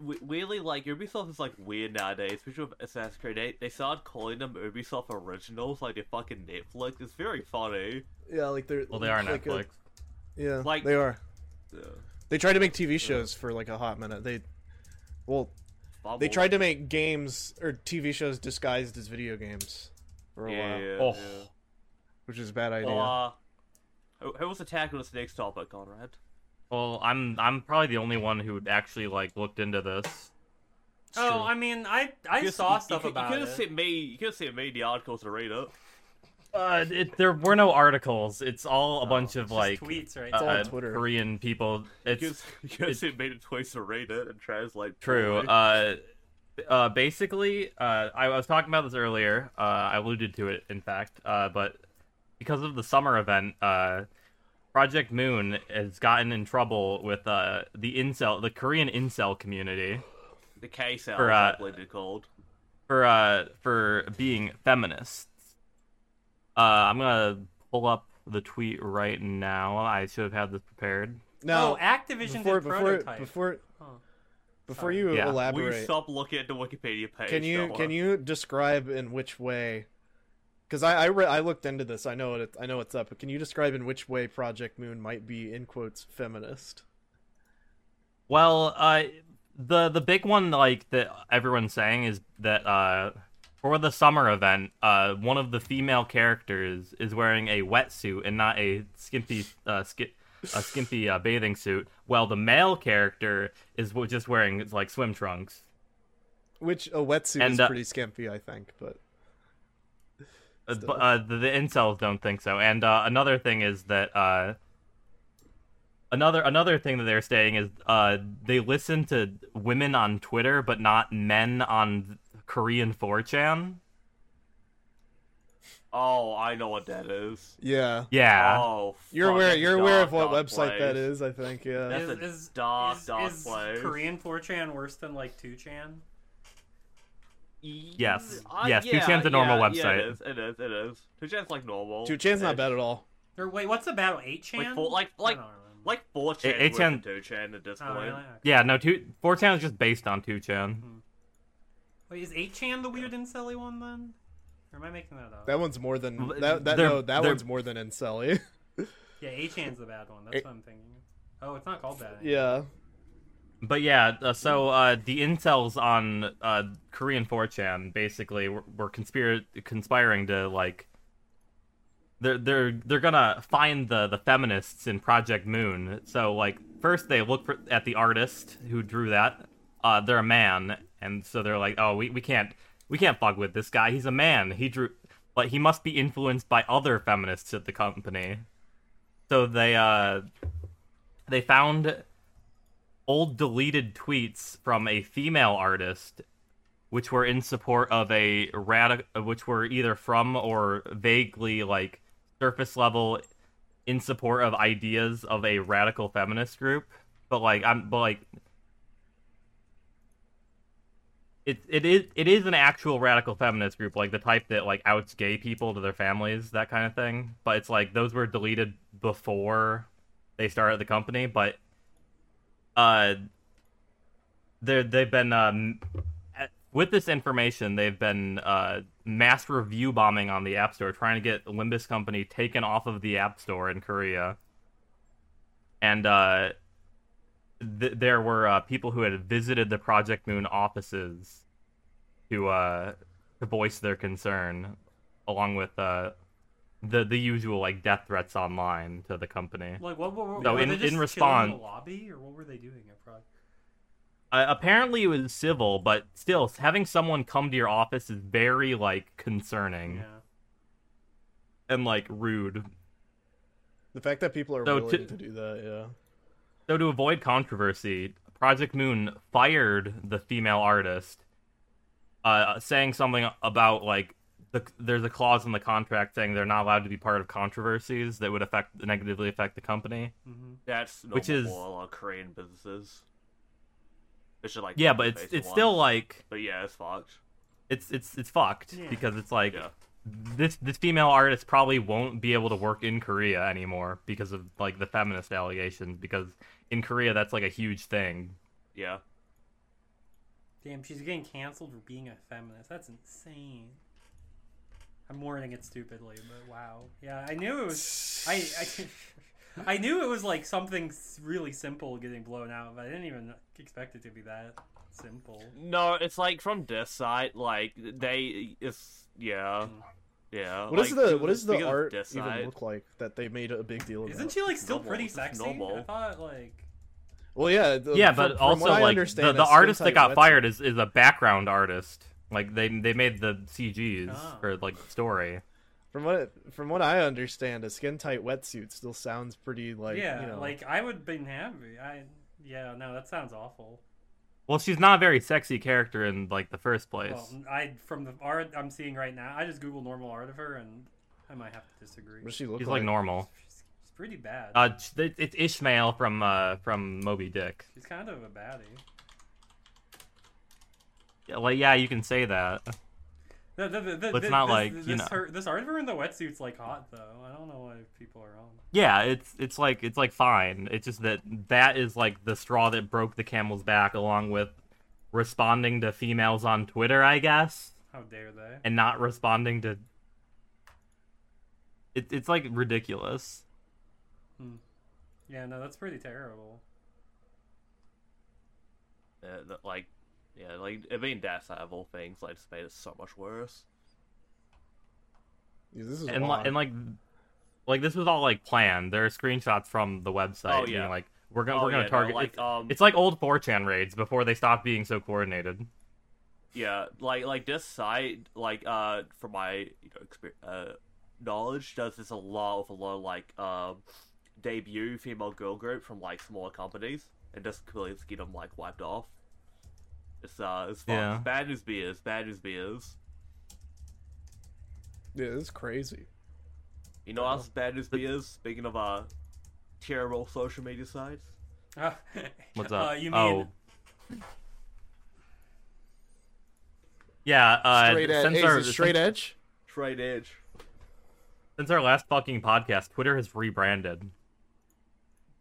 [SPEAKER 1] we- weirdly like Ubisoft is like weird nowadays, especially with Assassin's Creed. They, they started calling them Ubisoft originals, like they're fucking Netflix. It's very funny.
[SPEAKER 3] Yeah, like they're
[SPEAKER 4] Well, they are
[SPEAKER 3] like a-
[SPEAKER 4] Netflix.
[SPEAKER 3] yeah,
[SPEAKER 1] Like-
[SPEAKER 3] they are.
[SPEAKER 1] Yeah.
[SPEAKER 3] They tried to make TV shows for like a hot minute. They well, they
[SPEAKER 1] Bubble.
[SPEAKER 3] tried to make games or TV shows disguised as video games for a
[SPEAKER 1] Yeah. uh,
[SPEAKER 3] while,
[SPEAKER 4] Oh.
[SPEAKER 1] yeah.
[SPEAKER 3] which is a bad idea.
[SPEAKER 1] Well, uh, who, who was attacking this next topic, Conrad?
[SPEAKER 4] Well, I'm I'm probably the only one who actually like looked into this.
[SPEAKER 2] oh, I mean, I I
[SPEAKER 1] You-
[SPEAKER 2] saw
[SPEAKER 1] you-
[SPEAKER 2] stuff
[SPEAKER 1] you,
[SPEAKER 2] about
[SPEAKER 1] you
[SPEAKER 2] it.
[SPEAKER 1] could've sent me. You could have sent me the articles to read up.
[SPEAKER 4] Uh, it, there were no articles. It's all a bunch of
[SPEAKER 2] Just
[SPEAKER 4] like
[SPEAKER 2] tweets, right?
[SPEAKER 3] all
[SPEAKER 4] uh,
[SPEAKER 3] Twitter.
[SPEAKER 4] Korean people.
[SPEAKER 1] You
[SPEAKER 4] It's
[SPEAKER 1] could
[SPEAKER 4] it-
[SPEAKER 1] have sent me the twice to read it and translate.
[SPEAKER 4] True.
[SPEAKER 1] poorly.
[SPEAKER 4] Uh, uh, basically, uh, I was talking about this earlier. Uh, I alluded to it, in fact. Uh, but because of the summer event, uh, Project Moon has gotten in trouble with uh, the incel, the Korean incel community,
[SPEAKER 1] the K cells,
[SPEAKER 4] for, uh,
[SPEAKER 1] I believe they're called.
[SPEAKER 4] for uh, for being feminists. Uh, I'm gonna pull up the tweet right now. I should have had this prepared.
[SPEAKER 3] Now,
[SPEAKER 2] oh, Activision
[SPEAKER 3] before
[SPEAKER 2] did
[SPEAKER 3] before
[SPEAKER 2] prototype.
[SPEAKER 3] before
[SPEAKER 2] Oh.
[SPEAKER 3] before
[SPEAKER 2] Sorry.
[SPEAKER 3] you
[SPEAKER 4] Yeah.
[SPEAKER 1] Will you
[SPEAKER 3] elaborate,
[SPEAKER 1] stop looking at the Wikipedia page?
[SPEAKER 3] can you
[SPEAKER 1] Noah?
[SPEAKER 3] can you describe in which way? Because I I, re- I looked into this. I know it. I know it's up. But can you describe in which way Project Moon might be in quotes feminist?
[SPEAKER 4] Well, uh, the the big one like that everyone's saying is that uh, for the summer event, uh, one of the female characters is wearing a wetsuit and not a skimpy uh, ski- a skimpy uh, bathing suit, while the male character is w- just wearing like swim trunks.
[SPEAKER 3] Which a wetsuit
[SPEAKER 4] And,
[SPEAKER 3] is
[SPEAKER 4] uh,
[SPEAKER 3] pretty skimpy, I think. But
[SPEAKER 4] Uh,
[SPEAKER 3] Still.
[SPEAKER 4] but uh, the, the incels don't think so. And uh, another thing is that uh, another another thing that they're saying is uh, they listen to women on Twitter, but not men on Korean 4chan.
[SPEAKER 1] Oh, I know what that is.
[SPEAKER 3] yeah,
[SPEAKER 4] Yeah,
[SPEAKER 1] Oh,
[SPEAKER 3] you're
[SPEAKER 1] fuck,
[SPEAKER 3] aware
[SPEAKER 1] that's a
[SPEAKER 3] you're aware
[SPEAKER 1] dark,
[SPEAKER 3] of what
[SPEAKER 1] dark
[SPEAKER 3] website that
[SPEAKER 1] place.
[SPEAKER 3] is. I think. Yeah.
[SPEAKER 1] That's a dark, dark place.
[SPEAKER 2] Korean 4chan worse than like 2chan?
[SPEAKER 4] Yes.
[SPEAKER 1] I-
[SPEAKER 4] Yes,
[SPEAKER 1] uh, yeah,
[SPEAKER 4] 2chan's a normal
[SPEAKER 1] yeah, Yeah, it
[SPEAKER 4] website.
[SPEAKER 1] is. It is. It is. 2chan's like normal.
[SPEAKER 3] Two chan's not bad at all.
[SPEAKER 2] Or wait, what's the battle? 8chan?
[SPEAKER 1] Like four, like
[SPEAKER 2] I
[SPEAKER 1] like
[SPEAKER 2] don't remember.
[SPEAKER 1] like four chan.
[SPEAKER 4] A- 8chan
[SPEAKER 1] two chan at this
[SPEAKER 2] Oh,
[SPEAKER 1] point.
[SPEAKER 2] really? Okay.
[SPEAKER 4] yeah. No, two, 4chan is just based on 2chan.
[SPEAKER 2] Wait, is 8chan the weird incelly one then? Or am I making that up?
[SPEAKER 3] That one's more than
[SPEAKER 4] Well,
[SPEAKER 3] that. that
[SPEAKER 4] they're-
[SPEAKER 3] no, that
[SPEAKER 4] they're-
[SPEAKER 3] one's more than Incelli.
[SPEAKER 2] Yeah, 8chan's the bad one. That's
[SPEAKER 3] Eight-
[SPEAKER 2] what I'm thinking. Oh, it's not called that. anymore.
[SPEAKER 3] yeah.
[SPEAKER 4] But yeah, uh, so uh, the incels on uh, Korean 4chan basically were, were conspir- conspiring to like they're they're they're gonna find the the feminists in Project Moon. So like first they look for, at the artist who drew that. Uh, they're a man, and so they're like, oh, we, we can't we can't fuck with this guy. He's a man. He drew, but he must be influenced by other feminists at the company. So they uh they found old deleted tweets from a female artist which were in support of a radical which were either from or vaguely like surface level in support of ideas of a radical feminist group but like i'm but like it, it is it is an actual radical feminist group like the type that like outs gay people to their families that kind of thing but it's like those were deleted before they started the company but uh they they've been um at- with this information they've been uh mass review bombing on the app store trying to get limbus company taken off of the app store in korea and uh th- there were uh, people who had visited the project moon offices to uh to voice their concern along with uh the the usual like death threats online to the company
[SPEAKER 2] Like what, what, what
[SPEAKER 4] No,
[SPEAKER 2] were
[SPEAKER 4] in-
[SPEAKER 2] they
[SPEAKER 4] in
[SPEAKER 2] just chilling
[SPEAKER 4] response-
[SPEAKER 2] in the lobby or what were they doing at Prague?
[SPEAKER 4] Uh, apparently it was civil, but still, having someone come to your office is very like concerning
[SPEAKER 2] Yeah.
[SPEAKER 4] and like rude.
[SPEAKER 3] The fact that people are
[SPEAKER 4] So
[SPEAKER 3] willing
[SPEAKER 4] to-
[SPEAKER 3] to... do that, yeah.
[SPEAKER 4] So to avoid controversy, Project Moon fired the female artist, uh, saying something about like the, there's a clause in the contract saying they're not allowed to be part of controversies that would affect negatively affect the company.
[SPEAKER 2] hmm
[SPEAKER 1] That's normal
[SPEAKER 4] Which is-
[SPEAKER 1] for a lot of Korean businesses. It's just like
[SPEAKER 4] Yeah, but it's
[SPEAKER 1] face
[SPEAKER 4] it's
[SPEAKER 1] one.
[SPEAKER 4] still like
[SPEAKER 1] But yeah, it's fucked.
[SPEAKER 4] it's it's it's fucked
[SPEAKER 2] Yeah.
[SPEAKER 4] because it's like
[SPEAKER 1] Yeah.
[SPEAKER 4] this this female artist probably won't be able to work in Korea anymore because of like the feminist allegations because in Korea that's like a huge thing.
[SPEAKER 1] Yeah.
[SPEAKER 2] Damn, she's getting canceled for being a feminist. That's insane. I'm wording it stupidly, but wow. Yeah, I knew it was. I I, I knew it was like something s- really simple getting blown out, but I didn't even expect it to be that simple. Mm.
[SPEAKER 1] No, it's like from this side, like they it's yeah. Yeah.
[SPEAKER 3] What is
[SPEAKER 1] like,
[SPEAKER 3] the
[SPEAKER 1] dude,
[SPEAKER 3] what is the
[SPEAKER 1] speaking of
[SPEAKER 3] art
[SPEAKER 1] Death
[SPEAKER 3] even
[SPEAKER 1] Side,
[SPEAKER 3] look like that they made a big deal about?
[SPEAKER 2] Isn't she like still
[SPEAKER 1] normal.
[SPEAKER 2] pretty
[SPEAKER 1] It's
[SPEAKER 2] sexy? I
[SPEAKER 1] normal.
[SPEAKER 2] thought like
[SPEAKER 3] Well, yeah, the-
[SPEAKER 4] yeah,
[SPEAKER 3] Uh, from-
[SPEAKER 4] but
[SPEAKER 3] from
[SPEAKER 4] also
[SPEAKER 3] what I
[SPEAKER 4] like
[SPEAKER 3] understand,
[SPEAKER 4] the, the
[SPEAKER 3] that skin
[SPEAKER 4] artist that
[SPEAKER 3] tight
[SPEAKER 4] got
[SPEAKER 3] wetsuit-
[SPEAKER 4] fired is, is a background artist. Like they they made the CGs
[SPEAKER 2] Oh.
[SPEAKER 4] for like story.
[SPEAKER 3] From what from what I understand, a skin tight wetsuit still sounds pretty like
[SPEAKER 2] yeah,
[SPEAKER 3] you know,
[SPEAKER 2] like I would have been happy. I yeah, no, that sounds awful.
[SPEAKER 4] Well, she's not a very sexy character in like the first place.
[SPEAKER 2] Well, I from the art I'm seeing right now, I just Google normal art of her, and I might have to disagree.
[SPEAKER 3] what does she look
[SPEAKER 4] she's
[SPEAKER 3] like?
[SPEAKER 4] like normal.
[SPEAKER 2] She's, she's pretty bad.
[SPEAKER 4] Uh, sh- it- it's Ishmael from uh from Moby Dick.
[SPEAKER 2] she's kind of a baddie.
[SPEAKER 4] Yeah, like yeah, you can say that.
[SPEAKER 2] The, the, the, the,
[SPEAKER 4] But it's
[SPEAKER 2] thi-
[SPEAKER 4] not
[SPEAKER 2] this,
[SPEAKER 4] like, you
[SPEAKER 2] this,
[SPEAKER 4] know.
[SPEAKER 2] Her, this art of her in the wetsuit's like hot though. I don't know why people are on.
[SPEAKER 4] Yeah, it's it's like it's like fine. It's just that that is like the straw that broke the camel's back, along with responding to females on Twitter, I guess,
[SPEAKER 2] How dare they?
[SPEAKER 4] and not responding to. It, it's like ridiculous.
[SPEAKER 2] Yeah, no, that's pretty terrible.
[SPEAKER 1] Yeah, that, Uh, like, yeah, like I mean, Death Side of all things, like, just made it so much worse.
[SPEAKER 3] Yeah, this is
[SPEAKER 4] and
[SPEAKER 3] odd.
[SPEAKER 4] like and like like this was all like planned. There are screenshots from the website
[SPEAKER 1] Oh, yeah.
[SPEAKER 4] being like we're gonna
[SPEAKER 1] Oh,
[SPEAKER 4] we're gonna
[SPEAKER 1] yeah, no,
[SPEAKER 4] target.
[SPEAKER 1] like,
[SPEAKER 4] it's,
[SPEAKER 1] um,
[SPEAKER 4] it's like old 4chan raids before they stopped being so coordinated.
[SPEAKER 1] Yeah, like like this site, like uh, from my you know exper uh, knowledge, does this a lot with a lot of like um, debut female girl group from like smaller companies, and just completely just get them like wiped off. It's uh, it's fun.
[SPEAKER 4] Yeah.
[SPEAKER 1] It's bad news beers, bad news beers.
[SPEAKER 3] yeah, this is crazy.
[SPEAKER 1] You know, what else is bad news beers. Speaking of uh, terrible social media sites.
[SPEAKER 2] Ah,
[SPEAKER 4] What's up?
[SPEAKER 2] Uh, you mean
[SPEAKER 4] oh. Yeah, uh,
[SPEAKER 3] Straight edge,
[SPEAKER 4] since,
[SPEAKER 3] hey, is
[SPEAKER 4] our,
[SPEAKER 3] it straight
[SPEAKER 4] since,
[SPEAKER 3] edge.
[SPEAKER 1] Straight edge.
[SPEAKER 4] since our last fucking podcast, Twitter has rebranded.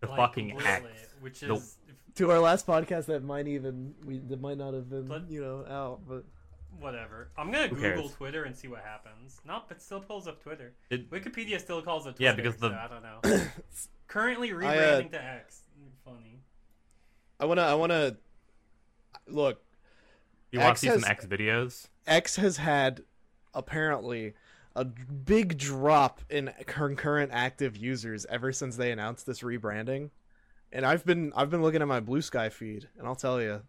[SPEAKER 4] The
[SPEAKER 2] like,
[SPEAKER 4] fucking X.
[SPEAKER 2] literally, which
[SPEAKER 4] The-
[SPEAKER 2] is
[SPEAKER 3] To our last podcast, that might even we that might not have been
[SPEAKER 2] But-
[SPEAKER 3] you know out, but
[SPEAKER 2] whatever. I'm gonna
[SPEAKER 4] Who
[SPEAKER 2] Google
[SPEAKER 4] cares?
[SPEAKER 2] Twitter and see what happens. No, but still pulls up Twitter.
[SPEAKER 4] It-
[SPEAKER 2] Wikipedia still calls it Twitter.
[SPEAKER 4] Yeah, because the-
[SPEAKER 2] so I don't know. Currently rebranding to X. Funny.
[SPEAKER 3] I wanna I wanna look.
[SPEAKER 4] You want
[SPEAKER 3] X
[SPEAKER 4] to see some
[SPEAKER 3] has-
[SPEAKER 4] X videos?
[SPEAKER 3] X has had apparently a big drop in concurrent active users ever since they announced this rebranding. And I've been I've been looking at my Blue Sky feed, and I'll tell you,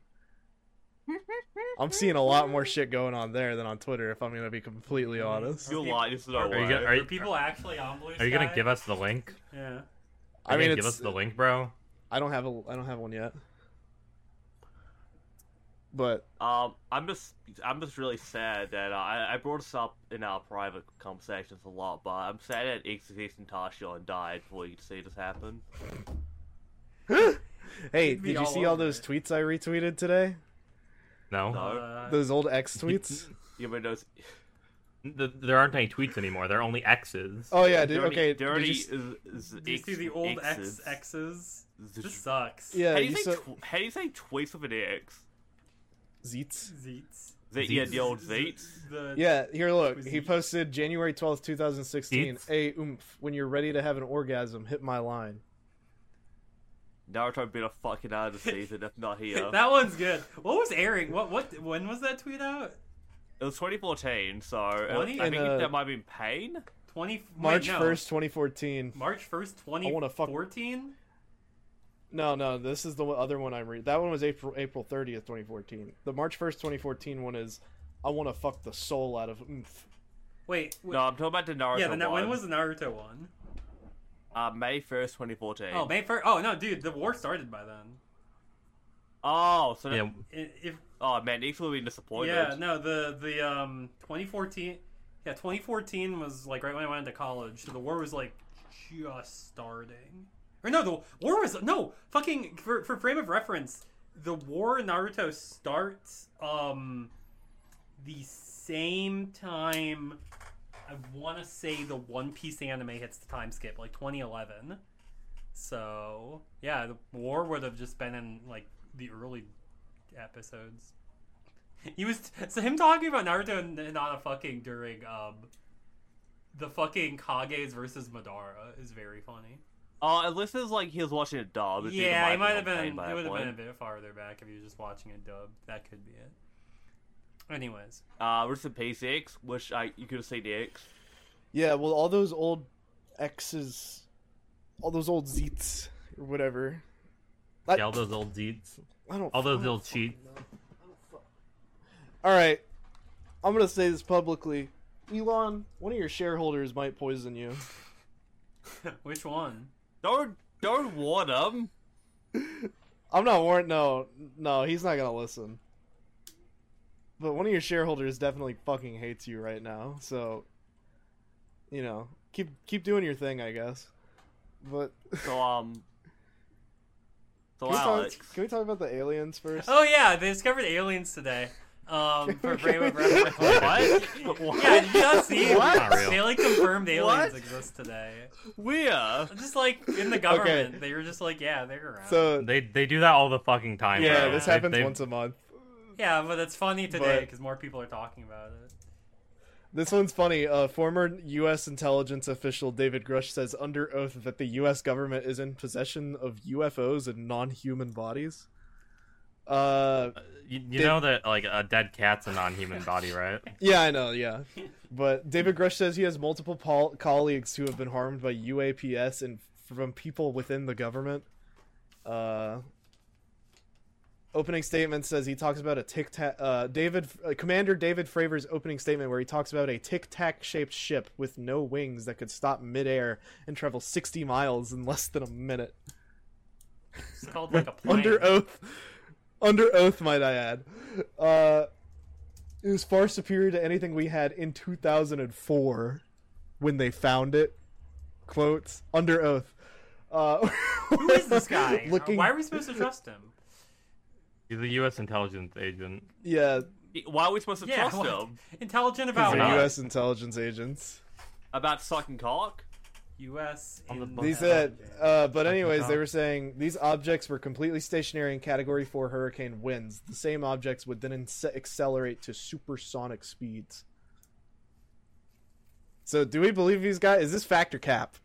[SPEAKER 3] I'm seeing a lot more shit going on there than on Twitter. If I'm gonna be completely
[SPEAKER 2] Mm-hmm.
[SPEAKER 3] honest,
[SPEAKER 1] You
[SPEAKER 2] people-
[SPEAKER 1] lie. This is no
[SPEAKER 2] are
[SPEAKER 4] you
[SPEAKER 1] way.
[SPEAKER 4] go-
[SPEAKER 2] Are
[SPEAKER 4] you-
[SPEAKER 2] people actually on Blue
[SPEAKER 4] Are you gonna
[SPEAKER 2] Sky?
[SPEAKER 4] give us the link?
[SPEAKER 2] Yeah.
[SPEAKER 4] Are
[SPEAKER 3] I
[SPEAKER 4] you
[SPEAKER 3] mean,
[SPEAKER 4] gonna give
[SPEAKER 3] it's,
[SPEAKER 4] us the link, bro.
[SPEAKER 3] I don't have a I don't have one yet, but
[SPEAKER 1] Um, I'm just, I'm just really sad that uh, I, I brought this up in our private conversations a lot, but I'm sad that Xyz and Tashion died before you could see this happen.
[SPEAKER 3] hey,
[SPEAKER 2] It'd be
[SPEAKER 3] did you
[SPEAKER 2] all
[SPEAKER 3] see all
[SPEAKER 2] over
[SPEAKER 3] those
[SPEAKER 2] it.
[SPEAKER 3] tweets I retweeted today?
[SPEAKER 4] No,
[SPEAKER 1] No.
[SPEAKER 2] Uh,
[SPEAKER 3] Those old X tweets.
[SPEAKER 1] You ever notice?
[SPEAKER 4] Th- there aren't any tweets anymore. They're only X's.
[SPEAKER 3] Oh yeah, dude,
[SPEAKER 1] dirty,
[SPEAKER 3] okay. did you
[SPEAKER 1] dirty
[SPEAKER 3] s-
[SPEAKER 1] is, is
[SPEAKER 2] do you see the old X
[SPEAKER 1] X's.
[SPEAKER 2] X's?
[SPEAKER 1] Z-
[SPEAKER 2] This sucks.
[SPEAKER 3] yeah,
[SPEAKER 1] How do you
[SPEAKER 3] you
[SPEAKER 1] say
[SPEAKER 3] saw-
[SPEAKER 1] tw- how do you say tweets with an X?
[SPEAKER 3] Zeets.
[SPEAKER 2] Zeets.
[SPEAKER 1] Z- yeah, the old
[SPEAKER 2] Z-
[SPEAKER 1] Zeets.
[SPEAKER 2] The,
[SPEAKER 3] Yeah, here look. He
[SPEAKER 2] Zeets.
[SPEAKER 3] posted January 12th, 2016.
[SPEAKER 4] Zeets.
[SPEAKER 3] Hey, oomph, when you're ready to have an orgasm, hit my line.
[SPEAKER 1] Naruto been a fucking out of the season if not here.
[SPEAKER 2] That one's good. What was airing? What what? When was that tweet out?
[SPEAKER 1] It was 2014, so I
[SPEAKER 2] Twenty-
[SPEAKER 1] think
[SPEAKER 3] And, uh,
[SPEAKER 1] that might have been pain.
[SPEAKER 2] Twenty
[SPEAKER 3] March
[SPEAKER 2] wait, no.
[SPEAKER 3] 1st, 2014.
[SPEAKER 2] March first, twenty
[SPEAKER 3] I wanna fuck-
[SPEAKER 2] fourteen.
[SPEAKER 3] No, no, this is the one- other one I'm reading. That one was April April 30th, 2014. The March 1st, 2014 one is I want to fuck the soul out of oomph.
[SPEAKER 2] Wait, wait
[SPEAKER 1] No, I'm talking about the Naruto
[SPEAKER 2] yeah. The, Na-
[SPEAKER 1] one.
[SPEAKER 2] when was the Naruto one?
[SPEAKER 1] uh, May 1st, 2014.
[SPEAKER 2] Oh, May first. Oh no, dude, the war started by then.
[SPEAKER 1] Oh, so
[SPEAKER 4] Yeah,
[SPEAKER 2] I- If
[SPEAKER 1] oh man, Nick's will be disappointed.
[SPEAKER 2] yeah, no, the the um twenty fourteen. Yeah, twenty fourteen was like right when I went into college, so the war was like just starting. Or no, the war was no fucking for for frame of reference. The war in Naruto starts um the same time I want to say the One Piece anime hits the time skip, like 2011. So yeah, the war would have just been in like the early episodes. He was so him talking about Naruto and and not a fucking during um the fucking Kages versus Madara is very funny.
[SPEAKER 1] Oh, unless it's like he was watching a dub. it's either
[SPEAKER 2] yeah, he might
[SPEAKER 1] Michael
[SPEAKER 2] have
[SPEAKER 1] or
[SPEAKER 2] been.
[SPEAKER 1] Kane by
[SPEAKER 2] It
[SPEAKER 1] that
[SPEAKER 2] would have
[SPEAKER 1] point.
[SPEAKER 2] been a bit farther back if he was just watching a dub. That could be it. Anyways,
[SPEAKER 1] Uh, rest in peace, X. Wish I you could have seen X.
[SPEAKER 3] Yeah, well, all those old X's, all those old Zeets or whatever. I,
[SPEAKER 4] Yeah, all those old deeds.
[SPEAKER 3] I don't.
[SPEAKER 4] All
[SPEAKER 3] I
[SPEAKER 4] those
[SPEAKER 3] don't
[SPEAKER 4] old cheats.
[SPEAKER 3] All right, I'm gonna say this publicly. Elon, one of your shareholders might poison you.
[SPEAKER 2] Which one?
[SPEAKER 1] Don't don't warn him.
[SPEAKER 3] I'm not warrant. No, no, he's not gonna listen. But one of your shareholders definitely fucking hates you right now. So, you know, keep keep doing your thing, I guess. But
[SPEAKER 1] So um. So
[SPEAKER 3] can, we talk,
[SPEAKER 1] Alex,
[SPEAKER 3] can we talk about the aliens first?
[SPEAKER 2] Oh yeah, they discovered aliens today. Um, for Brave reference.
[SPEAKER 4] What?
[SPEAKER 1] What?
[SPEAKER 2] Yeah, did you not see?
[SPEAKER 1] What?
[SPEAKER 4] Not real.
[SPEAKER 2] They like confirmed aliens
[SPEAKER 1] What?
[SPEAKER 2] exist today.
[SPEAKER 1] where?
[SPEAKER 2] Just like in the government, they were just like, yeah, they're around.
[SPEAKER 3] So
[SPEAKER 4] They they do that all the fucking time.
[SPEAKER 3] yeah,
[SPEAKER 4] bro.
[SPEAKER 3] this
[SPEAKER 4] They-
[SPEAKER 3] happens
[SPEAKER 4] they-
[SPEAKER 3] once a month.
[SPEAKER 2] yeah, but it's funny today
[SPEAKER 3] But-
[SPEAKER 2] because more people are talking about it.
[SPEAKER 3] This one's funny. Uh, former U.S. intelligence official David Grush says under oath that the U.S. government is in possession of UFOs and non-human bodies. Uh,
[SPEAKER 4] You, you
[SPEAKER 3] They-
[SPEAKER 4] know that like a dead cat's a non-human body, right?
[SPEAKER 3] yeah, I know. Yeah, but David Grush says he has multiple pol- colleagues who have been harmed by UAPS and from people within the government. Uh, opening statement says he talks about a tic tac. Uh, David uh, Commander David Fravors opening statement where he talks about a tic tac shaped ship with no wings that could stop midair and travel sixty miles in less than a minute.
[SPEAKER 2] It's called like a plane.
[SPEAKER 3] Under oath, under oath, might I add. Uh, it was far superior to anything we had in 2004 when they found it. Quotes under oath. Uh,
[SPEAKER 2] Who is this guy?
[SPEAKER 3] Looking,
[SPEAKER 2] Why are we supposed to trust him?
[SPEAKER 4] He's a U.S. intelligence agent.
[SPEAKER 3] yeah,
[SPEAKER 1] Why are we supposed to
[SPEAKER 2] Yeah,
[SPEAKER 1] trust
[SPEAKER 2] what?
[SPEAKER 1] him
[SPEAKER 2] Intelligent
[SPEAKER 3] these
[SPEAKER 2] about
[SPEAKER 3] are
[SPEAKER 4] not?
[SPEAKER 2] what?
[SPEAKER 3] U.S. intelligence agents.
[SPEAKER 1] about sucking cock?
[SPEAKER 2] U.S.
[SPEAKER 4] On the
[SPEAKER 2] in-
[SPEAKER 4] book.
[SPEAKER 3] These that, uh, but anyways, they were saying these objects were completely stationary in Category Four hurricane winds. The same objects would then ince- accelerate to supersonic speeds. So, do we believe these guys? Is this factor cap?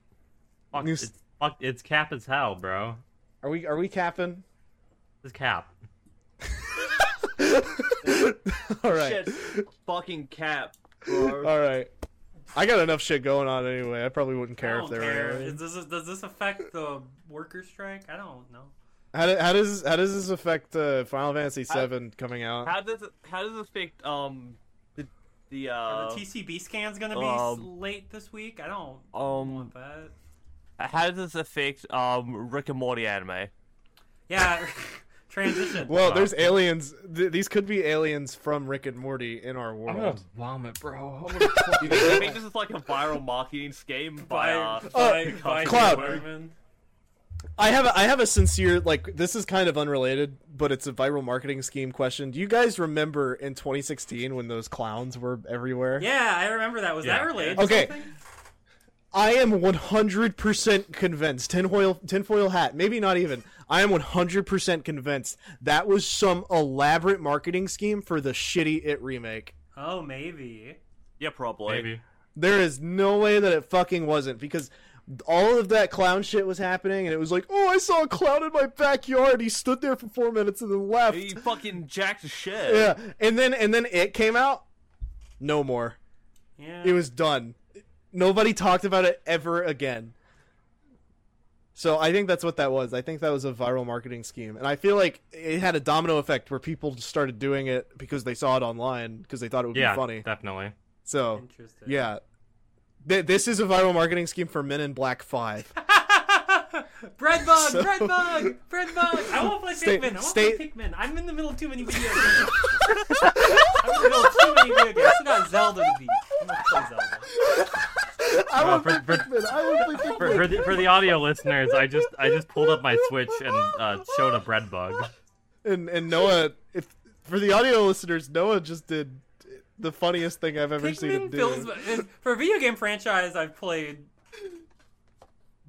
[SPEAKER 4] Fuck,
[SPEAKER 3] You s-
[SPEAKER 4] it's, fuck, it's cap as hell, bro.
[SPEAKER 3] Are we are we capping?
[SPEAKER 4] It's cap.
[SPEAKER 3] All right,
[SPEAKER 1] Shit, fucking cap, bro.
[SPEAKER 3] all right. I got enough shit going on anyway. I probably wouldn't
[SPEAKER 2] I
[SPEAKER 3] care if
[SPEAKER 2] don't
[SPEAKER 3] they
[SPEAKER 2] care.
[SPEAKER 3] were. aliens.
[SPEAKER 2] Is this- does this affect the worker strike? I don't know.
[SPEAKER 3] How, do, how does how does this affect uh, Final Fantasy VII coming out?
[SPEAKER 1] How does it, how does it affect um the the
[SPEAKER 2] Are
[SPEAKER 1] uh
[SPEAKER 2] the TCB scan's gonna be s
[SPEAKER 1] um,
[SPEAKER 2] late this week? I don't
[SPEAKER 1] um
[SPEAKER 2] bet.
[SPEAKER 1] how does this affect um Rick and Morty anime?
[SPEAKER 2] Yeah, transition.
[SPEAKER 3] well, there's aliens. Th- these could be aliens from Rick and Morty in our world.
[SPEAKER 4] vomit, bro.
[SPEAKER 1] You think, you think this is like a viral marketing scheme by uh,
[SPEAKER 2] by,
[SPEAKER 1] uh,
[SPEAKER 2] by
[SPEAKER 3] Cloud.
[SPEAKER 2] Bergman.
[SPEAKER 3] I have a, I have a sincere like this is kind of unrelated, but it's a viral marketing scheme question. Do you guys remember in 2016 when those clowns were everywhere?
[SPEAKER 2] Yeah, I remember that. Was
[SPEAKER 4] Yeah.
[SPEAKER 2] that related?
[SPEAKER 3] Okay.
[SPEAKER 2] To something?
[SPEAKER 3] I am 100% convinced. Tinfoil tinfoil hat, maybe not even. I am 100% convinced that was some elaborate marketing scheme for the shitty It remake.
[SPEAKER 2] Oh, maybe.
[SPEAKER 1] yeah probably
[SPEAKER 4] Maybe.
[SPEAKER 3] There is no way that it fucking wasn't because all of that clown shit was happening and it was like, "Oh, I saw a clown in my backyard. He stood there for 4 minutes and then left."
[SPEAKER 1] he fucking jacked to shit.
[SPEAKER 3] yeah and then and then it came out no more
[SPEAKER 2] Yeah.
[SPEAKER 3] it was done nobody talked about it ever again so i think that's what that was i think that was a viral marketing scheme and i feel like it had a domino effect where people just started doing it because they saw it online because they thought it would
[SPEAKER 4] Yeah,
[SPEAKER 3] be funny
[SPEAKER 4] definitely.
[SPEAKER 3] so
[SPEAKER 2] interesting.
[SPEAKER 3] yeah Th- this is a viral marketing scheme for men in black 5
[SPEAKER 2] bread bug,
[SPEAKER 3] So-
[SPEAKER 2] bread bug, bread bug. I want to play
[SPEAKER 3] Stay-
[SPEAKER 2] Pikmin. I want to
[SPEAKER 3] stay-
[SPEAKER 2] play Pikmin. I'm in the middle of too many video games. I'm in the middle of too many video games. I still got Zelda to beat. I'm gonna play Zelda.
[SPEAKER 3] i
[SPEAKER 4] Uh,
[SPEAKER 3] would
[SPEAKER 4] for, for,
[SPEAKER 3] i would think
[SPEAKER 4] for, for the, for the audio listeners, I just I just pulled up my Switch and uh, showed a bread bug.
[SPEAKER 3] and and Noah, if for the audio listeners, Noah just did the funniest thing I've ever seen him
[SPEAKER 2] Pikmin
[SPEAKER 3] do.
[SPEAKER 2] fills my- is- for a video game franchise I've played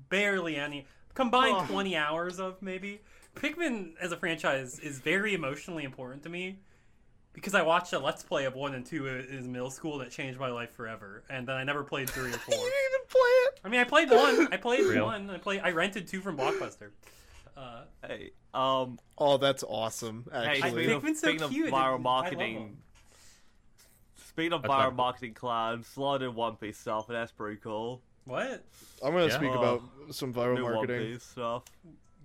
[SPEAKER 2] barely any combined
[SPEAKER 1] Oh.
[SPEAKER 2] 20 hours of maybe Pikmin as a franchise is very emotionally important to me because I watched a let's play of 1 and 2 in in middle school that changed my life forever and then I never played 3 or 4.
[SPEAKER 3] you didn't even play it.
[SPEAKER 2] I mean I played 1, I played
[SPEAKER 4] Real.
[SPEAKER 2] 1, I played I rented 2 from Blockbuster. Uh,
[SPEAKER 1] Hey, um,
[SPEAKER 3] Oh, that's awesome!
[SPEAKER 1] hey,
[SPEAKER 3] Actually,
[SPEAKER 1] speaking of,
[SPEAKER 2] Pikmin's so
[SPEAKER 1] speaking of
[SPEAKER 2] cute, I
[SPEAKER 1] viral
[SPEAKER 2] love
[SPEAKER 1] marketing,
[SPEAKER 2] him.
[SPEAKER 1] Speaking of
[SPEAKER 4] That's
[SPEAKER 1] viral
[SPEAKER 4] not-
[SPEAKER 1] marketing clown, slide in One Piece stuff, and that's pretty cool.
[SPEAKER 2] What?
[SPEAKER 3] I'm gonna
[SPEAKER 4] Yeah.
[SPEAKER 3] speak
[SPEAKER 1] Oh.
[SPEAKER 3] about some viral
[SPEAKER 1] new One
[SPEAKER 3] marketing.
[SPEAKER 1] Piece stuff.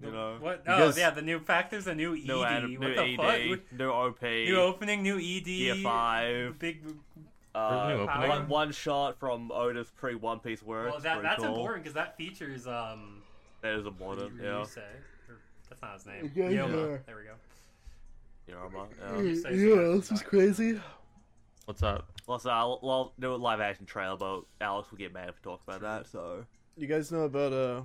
[SPEAKER 1] You know,
[SPEAKER 2] What?
[SPEAKER 3] you
[SPEAKER 2] Oh,
[SPEAKER 3] guys-
[SPEAKER 2] yeah, the new fact. There's a new ED.
[SPEAKER 1] new anim-
[SPEAKER 2] what
[SPEAKER 1] new E
[SPEAKER 2] the
[SPEAKER 1] ED,
[SPEAKER 2] fuck?
[SPEAKER 1] new OP,
[SPEAKER 2] New opening, new ED.
[SPEAKER 1] Gear Five.
[SPEAKER 2] Big.
[SPEAKER 1] Uh,
[SPEAKER 4] New
[SPEAKER 2] opening.
[SPEAKER 1] one, one shot from Oda's pre One Piece work.
[SPEAKER 2] Well, that, that's important because that features um.
[SPEAKER 1] That is important.
[SPEAKER 2] Ry-
[SPEAKER 1] Yeah,
[SPEAKER 2] Ryusei. Or- That's not his name.
[SPEAKER 3] Yeah, yeah.
[SPEAKER 2] Ryoma. There we go.
[SPEAKER 1] Yoruma.
[SPEAKER 3] Yeah,
[SPEAKER 1] Yeah.
[SPEAKER 2] Just say
[SPEAKER 3] you know what else
[SPEAKER 2] something.
[SPEAKER 3] is crazy?
[SPEAKER 4] What's up?
[SPEAKER 1] Plus, uh, well, new live action trailer, but Alex will get mad if we talk about that. So,
[SPEAKER 3] You guys know about uh?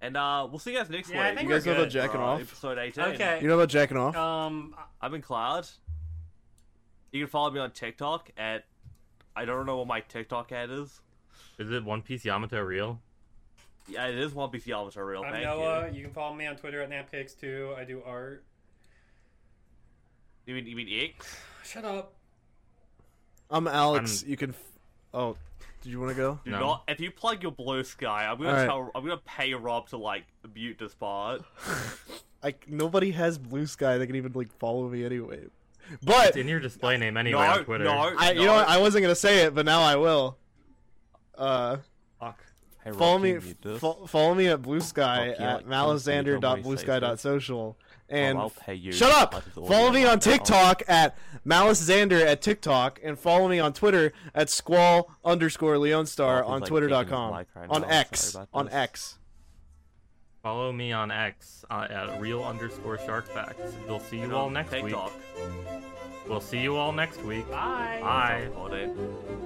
[SPEAKER 1] and uh, we'll see you guys next
[SPEAKER 2] Yeah, I
[SPEAKER 1] week.
[SPEAKER 2] think
[SPEAKER 3] You guys
[SPEAKER 2] we're
[SPEAKER 3] know about
[SPEAKER 2] good.
[SPEAKER 3] jacking
[SPEAKER 1] Uh,
[SPEAKER 3] off?
[SPEAKER 1] Episode eighteen.
[SPEAKER 2] Okay.
[SPEAKER 3] You know about jacking off?
[SPEAKER 1] Uh,
[SPEAKER 2] Um,
[SPEAKER 1] I'm in cloud. You can follow me on TikTok at I don't know what my TikTok ad is.
[SPEAKER 4] Is it One Piece Yamato real?
[SPEAKER 1] Yeah, it is One Piece Yamato real.
[SPEAKER 2] I'm
[SPEAKER 1] Oh,
[SPEAKER 2] uh,
[SPEAKER 1] Thank
[SPEAKER 2] Noah.
[SPEAKER 1] you.
[SPEAKER 2] You. can follow me on Twitter at napcakes too. I do art.
[SPEAKER 1] You mean you mean X?
[SPEAKER 2] Shut up.
[SPEAKER 3] I'm Alex. You can. F- oh, did you want to go?
[SPEAKER 1] Do
[SPEAKER 4] No.
[SPEAKER 1] not. If you plug your blue sky, I'm gonna
[SPEAKER 3] Alright.
[SPEAKER 1] tell. I'm gonna pay Rob to like mute this part.
[SPEAKER 3] Like nobody has blue sky that can even like follow me anyway. But
[SPEAKER 4] It's in your display name anyway
[SPEAKER 1] no,
[SPEAKER 4] on Twitter.
[SPEAKER 1] no,
[SPEAKER 3] I, you
[SPEAKER 1] no.
[SPEAKER 3] know, what? I wasn't gonna say it, but now I will. Uh,
[SPEAKER 4] Fuck.
[SPEAKER 5] Hey,
[SPEAKER 3] follow
[SPEAKER 5] Rob, can
[SPEAKER 3] me,
[SPEAKER 5] you mute this?
[SPEAKER 3] fo- follow me at blue sky
[SPEAKER 5] Fuck you,
[SPEAKER 3] at
[SPEAKER 5] like, constantly don't really say
[SPEAKER 3] malaxander.bluesky.social and
[SPEAKER 5] Well, Oh, I'll pay you
[SPEAKER 3] shut
[SPEAKER 5] to
[SPEAKER 3] up.
[SPEAKER 5] cut his
[SPEAKER 3] Follow
[SPEAKER 5] audio
[SPEAKER 3] me
[SPEAKER 5] out
[SPEAKER 3] on
[SPEAKER 5] there. I'll-
[SPEAKER 3] TikTok at malaxander at TikTok and follow me on Twitter at squall underscore leonstar
[SPEAKER 5] Ralph is, like,
[SPEAKER 3] on
[SPEAKER 5] taking
[SPEAKER 3] twitter.com
[SPEAKER 5] his mic right
[SPEAKER 3] on
[SPEAKER 5] now.
[SPEAKER 3] X
[SPEAKER 5] Sorry about
[SPEAKER 3] on
[SPEAKER 5] this.
[SPEAKER 3] X.
[SPEAKER 4] Follow me on X uh, at real underscore shark facts. We'll see you all next week.
[SPEAKER 1] TikTok.
[SPEAKER 4] We'll see you all next week.
[SPEAKER 2] Bye.
[SPEAKER 4] Bye.
[SPEAKER 1] Hold it.